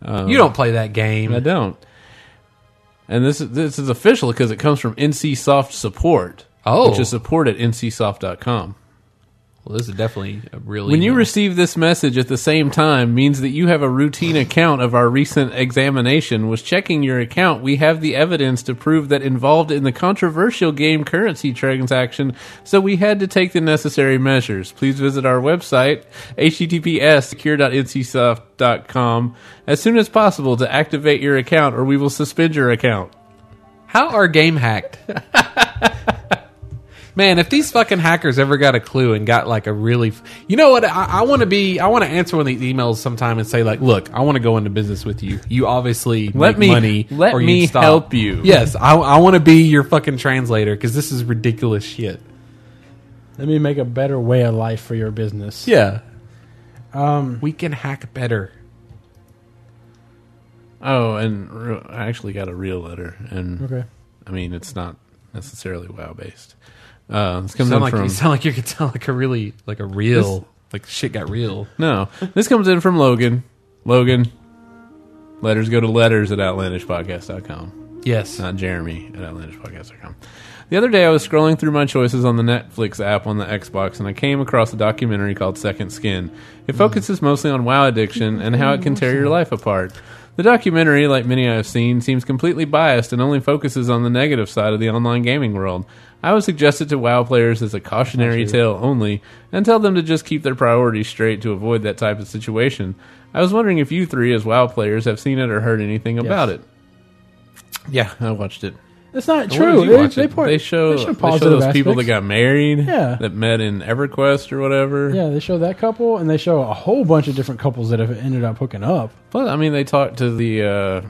F: Oh, you don't play that game.
D: I don't. And this is this is official because it comes from NCSoft support.
F: Oh.
D: which is support at ncsoft.com.
F: Well, this is definitely a really
D: When you receive this message at the same time means that you have a routine account of our recent examination. Was checking your account. We have the evidence to prove that involved in the controversial game currency transaction, so we had to take the necessary measures. Please visit our website, https secure.ncsoft.com, as soon as possible to activate your account or we will suspend your account.
F: how are game hacked? Man, if these fucking hackers ever got a clue and got like a really, f- you know what? I, I want to be, I want to answer one of these emails sometime and say like, look, I want to go into business with you. You obviously
D: Let
F: make
D: me-
F: money.
D: let
F: or you
D: me
F: stop.
D: help you.
F: Yes, I, I want to be your fucking translator because this is ridiculous shit.
C: Let me make a better way of life for your business.
F: Yeah, um, we can hack better.
D: Oh, and re- I actually got a real letter, and
C: Okay.
D: I mean it's not necessarily WoW based. Uh, this comes in
F: Sound like
D: from
F: you sound like you could tell like a really like a real like shit got real.
D: no. This comes in from Logan. Logan, letters go to letters at outlandishpodcast.com.
F: Yes.
D: Not Jeremy at outlandishpodcast.com. The other day, I was scrolling through my choices on the Netflix app on the Xbox, and I came across a documentary called Second Skin. It focuses mostly on WoW addiction and how it can tear your life apart. The documentary, like many I have seen, seems completely biased and only focuses on the negative side of the online gaming world. I was suggested to WoW players as a cautionary tale only, and tell them to just keep their priorities straight to avoid that type of situation. I was wondering if you three, as WoW players, have seen it or heard anything about it. Yeah, I watched it.
C: It's not
D: What
C: true.
D: did you
C: They,
D: watch
C: they,
D: it?
C: point,
D: They show, they show
C: positive
D: those people that
C: aspects.
D: got married,
C: Yeah.
D: that met in EverQuest or whatever.
C: Yeah, they show that couple, and they show a whole bunch of different couples that have ended up hooking up.
D: But I mean, they talked to the uh,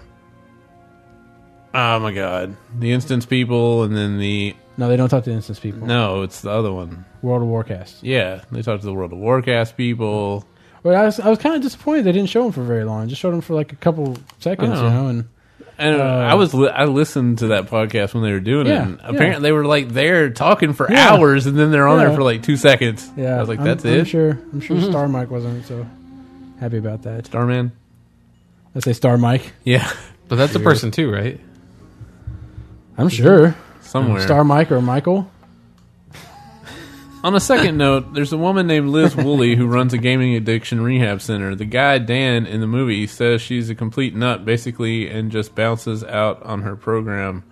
D: oh my god, the instance people, and then the
C: No, they don't talk to instance people.
D: no, it's the other one.
C: World of Warcast.
D: Yeah, they talked to the World of Warcast people.
C: But I was, I was kind of disappointed they didn't show them for very long. Just showed them for like a couple seconds,
D: Oh.
C: you know. And
D: And uh, I was li- I listened to that podcast when they were doing
C: Yeah,
D: it. And
C: yeah.
D: apparently, they were like there talking for
C: Yeah.
D: hours, and then they're on
C: Yeah.
D: there for like two seconds.
C: yeah,
D: I was like,
C: I'm-
D: that's
C: I'm,
D: it, Mm-hmm.
C: sure, I'm sure Star Mike wasn't so happy about that.
D: Starman.
C: I say Star Mike.
D: Yeah,
E: But that's a person too, right?
C: I'm sure
D: somewhere.
C: Star Mike or Michael.
D: On a second note, there's a woman named Liz Woolley who runs a gaming addiction rehab center. The guy Dan in the movie says she's a complete nut, basically, and just bounces out on her program.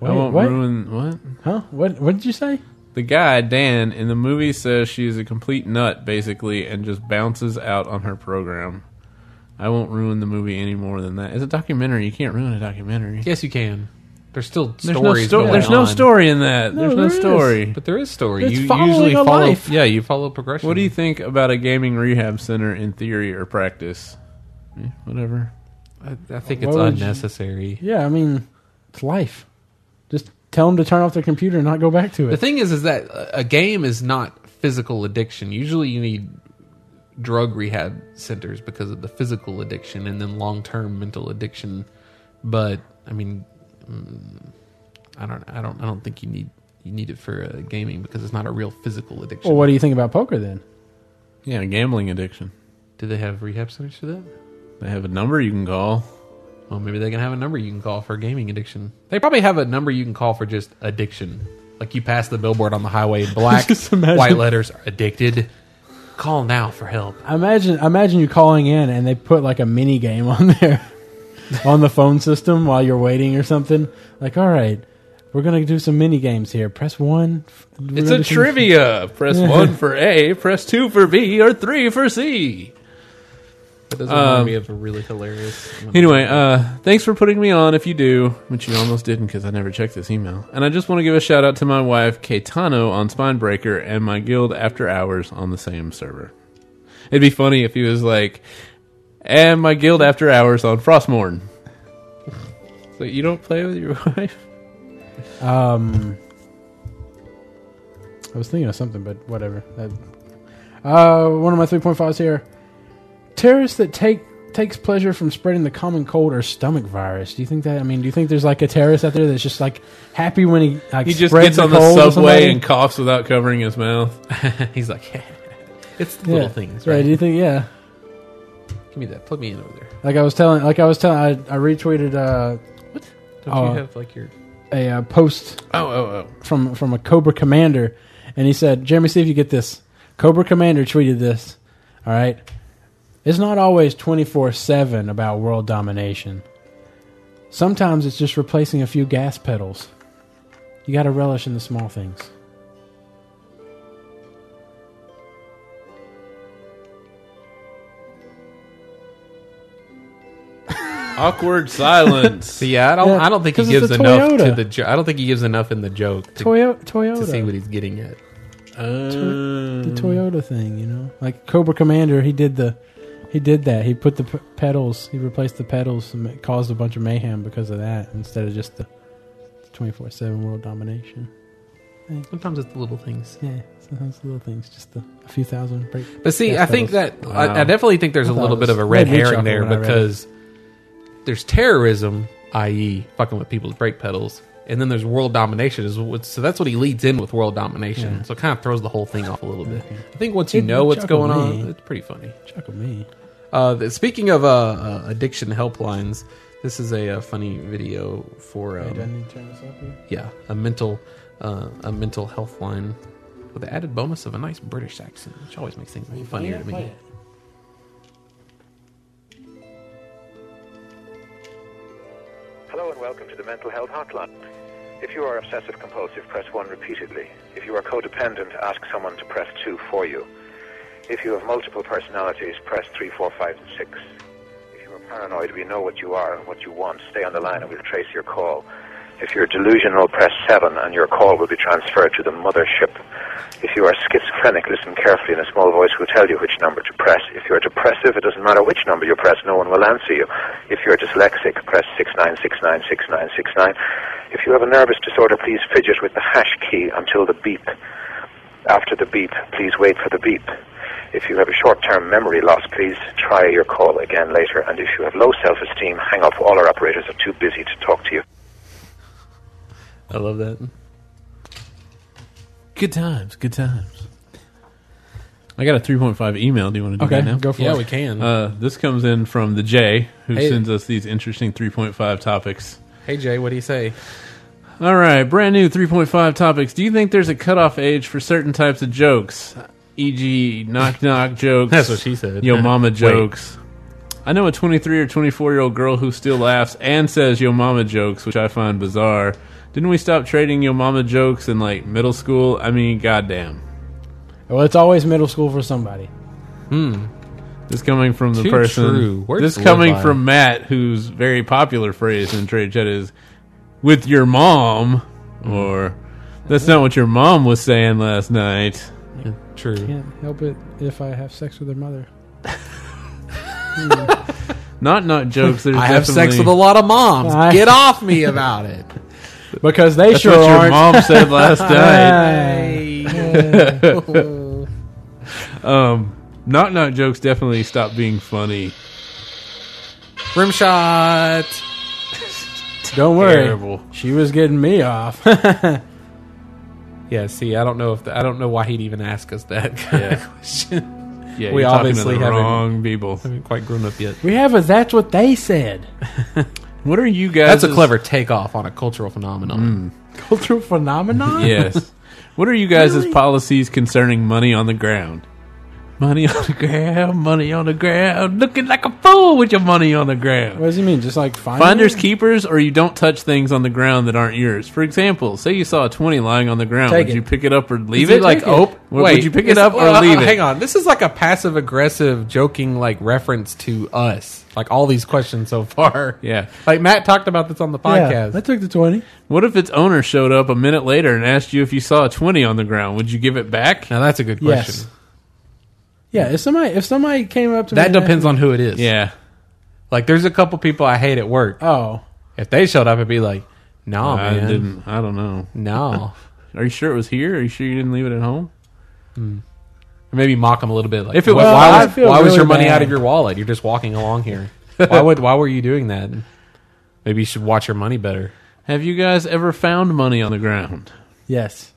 D: I
C: Wait,
D: won't
C: what?
D: ruin what
C: Huh? What? What did you say?
D: the guy Dan in the movie says she's a complete nut, basically, and just bounces out on her program. I won't ruin the movie any more than that. It's a documentary. You can't ruin a documentary.
F: Yes, you can. There's still
D: There's no,
F: stories.
D: sto-
F: going
D: there's no
F: on.
D: story in that. there's no
C: there is.
D: story.
E: But there is story.
C: It's
E: you
C: following
E: usually
C: a
E: follow.
C: life.
E: Yeah, you follow progression.
D: What do you think about a gaming rehab center in theory or practice? Eh, whatever.
E: I, I think it's
C: Why would you-
E: unnecessary.
C: Yeah, I mean, it's life. Just tell them to turn off their computer and not go back to
F: The
C: it.
F: thing is, is that a a game is not physical addiction. Usually, you need drug rehab centers because of the physical addiction and then long term mental addiction. But I mean, mm, I don't, I don't, I don't think you need you need it for uh, gaming because it's not a real physical addiction.
C: Well, what do you think about poker then?
D: Yeah, gambling addiction.
F: Do they have rehab centers for that?
D: They have a number you can call.
F: Well, maybe they can have a number you can call for gaming addiction. They probably have a number you can call for just addiction. Like you pass the billboard on the highway, black,
C: Just imagine.
F: white letters, addicted. Call now for help.
C: I imagine I imagine you calling in and they put like a mini game on there on the phone system while you're waiting or something. Like, all right, we're gonna do some mini games here. Press one. We're
D: It's
C: gonna
D: a
C: do some-
D: trivia. Press one for A, press two for B, or three for C.
F: That does
C: Um,
F: remind me of a really hilarious.
D: Anyway, uh, thanks for putting me on if you do, which you almost didn't because I never checked this email. And I just want to give a shout out to my wife, Caetano, on Spinebreaker and my guild After Hours on the same server. It'd be funny if he was like, and my guild After Hours on Frostmourne. so you don't play with your wife?
C: Um, I was thinking of something, but whatever. That- uh, one of my three point fives here. Terrorists that take takes pleasure from spreading the common cold or stomach virus. Do you think that? I mean, do you think there's like a terrorist out there that's just like happy when he like
D: He just
C: spreads
D: gets on
C: cold
D: the
C: to
D: subway
C: somebody?
D: and coughs without covering his mouth.
F: He's like, it's the
C: yeah.
F: little things,
C: right?
F: right?
C: Do you think? Yeah.
F: Give me that. Plug me in over there.
C: Like I was telling, like I was telling, I, I retweeted uh,
F: Don't
C: Oh.
F: you have like your?
C: a uh, post
D: Oh, oh, oh.
C: from from a Cobra commander, and he said, "Jeremy, see if you get this." Cobra commander tweeted this. All right, it's not always twenty four seven about world domination. Sometimes it's just replacing a few gas pedals. You got to relish in the small things.
D: Awkward silence.
F: But yeah, I don't.
C: Yeah,
F: I don't think he
C: 'cause it's
F: gives
C: a
F: enough to
C: Toyota.
F: the. Jo- I don't think he gives enough in the joke to,
C: Toyo-
F: to see
C: Toyota,
F: what he's getting at.
D: Um,
C: the Toyota thing, you know, like Cobra commander, he did the. He did that. He put the p- pedals. He replaced the pedals, and it caused a bunch of mayhem because of that, instead of just the twenty-four-seven world domination.
F: Sometimes it's the little things.
C: Yeah, sometimes little things, just a, a few thousand. Break.
F: But see,
C: Gas
F: I think that
D: Wow.
F: I, I definitely think there's
C: I
F: a
C: thought
F: little
C: it
F: bit
C: was-
F: of a red
C: made me
F: herring
C: chuckle
F: there
C: when I read it.
F: because there's terrorism, i.e., fucking with people's brake pedals, and then there's world domination. Is what, so that's what he leads in with world domination. So it kind of throws the whole thing off a little bit. I think once you
C: It
F: know what's
C: chuckled
F: going on,
C: me.
F: it's pretty funny.
C: Chuckle me.
F: Uh, th- speaking of uh, uh, addiction helplines, this is a, uh funny video for um,
C: need to turn this up here?
F: yeah a mental uh, a mental health line with the added bonus of a nice British accent, which always makes things a little funnier to me.
J: Hello and welcome to the Mental Health Hotline. If you are obsessive compulsive, press 1 repeatedly. If you are codependent, ask someone to press 2 for you. If you have multiple personalities, press 3, 4, 5, and 6. If you are paranoid, we know what you are and what you want. Stay on the line and we'll trace your call. If you're delusional, press 7 and your call will be transferred to the mothership. If you are schizophrenic, listen carefully and a small voice will tell you which number to press. If you're depressive, it doesn't matter which number you press, no one will answer you. If you're dyslexic, press 69696969. If you have a nervous disorder, please fidget with the hash key until the beep. After the beep, please wait for the beep. If you have a short term memory loss, please try your call again later. And if you have low self esteem, hang up. All our operators are too busy to talk to you.
F: I love that.
D: good times, good times. I got a 3.5 email. Do you want to do
C: Okay,
D: that now?
C: go for
F: Yeah,
C: it.
F: we can.
D: Uh, this comes in from the J, who
F: Hey.
D: sends us these interesting 3.5 topics.
F: hey Jay, what do you say?
D: All right, brand new 3.5 topics. Do you think there's a cutoff age for certain types of jokes? E.g., knock knock jokes.
E: That's what she said.
D: Yo mama jokes. I know a 23 or 24 year old girl who still laughs and says yo mama jokes, which I find bizarre. Didn't we stop trading yo mama jokes in like middle school? I mean, goddamn.
C: Well, it's always middle school for somebody.
D: This coming from the
F: Too
D: person.
F: true. Words
D: This
F: to live
D: coming
F: by.
D: from Matt, whose very popular phrase in trade chat is "with your mom,"
F: Mm-hmm.
D: or "that's not what your mom was saying last night."
F: True.
C: Can't help it if I have sex with their mother.
D: Not not jokes. There's
F: I have sex with a
D: definitely-
F: lot of moms.
C: I-
F: Get off me about it.
C: Because they
D: That's
C: sure
D: what your
C: aren't.
D: mom said last night. Um, not not jokes definitely stop being funny.
F: Rim shot.
C: Don't worry.
D: Terrible.
C: She was getting me off.
F: Yeah. See, I don't know if the, I don't know why he'd even ask us that kind of question.
D: Yeah,
F: We
D: you're talking to
F: obviously
D: the
F: haven't-
D: wrong people.
F: haven't quite grown up yet.
C: we have a. That's what they said.
D: What are you guys?
F: That's a clever takeoff on a cultural phenomenon.
C: Hmm. Cultural phenomenon.
D: yes. What are you guys' policies concerning money on the ground? Money on the ground, money on the ground, looking like a fool with your money on the ground.
C: What does he mean? Just like finders?
D: Finders keepers, or you don't touch things on the ground that aren't yours. For example, say you saw a twenty lying on the ground,
C: Take
D: would
C: it.
D: you pick it up or leave
F: Is
D: it?
F: it like oh
D: Would- would you pick it
F: is-
D: up or
F: uh, uh,
D: leave it?
F: Hang on, this is like a passive aggressive, joking like reference to us. Like all these questions so far.
D: Yeah.
F: Like Matt talked about this on the
C: Yeah,
F: podcast.
C: I took the twenty.
D: What if its owner showed up a minute later and asked you if you saw a twenty on the ground? Would you give it back?
F: now that's a good question.
C: Yes. Yeah, if somebody if somebody came up to
F: That
C: me and
F: depends on who it is.
D: Yeah.
F: Like, there's a couple people I hate at work.
C: asked- Oh,
F: If they showed up, it'd be like, no,
D: I
F: Oh, man.
D: didn't I don't know.
F: No.
D: Are you sure it was here? Are you sure you didn't leave it at home?
F: Or maybe mock them a little bit. Like,
K: If it
F: wh-
K: was-
F: why,
C: I
F: was,
C: feel
F: why was
C: really
F: your money
C: bad.
F: out of your wallet? You're just walking along here. why would? Why were you doing that? Maybe you should watch your money better.
D: Have you guys ever found money on the ground?
C: Yes.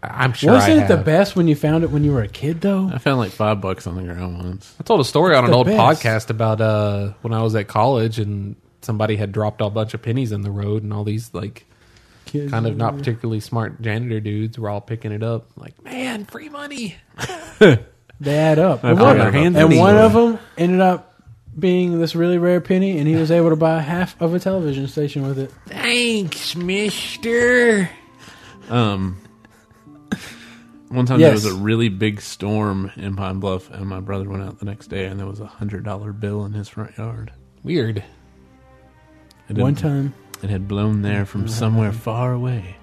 F: I- I'm sure.
C: Wasn't
F: I
C: it the
F: have. Uh,
C: best when you found it when you were a kid, though?
D: I found like five bucks on the ground once.
F: I told a story on an
C: the
F: old
C: best.
F: podcast about uh, when I was at college and somebody had dropped a bunch of pennies in the road and all these like
C: Kids
F: kind of not particularly smart janitor dudes were all picking it up. Like, man, free money.
C: They add up.
D: I
C: And
D: forgot
C: one,
D: about
C: and
D: that
C: one
D: story.
C: of them ended up being this really rare penny, and he was able to buy half of a television station with it.
D: Thanks, mister. Um, one time
C: Yes.
D: there was a really big storm in Pine Bluff, and my brother went out the next day, and there was a hundred dollar bill in his front yard.
F: Weird.
D: It
C: One
D: had-
C: time
D: it had blown there from somewhere far away.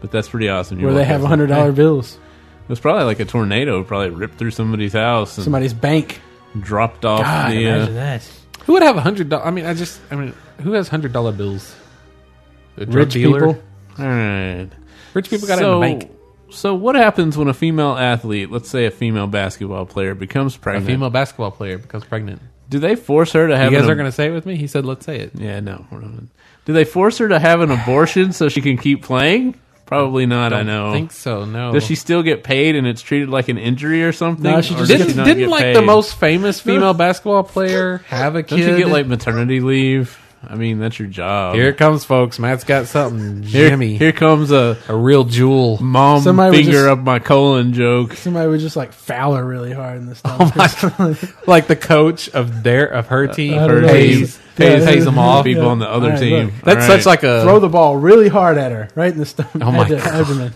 D: But that's pretty awesome. You
C: where they
D: walk
C: have
D: outside,
C: hundred dollar
D: "Hey."
C: bills,
D: It was probably like a tornado, probably ripped through somebody's house and
C: somebody's bank.
D: dropped off
C: God,
D: the.
C: imagine
D: Uh,
C: that.
F: Who would have a hundred dollar? I mean, I just, I mean, who has hundred dollar bills? A drug
C: Rich
F: dealer?
C: people.
D: all right.
F: Rich people got
D: so,
F: it in the bank.
D: So what happens when a female athlete, let's say a female basketball player, becomes
F: A
D: pregnant?
F: female basketball player becomes pregnant.
D: Do they force her to have?
F: You guys
D: an
F: are
D: ab-
F: going to say it with me? He said, let's say it.
D: Yeah, no. we're not. Do they force her to have an abortion so she can keep playing? Probably not. I
F: Don't
D: know.
F: think so. No.
D: Does she still get paid and it's treated like an injury or something?
C: No, she
D: Or
C: just
D: does
C: gets-
D: not
F: didn't, didn't
D: get
F: like
D: paid?
F: the most famous female basketball player have a
D: Don't
F: kid?
D: you get like maternity leave? I mean, that's your job.
F: here it comes, folks. Matt's got something.
D: here,
F: Jimmy,
D: here comes a
F: a real jewel.
D: mom
C: Somebody would
D: finger
C: just-
D: up my colon joke.
C: Somebody would just like foul her really hard in the
F: Oh
C: stomach.
F: like the coach of their of her team
C: I don't know.
F: pays
C: Yeah,
F: pays,
C: that
F: pays
C: is-
F: them off.
D: People
C: Yeah.
D: on the other
C: All right,
D: team.
C: look.
F: That's
D: All right.
F: such like a
C: Throw the ball really hard at her, right in the stomach.
F: uh, Oh my
C: at the
F: God.
C: abdomen.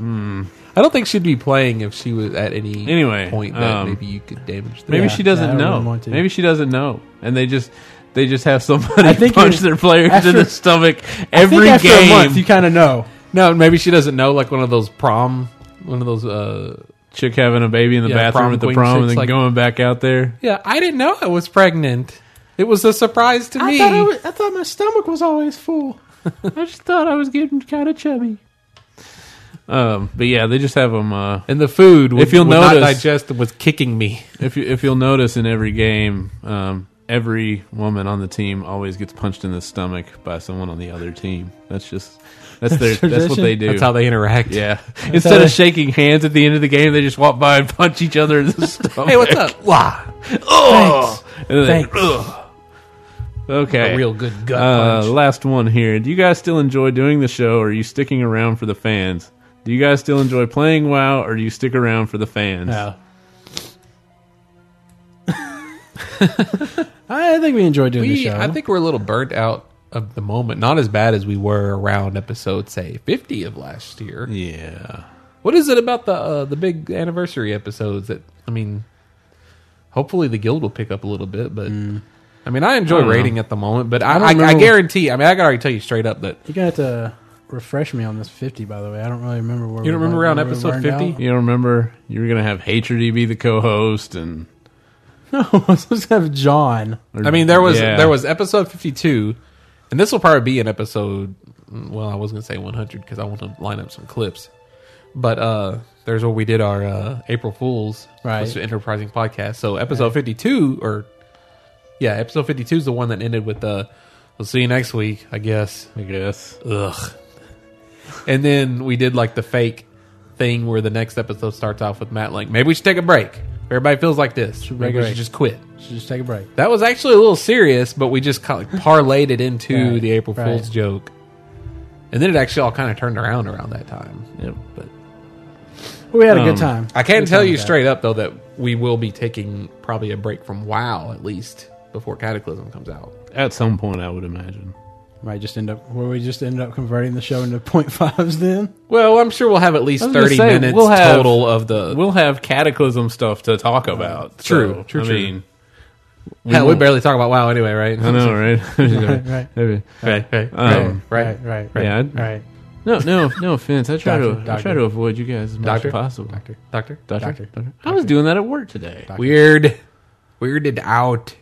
F: I don't think she'd be playing if she was at any
D: Anyway,
F: point that
D: um,
F: maybe you could damage. The
D: Maybe
C: Yeah,
D: she
C: yeah, I
D: doesn't
C: wouldn't
D: know.
C: want to.
D: Maybe she doesn't know, and they just they just have somebody
C: I think
D: punch
C: you-
D: their players
C: after-
D: in the stomach
C: I think
D: every
C: after
D: game.
C: a month, you kind of know.
F: no, maybe she doesn't know. Like one of those prom, one of those. uh
D: Chick having a baby in the
F: Yeah,
D: bathroom
F: prom
D: at the
F: queen
D: prom and
F: chicks,
D: then
F: like-
D: going back out there.
F: Yeah, I didn't know I was pregnant. It was a surprise to me.
C: I thought, I, was, I thought my stomach was always full.
D: I just thought I was getting kind of chubby. Um, but yeah, they just have them. Uh,
F: and the food, would,
D: If you'll
F: would
D: notice-
F: not digest, was kicking me.
D: if you if you'll notice in every game, um, every woman on the team always gets punched in the stomach by someone on the other team. That's just that's their that's what
C: tradition.
D: they do.
F: That's how they interact.
D: yeah. Instead
C: how they-
D: of shaking hands at the end of the game, they just walk by and punch each other in the stomach.
F: Hey, what's up? Wah!
D: Oh, and then
C: Thanks.
D: they- ugh. Okay.
F: A real good gut
D: Uh,
F: punch.
D: last one here. Do you guys still enjoy doing the show, or are you sticking around for the fans? Do you guys still enjoy playing WoW, or do you stick around for the fans?
C: No. I think we enjoy doing the
F: We,
C: show.
F: I think we're a little burnt out of the moment. Not as bad as we were around episode, say, fifty of last year.
D: Yeah.
F: What is it about the uh, the big anniversary episodes that I mean? Hopefully, the guild will pick up a little bit, but I mean, I enjoy
D: know.
F: rating at the moment. But I,
C: don't
F: I, I,
C: remember-
F: guarantee. I mean, I can already tell you straight up that
C: You're gonna have to refresh me on this fifty. By the way, I don't really remember where
F: You don't
C: we
F: remember
C: were-
F: around
C: where we
F: episode
C: burned
F: 50?
C: out.
D: You remember you were gonna have Hatredy be the co-host, and
C: No, let's just have John.
F: I mean, there was
D: Yeah.
F: there was episode fifty two, and this will probably be an episode. Well, I was gonna say one hundred because I want to line up some clips, but uh, there's where we did our uh, April Fools,
C: Right.
F: which is an enterprising podcast. So episode fifty two, or yeah, episode fifty two is the one that ended with uh, "We'll see you next week," I guess.
D: I guess
F: Ugh. and then we did like the fake thing where the next episode starts off with Matt like, maybe we should take a break. If Everybody feels like this. Maybe we
C: break.
F: should just quit.
C: Should just take a break.
F: That was actually a little serious, but we just kind of parlayed it into
C: Right,
F: the April
C: right.
F: Fool's joke. And then it actually all kind of turned around around that time.
D: Yep.
F: But
C: We had a
D: Um,
C: good time.
F: I can
C: Good
F: tell
C: time
F: you
C: with that.
F: straight up though that we will be taking probably a break from WoW at least before Cataclysm comes out.
D: at some point I would imagine.
C: Might just end up where we just end up converting the show into point fives. Then
F: Well, I'm sure we'll have at least
D: I was gonna
F: thirty
D: say,
F: minutes
D: we'll have-
F: total of the.
D: We'll have Cataclysm stuff to talk about.
F: True,
D: so,
F: true,
D: I
F: true.
D: mean,
F: we, we barely talk about WoW anyway, right?
D: I know, right?
C: right,
D: Maybe.
F: right, right,
D: Um,
F: right,
C: right, right,
D: Yeah. I'd-
C: right.
D: No, no, no offense. I try
C: Doctor,
D: to I
C: doctor.
D: try to avoid you guys as much
F: Doctor,
D: as possible. Doctor,
F: Doctor.
D: doctor,
C: Doctor,
D: I was doing that at work today.
F: Weird, weirded out.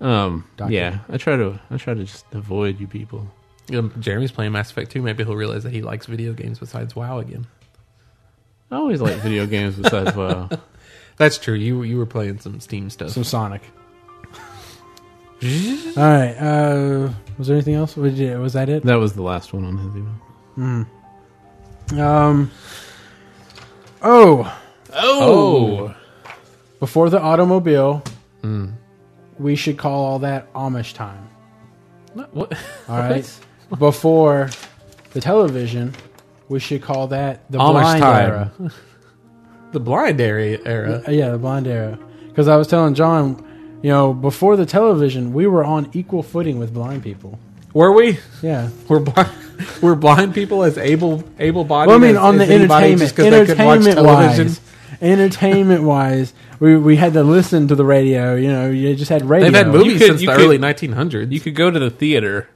D: Um, yeah, I try to I try to just avoid you people.
F: Um, Jeremy's playing Mass Effect 2. Maybe he'll realize that he likes video games besides WoW again.
D: I always like video games besides WoW.
F: That's true. You you were playing some Steam stuff.
C: Some Sonic. All right. Uh, was there anything else? What did you- Was that it?
D: That was the last one on his email.
C: Um. Oh,
D: Oh, Hmm.
C: before the automobile, we should call all that Amish time.
D: what?
C: All right. Before the television, we should call that the
F: Amish
C: blind
F: time.
C: era.
F: the blind area era.
C: Uh, yeah, the blind era. Because I was telling John, you know, before the television, we were on equal footing with blind people.
F: Were we?
C: Yeah.
F: We're blind. We're blind people as able able bodied.
C: Well, I mean, on the entertainment, entertaiment wise, entertainment wise, we we had to listen to the radio. You know, you just had radio.
F: They've had movies
D: could-
F: since
D: you
F: the
D: could-
F: early 1900s.
D: You could go to the theater.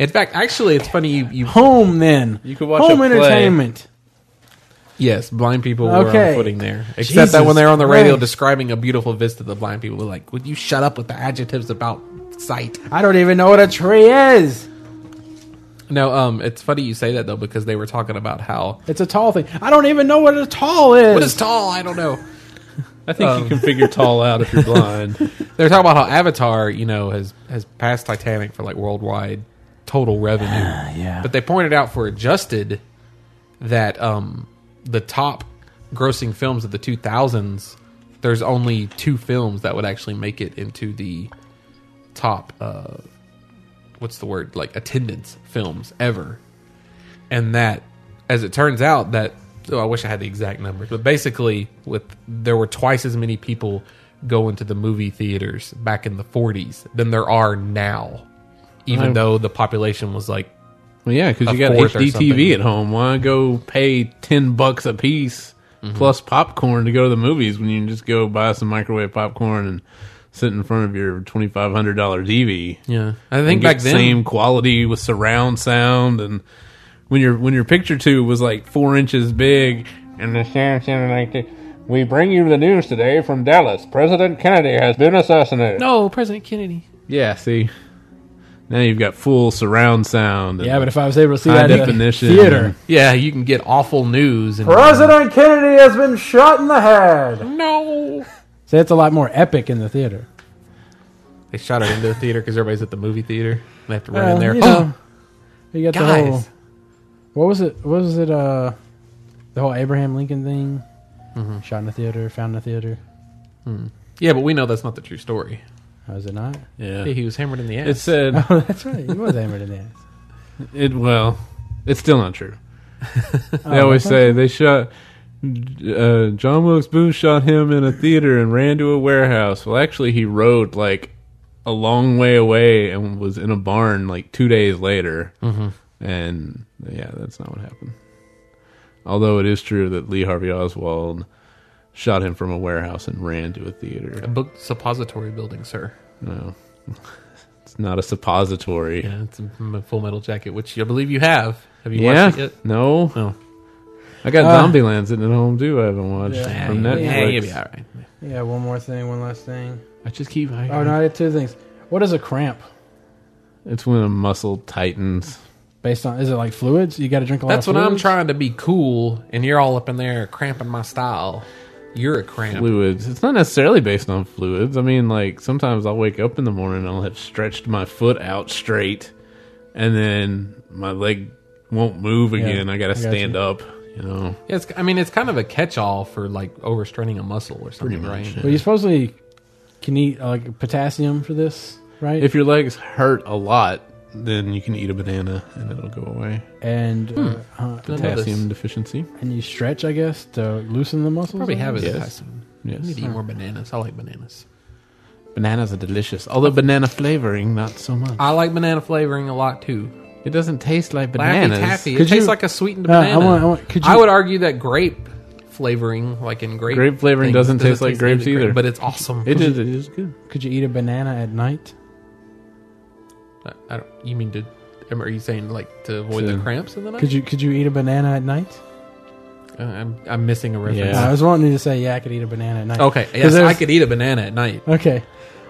F: in fact, actually, it's funny you. you
C: Home then.
D: You could watch a
C: home
D: play.
C: entertainment.
F: yes, blind people were
C: Okay.
F: on footing there. Except
C: Jesus
F: that when they were on the radio
C: Christ.
F: describing a beautiful vista, the blind people were like, "Would you shut up with the adjectives about sight?"
C: I don't even know what a tree is.
F: No, um, it's funny you say that though because they were talking about how
C: It's a tall thing. I don't even know what a tall is.
F: what is tall. I don't know.
D: I think you can figure tall out if you're blind.
F: They're talking about how Avatar, you know, has has passed Titanic for like worldwide total revenue. yeah. But they pointed out for adjusted that um the top grossing films of the 2000s, there's only two films that would actually make it into the top uh what's the word? Like attendance films ever. And that as it turns out that oh, I wish I had the exact numbers, but basically with there were twice as many people going to the movie theaters back in the 40s than there are now. Even
D: Right.
F: though the population was like
D: well, yeah, because
F: A
D: you got
F: fourth or
D: HD TV
F: something.
D: at home. Why go pay ten bucks a piece
F: Mm-hmm.
D: plus popcorn to go to the movies when you can just go buy some microwave popcorn and sit in front of your twenty five hundred dollar TV?
F: Yeah, I
D: and
F: think
D: get
F: back then.
D: same quality with surround sound and when your when your picture tube was like four inches big and the sound sounded like this. We bring you the news today from Dallas. President Kennedy has been assassinated.
F: No, Oh, President Kennedy.
D: Yeah, see. Now you've got full surround sound. And
C: Yeah, but if I was able to see
D: high
C: that
D: definition.
C: in the theater,
F: Yeah, you can get awful news. And
C: President Kennedy has been shot in the head.
F: no,
C: So that's a lot more epic in the theater.
F: they shot her into the theater because everybody's at the movie theater. And they have to run
C: Well,
F: in there.
C: you know, you got
F: Guys.
C: the whole. What was it? What was it? Uh, the whole Abraham Lincoln thing. Shot in the theater, found in the theater.
F: yeah, but we know that's not the true story.
C: How Oh, is it not?
D: yeah.
F: He was hammered in the ass.
D: It said
C: Oh, that's right. He was hammered in the ass.
D: it well, it's still not true. They
C: Oh,
D: always
C: that's
D: say they shot uh, John Wilkes Booth shot him in a theater and ran to a warehouse. Well, actually, he rode like a long way away and was in a barn like two days later. Mm-hmm. And yeah, that's not what happened. Although it is true that Lee Harvey Oswald shot him from a warehouse and ran to a
F: a
D: theater.
F: book suppository building, sir.
D: No, it's not a suppository.
F: Yeah, it's a m- Full Metal Jacket, which I believe you have. Have you
D: Yeah.
F: watched it yet?
D: No.
F: No.
D: Oh. I got
C: Uh,
D: Zombieland sitting at home too. I haven't watched
C: Yeah.
D: from
F: Yeah,
D: Netflix.
F: you'll be all right.
C: Yeah, one more thing, one last thing.
D: I just keep. I,
C: Oh no, I did two things. What is a cramp?
D: It's when a muscle tightens.
C: Based on is it like fluids? You got to drink a lot.
F: That's
C: of
F: when I'm
C: fluids?
F: trying to be cool, and you're all up in there cramping my style. You're a cramp.
D: Fluids. It's not necessarily based on fluids. I mean, like sometimes I'll wake up in the morning and I'll have stretched my foot out straight, and then my leg won't move again. I gotta
C: I got
D: stand
C: you.
D: up. You know.
F: It's, I mean, it's kind of a catch-all for like overstraining a muscle or something,
D: much,
F: right?
D: yeah.
C: But you supposedly can eat uh, like potassium for this, right?
D: If your legs hurt a lot, then you can eat a banana and it'll go away.
C: and uh, uh,
F: Didn't know this.
D: Potassium deficiency.
C: and you stretch, I guess, to loosen the muscles.
F: Probably
C: I
F: have it. Yes.
D: Yes.
F: I need
D: Yes.
F: to eat more bananas. I like bananas.
D: Bananas are delicious, although banana flavoring not so much.
F: I like banana flavoring a lot too.
D: It doesn't taste like
F: Laffy
D: bananas.
F: taffy.
C: Could
F: it tastes
C: you-
F: like a sweetened
C: Uh, I
F: banana. I,
C: want- I want- could you-
F: would argue that grape flavoring, like in grape,
D: Grape flavoring
F: things,
D: doesn't taste like grapes
F: grape,
D: either.
F: but it's awesome.
D: It is. It is good.
C: Could you eat a banana at night?
F: I, I don't. You mean to? Are you saying like to avoid
D: To-
F: the cramps in the night?
C: Could you could you eat a banana at night? Uh,
F: Uh, I'm, I'm missing a reference.
D: Yeah.
C: I was wanting you to say yeah, I could eat a banana at night.
F: Okay.
C: 'Cause
F: Yes, I
C: there's-
F: could eat a banana at night.
C: Okay,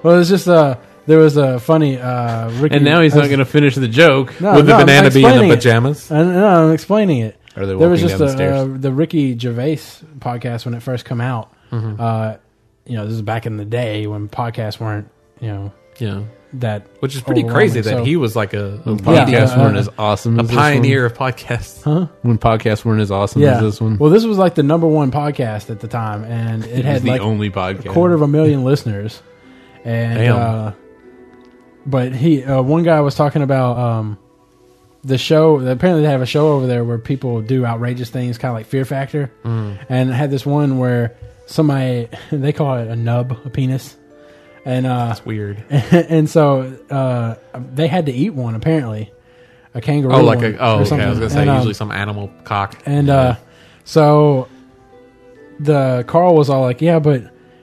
C: well, it's just uh, there was a funny uh, Ricky,
D: And now he's
C: I
D: not
C: was-
D: going to finish the joke
C: No,
D: with
C: no,
D: the
C: I'm
D: banana being in
C: explaining
D: the
C: it.
D: pajamas.
C: I, no, I'm explaining it.
D: Are they
C: there
D: walking
C: was just
D: down the
C: a, uh,
D: stairs?
C: the Ricky Gervais podcast when it first come out.
D: Mm-hmm.
C: Uh, you know, this is back in the day when podcasts weren't you know
F: Yeah.
C: that
F: Which is pretty crazy that
C: overwhelming. So-
F: he was like a, a
D: podcasts
C: Yeah, uh,
D: weren't as awesome as this one?
F: pioneer of podcasts.
D: When podcasts weren't as awesome
C: yeah.
D: as this one.
C: Well, this was like the number one podcast at the time, and it,
D: it was
C: had
D: the
C: like
D: only podcast.
C: quarter of a million listeners. And
F: Damn.
C: uh but he uh, one guy was talking about um the show apparently they have a show over there where people do outrageous things kind of like fear factor
F: Mm.
C: and I had this one where somebody they call it a nub a penis and uh
F: It's weird.
C: and so uh they had to eat one apparently a kangaroo
F: Oh, like
C: one
F: a oh,
C: or
F: okay.
C: something.
F: I was gonna say
C: And, um,
F: usually some animal cock.
C: and uh, so the Carl was all like, "Yeah, but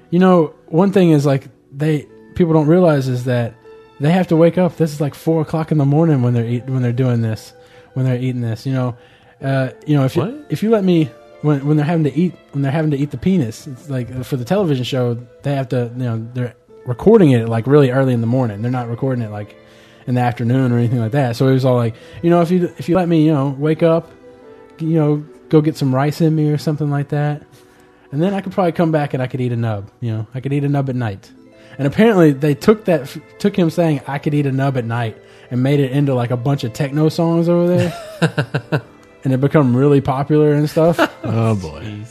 C: you know, one thing is like they people don't realize is that they have to wake up. This is like four o'clock in the morning when they're eat, when they're doing this, when they're eating this. You know, uh, you know if you, if you let me." When, when they're having to eat when they're having to eat the penis it's like uh, for the television show they have to you know they're recording it like really early in the morning they're not recording it like in the afternoon or anything like that so he was all like you know if you if you let me you know wake up you know, go get some rice in me or something like that. And then I could probably come back and I could eat a nub. You know, I could eat a nub at night. And apparently they took that, took him saying I could eat a nub at night and made it into like a bunch of techno songs over there. and it become really popular and stuff. it
D: Oh boy.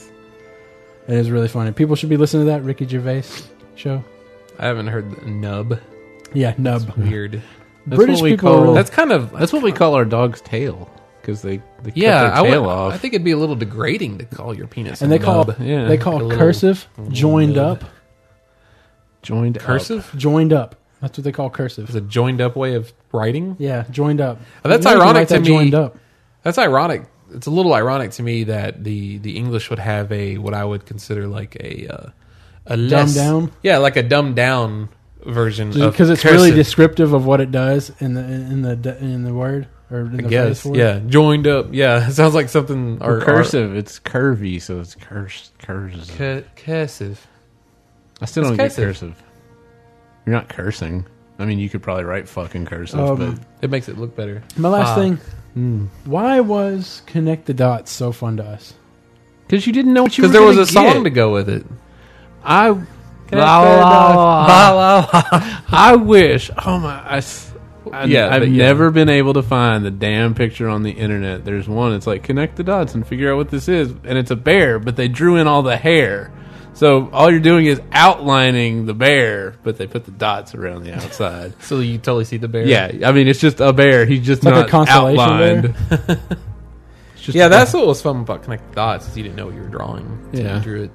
C: is really funny. People should be listening to that Ricky Gervais show.
F: I haven't heard the nub.
C: Yeah, nub.
F: Weird.
D: That's
C: British
D: what we
C: people are
D: call,
C: really-
D: That's kind of that's what we call our dog's tail because they, they
F: Yeah,
D: cut
F: I,
D: their tail
F: would,
D: off.
F: I think it'd be a little degrading to call your penis
C: And
F: a
C: they call
F: nub.
D: yeah.
C: they call
F: Like a little-
C: cursive joined
F: nub.
C: up,
D: joined up.
F: cursive.
C: joined up. That's what they call
F: It's
C: cursive.
F: a joined up way of writing.
C: Yeah, joined up.
F: Oh, that's
C: You know, you can
F: ironic
C: write that
F: to me.
C: Joined up.
F: That's ironic. It's a little ironic to me that the the English would have a what I would consider like a uh, a less,
C: down?
F: Yeah, like a dumbed down version
C: because
F: of
C: it's really
F: cursive,
C: descriptive of what it does in the in the de- in the word or in the
F: I
C: phrase
F: guess.
C: for it.
F: Yeah, joined up. Yeah, it sounds like something or
D: Or cursive, it's curvy, so it's curse curses.
F: or- Cur- cursive.
D: I still
F: it's
D: don't get
F: cursive.
D: cursive. You're not cursing. I mean, you could probably write fucking cursive,
C: Um,
D: but
F: It makes it look better.
C: My last thing.
F: Hmm.
C: Why was Connect the Dots so fun to us?
D: because you didn't know what you
F: Because
D: were
F: there was
D: gonna
F: a song to
D: get.
F: go with it.
D: I la,
F: the
D: la,
F: dots.
D: la. I wish. Oh my! I,
F: Yeah,
D: yeah, I've
F: but yeah.
D: never been able to find the damn picture on the internet. There's one. It's like connect the dots and figure out what this is, and it's a bear, but they drew in all the hair. So all you're doing is outlining the bear, but they put the dots around the outside.
F: So you totally see the bear.
D: yeah, I mean it's just a bear. He's just
C: Like a
D: not
C: constellation
D: outlined. It's just
F: yeah.
D: a-
F: That's what was fun about Connect the Dots. Is you didn't know what you were drawing. So
D: Yeah.
F: you drew it,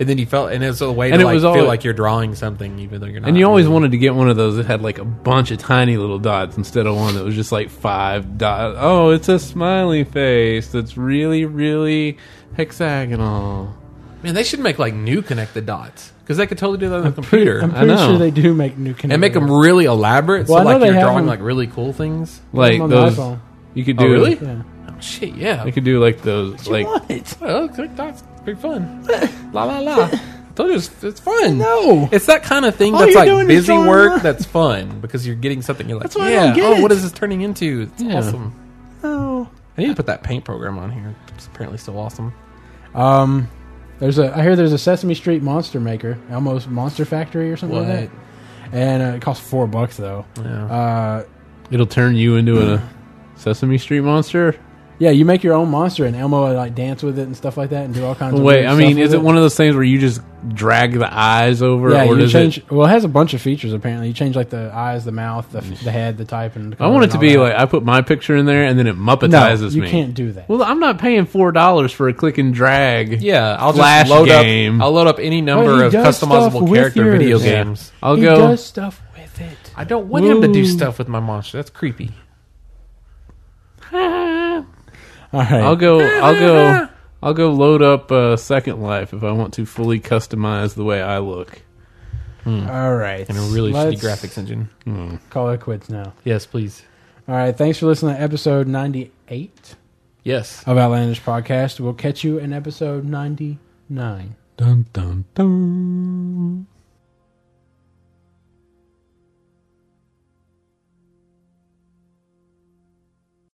F: and then you felt, and it's a way
D: And
F: to
D: it
F: like
D: was
F: feel
D: always-
F: like you're drawing something, even though you're not.
D: And you always
F: really.
D: wanted to get one of those that had like a bunch of tiny little dots instead of one that was just like five dots. Oh, it's a smiley face that's really, really hexagonal.
F: Man, they should make like new connect the dots because they could totally do that on the computer
C: I'm
D: I
C: pretty
D: know.
C: sure they do make new Connect
F: and make them
C: Dots.
F: really elaborate.
C: Well, I
F: so
C: know
F: like
C: they
F: you're
C: have
F: drawing
C: them-
F: like really cool things.
D: Like
C: on the
D: those,
C: iPhone.
D: you could do.
F: Oh, really?
C: Yeah.
F: Shit, yeah.
D: You could do like those. Like
C: What?
F: Oh, connect dots, pretty fun. la la la. I told you it's, it's fun.
C: No.
F: It's that kind of thing
C: All
F: that's
C: you're
F: like
C: doing is
F: busy
C: drawing
F: work
C: lines.
F: that's fun because you're getting something. You're like,
C: why I
F: yeah.
C: don't get
F: oh,
C: it.
F: what is this turning into? It's
D: Yeah.
F: awesome.
C: No.
F: I need to put that paint program on here. It's apparently still awesome.
C: Um, there's a I hear there's a Sesame Street monster maker, almost Monster Factory or something like
F: What?
C: that. And uh, it costs four bucks though.
F: Yeah.
C: Uh,
D: it'll turn you into a Sesame Street monster.
C: yeah, you make your own monster, and Elmo would, like dance with it and stuff like that, and do all kinds. of
D: Wait,
C: weird
D: I mean,
C: stuff
D: is
C: with
D: it one of those things where you just drag the eyes over,
C: Yeah,
D: or
C: you
D: does
C: change.
D: it?
C: Well, it has a bunch of features. Apparently, you change like the eyes, the mouth, the, the head, the type, and.
D: I want it to be like I put my picture in there and then it
C: no,
D: muppetizes
C: you
D: me.
C: can't do that.
D: Well, I'm not paying four dollars for a click and drag.
F: Yeah, I'll
D: Flash
F: just load
D: game.
F: up. I'll load up any number
C: he
F: of
C: does stuff
F: customizable
C: with
F: character video
C: yours.
D: Yeah.
F: games.
D: I'll
C: he
D: go.
C: does stuff with it.
F: I don't want him to do stuff with my monster. That's creepy.
C: All right,
D: I'll go. I'll go. I'll go load up uh, Second Life if I want to fully customize the way I look.
C: all right.
F: And a really shitty
C: Let's
F: graphics engine.
C: Call it quits now.
F: Yes, please.
C: All right, thanks for listening to episode ninety-eight
F: Yes.
C: of Outlandish Podcast. We'll catch you in episode ninety-nine.
D: Dun dun dun.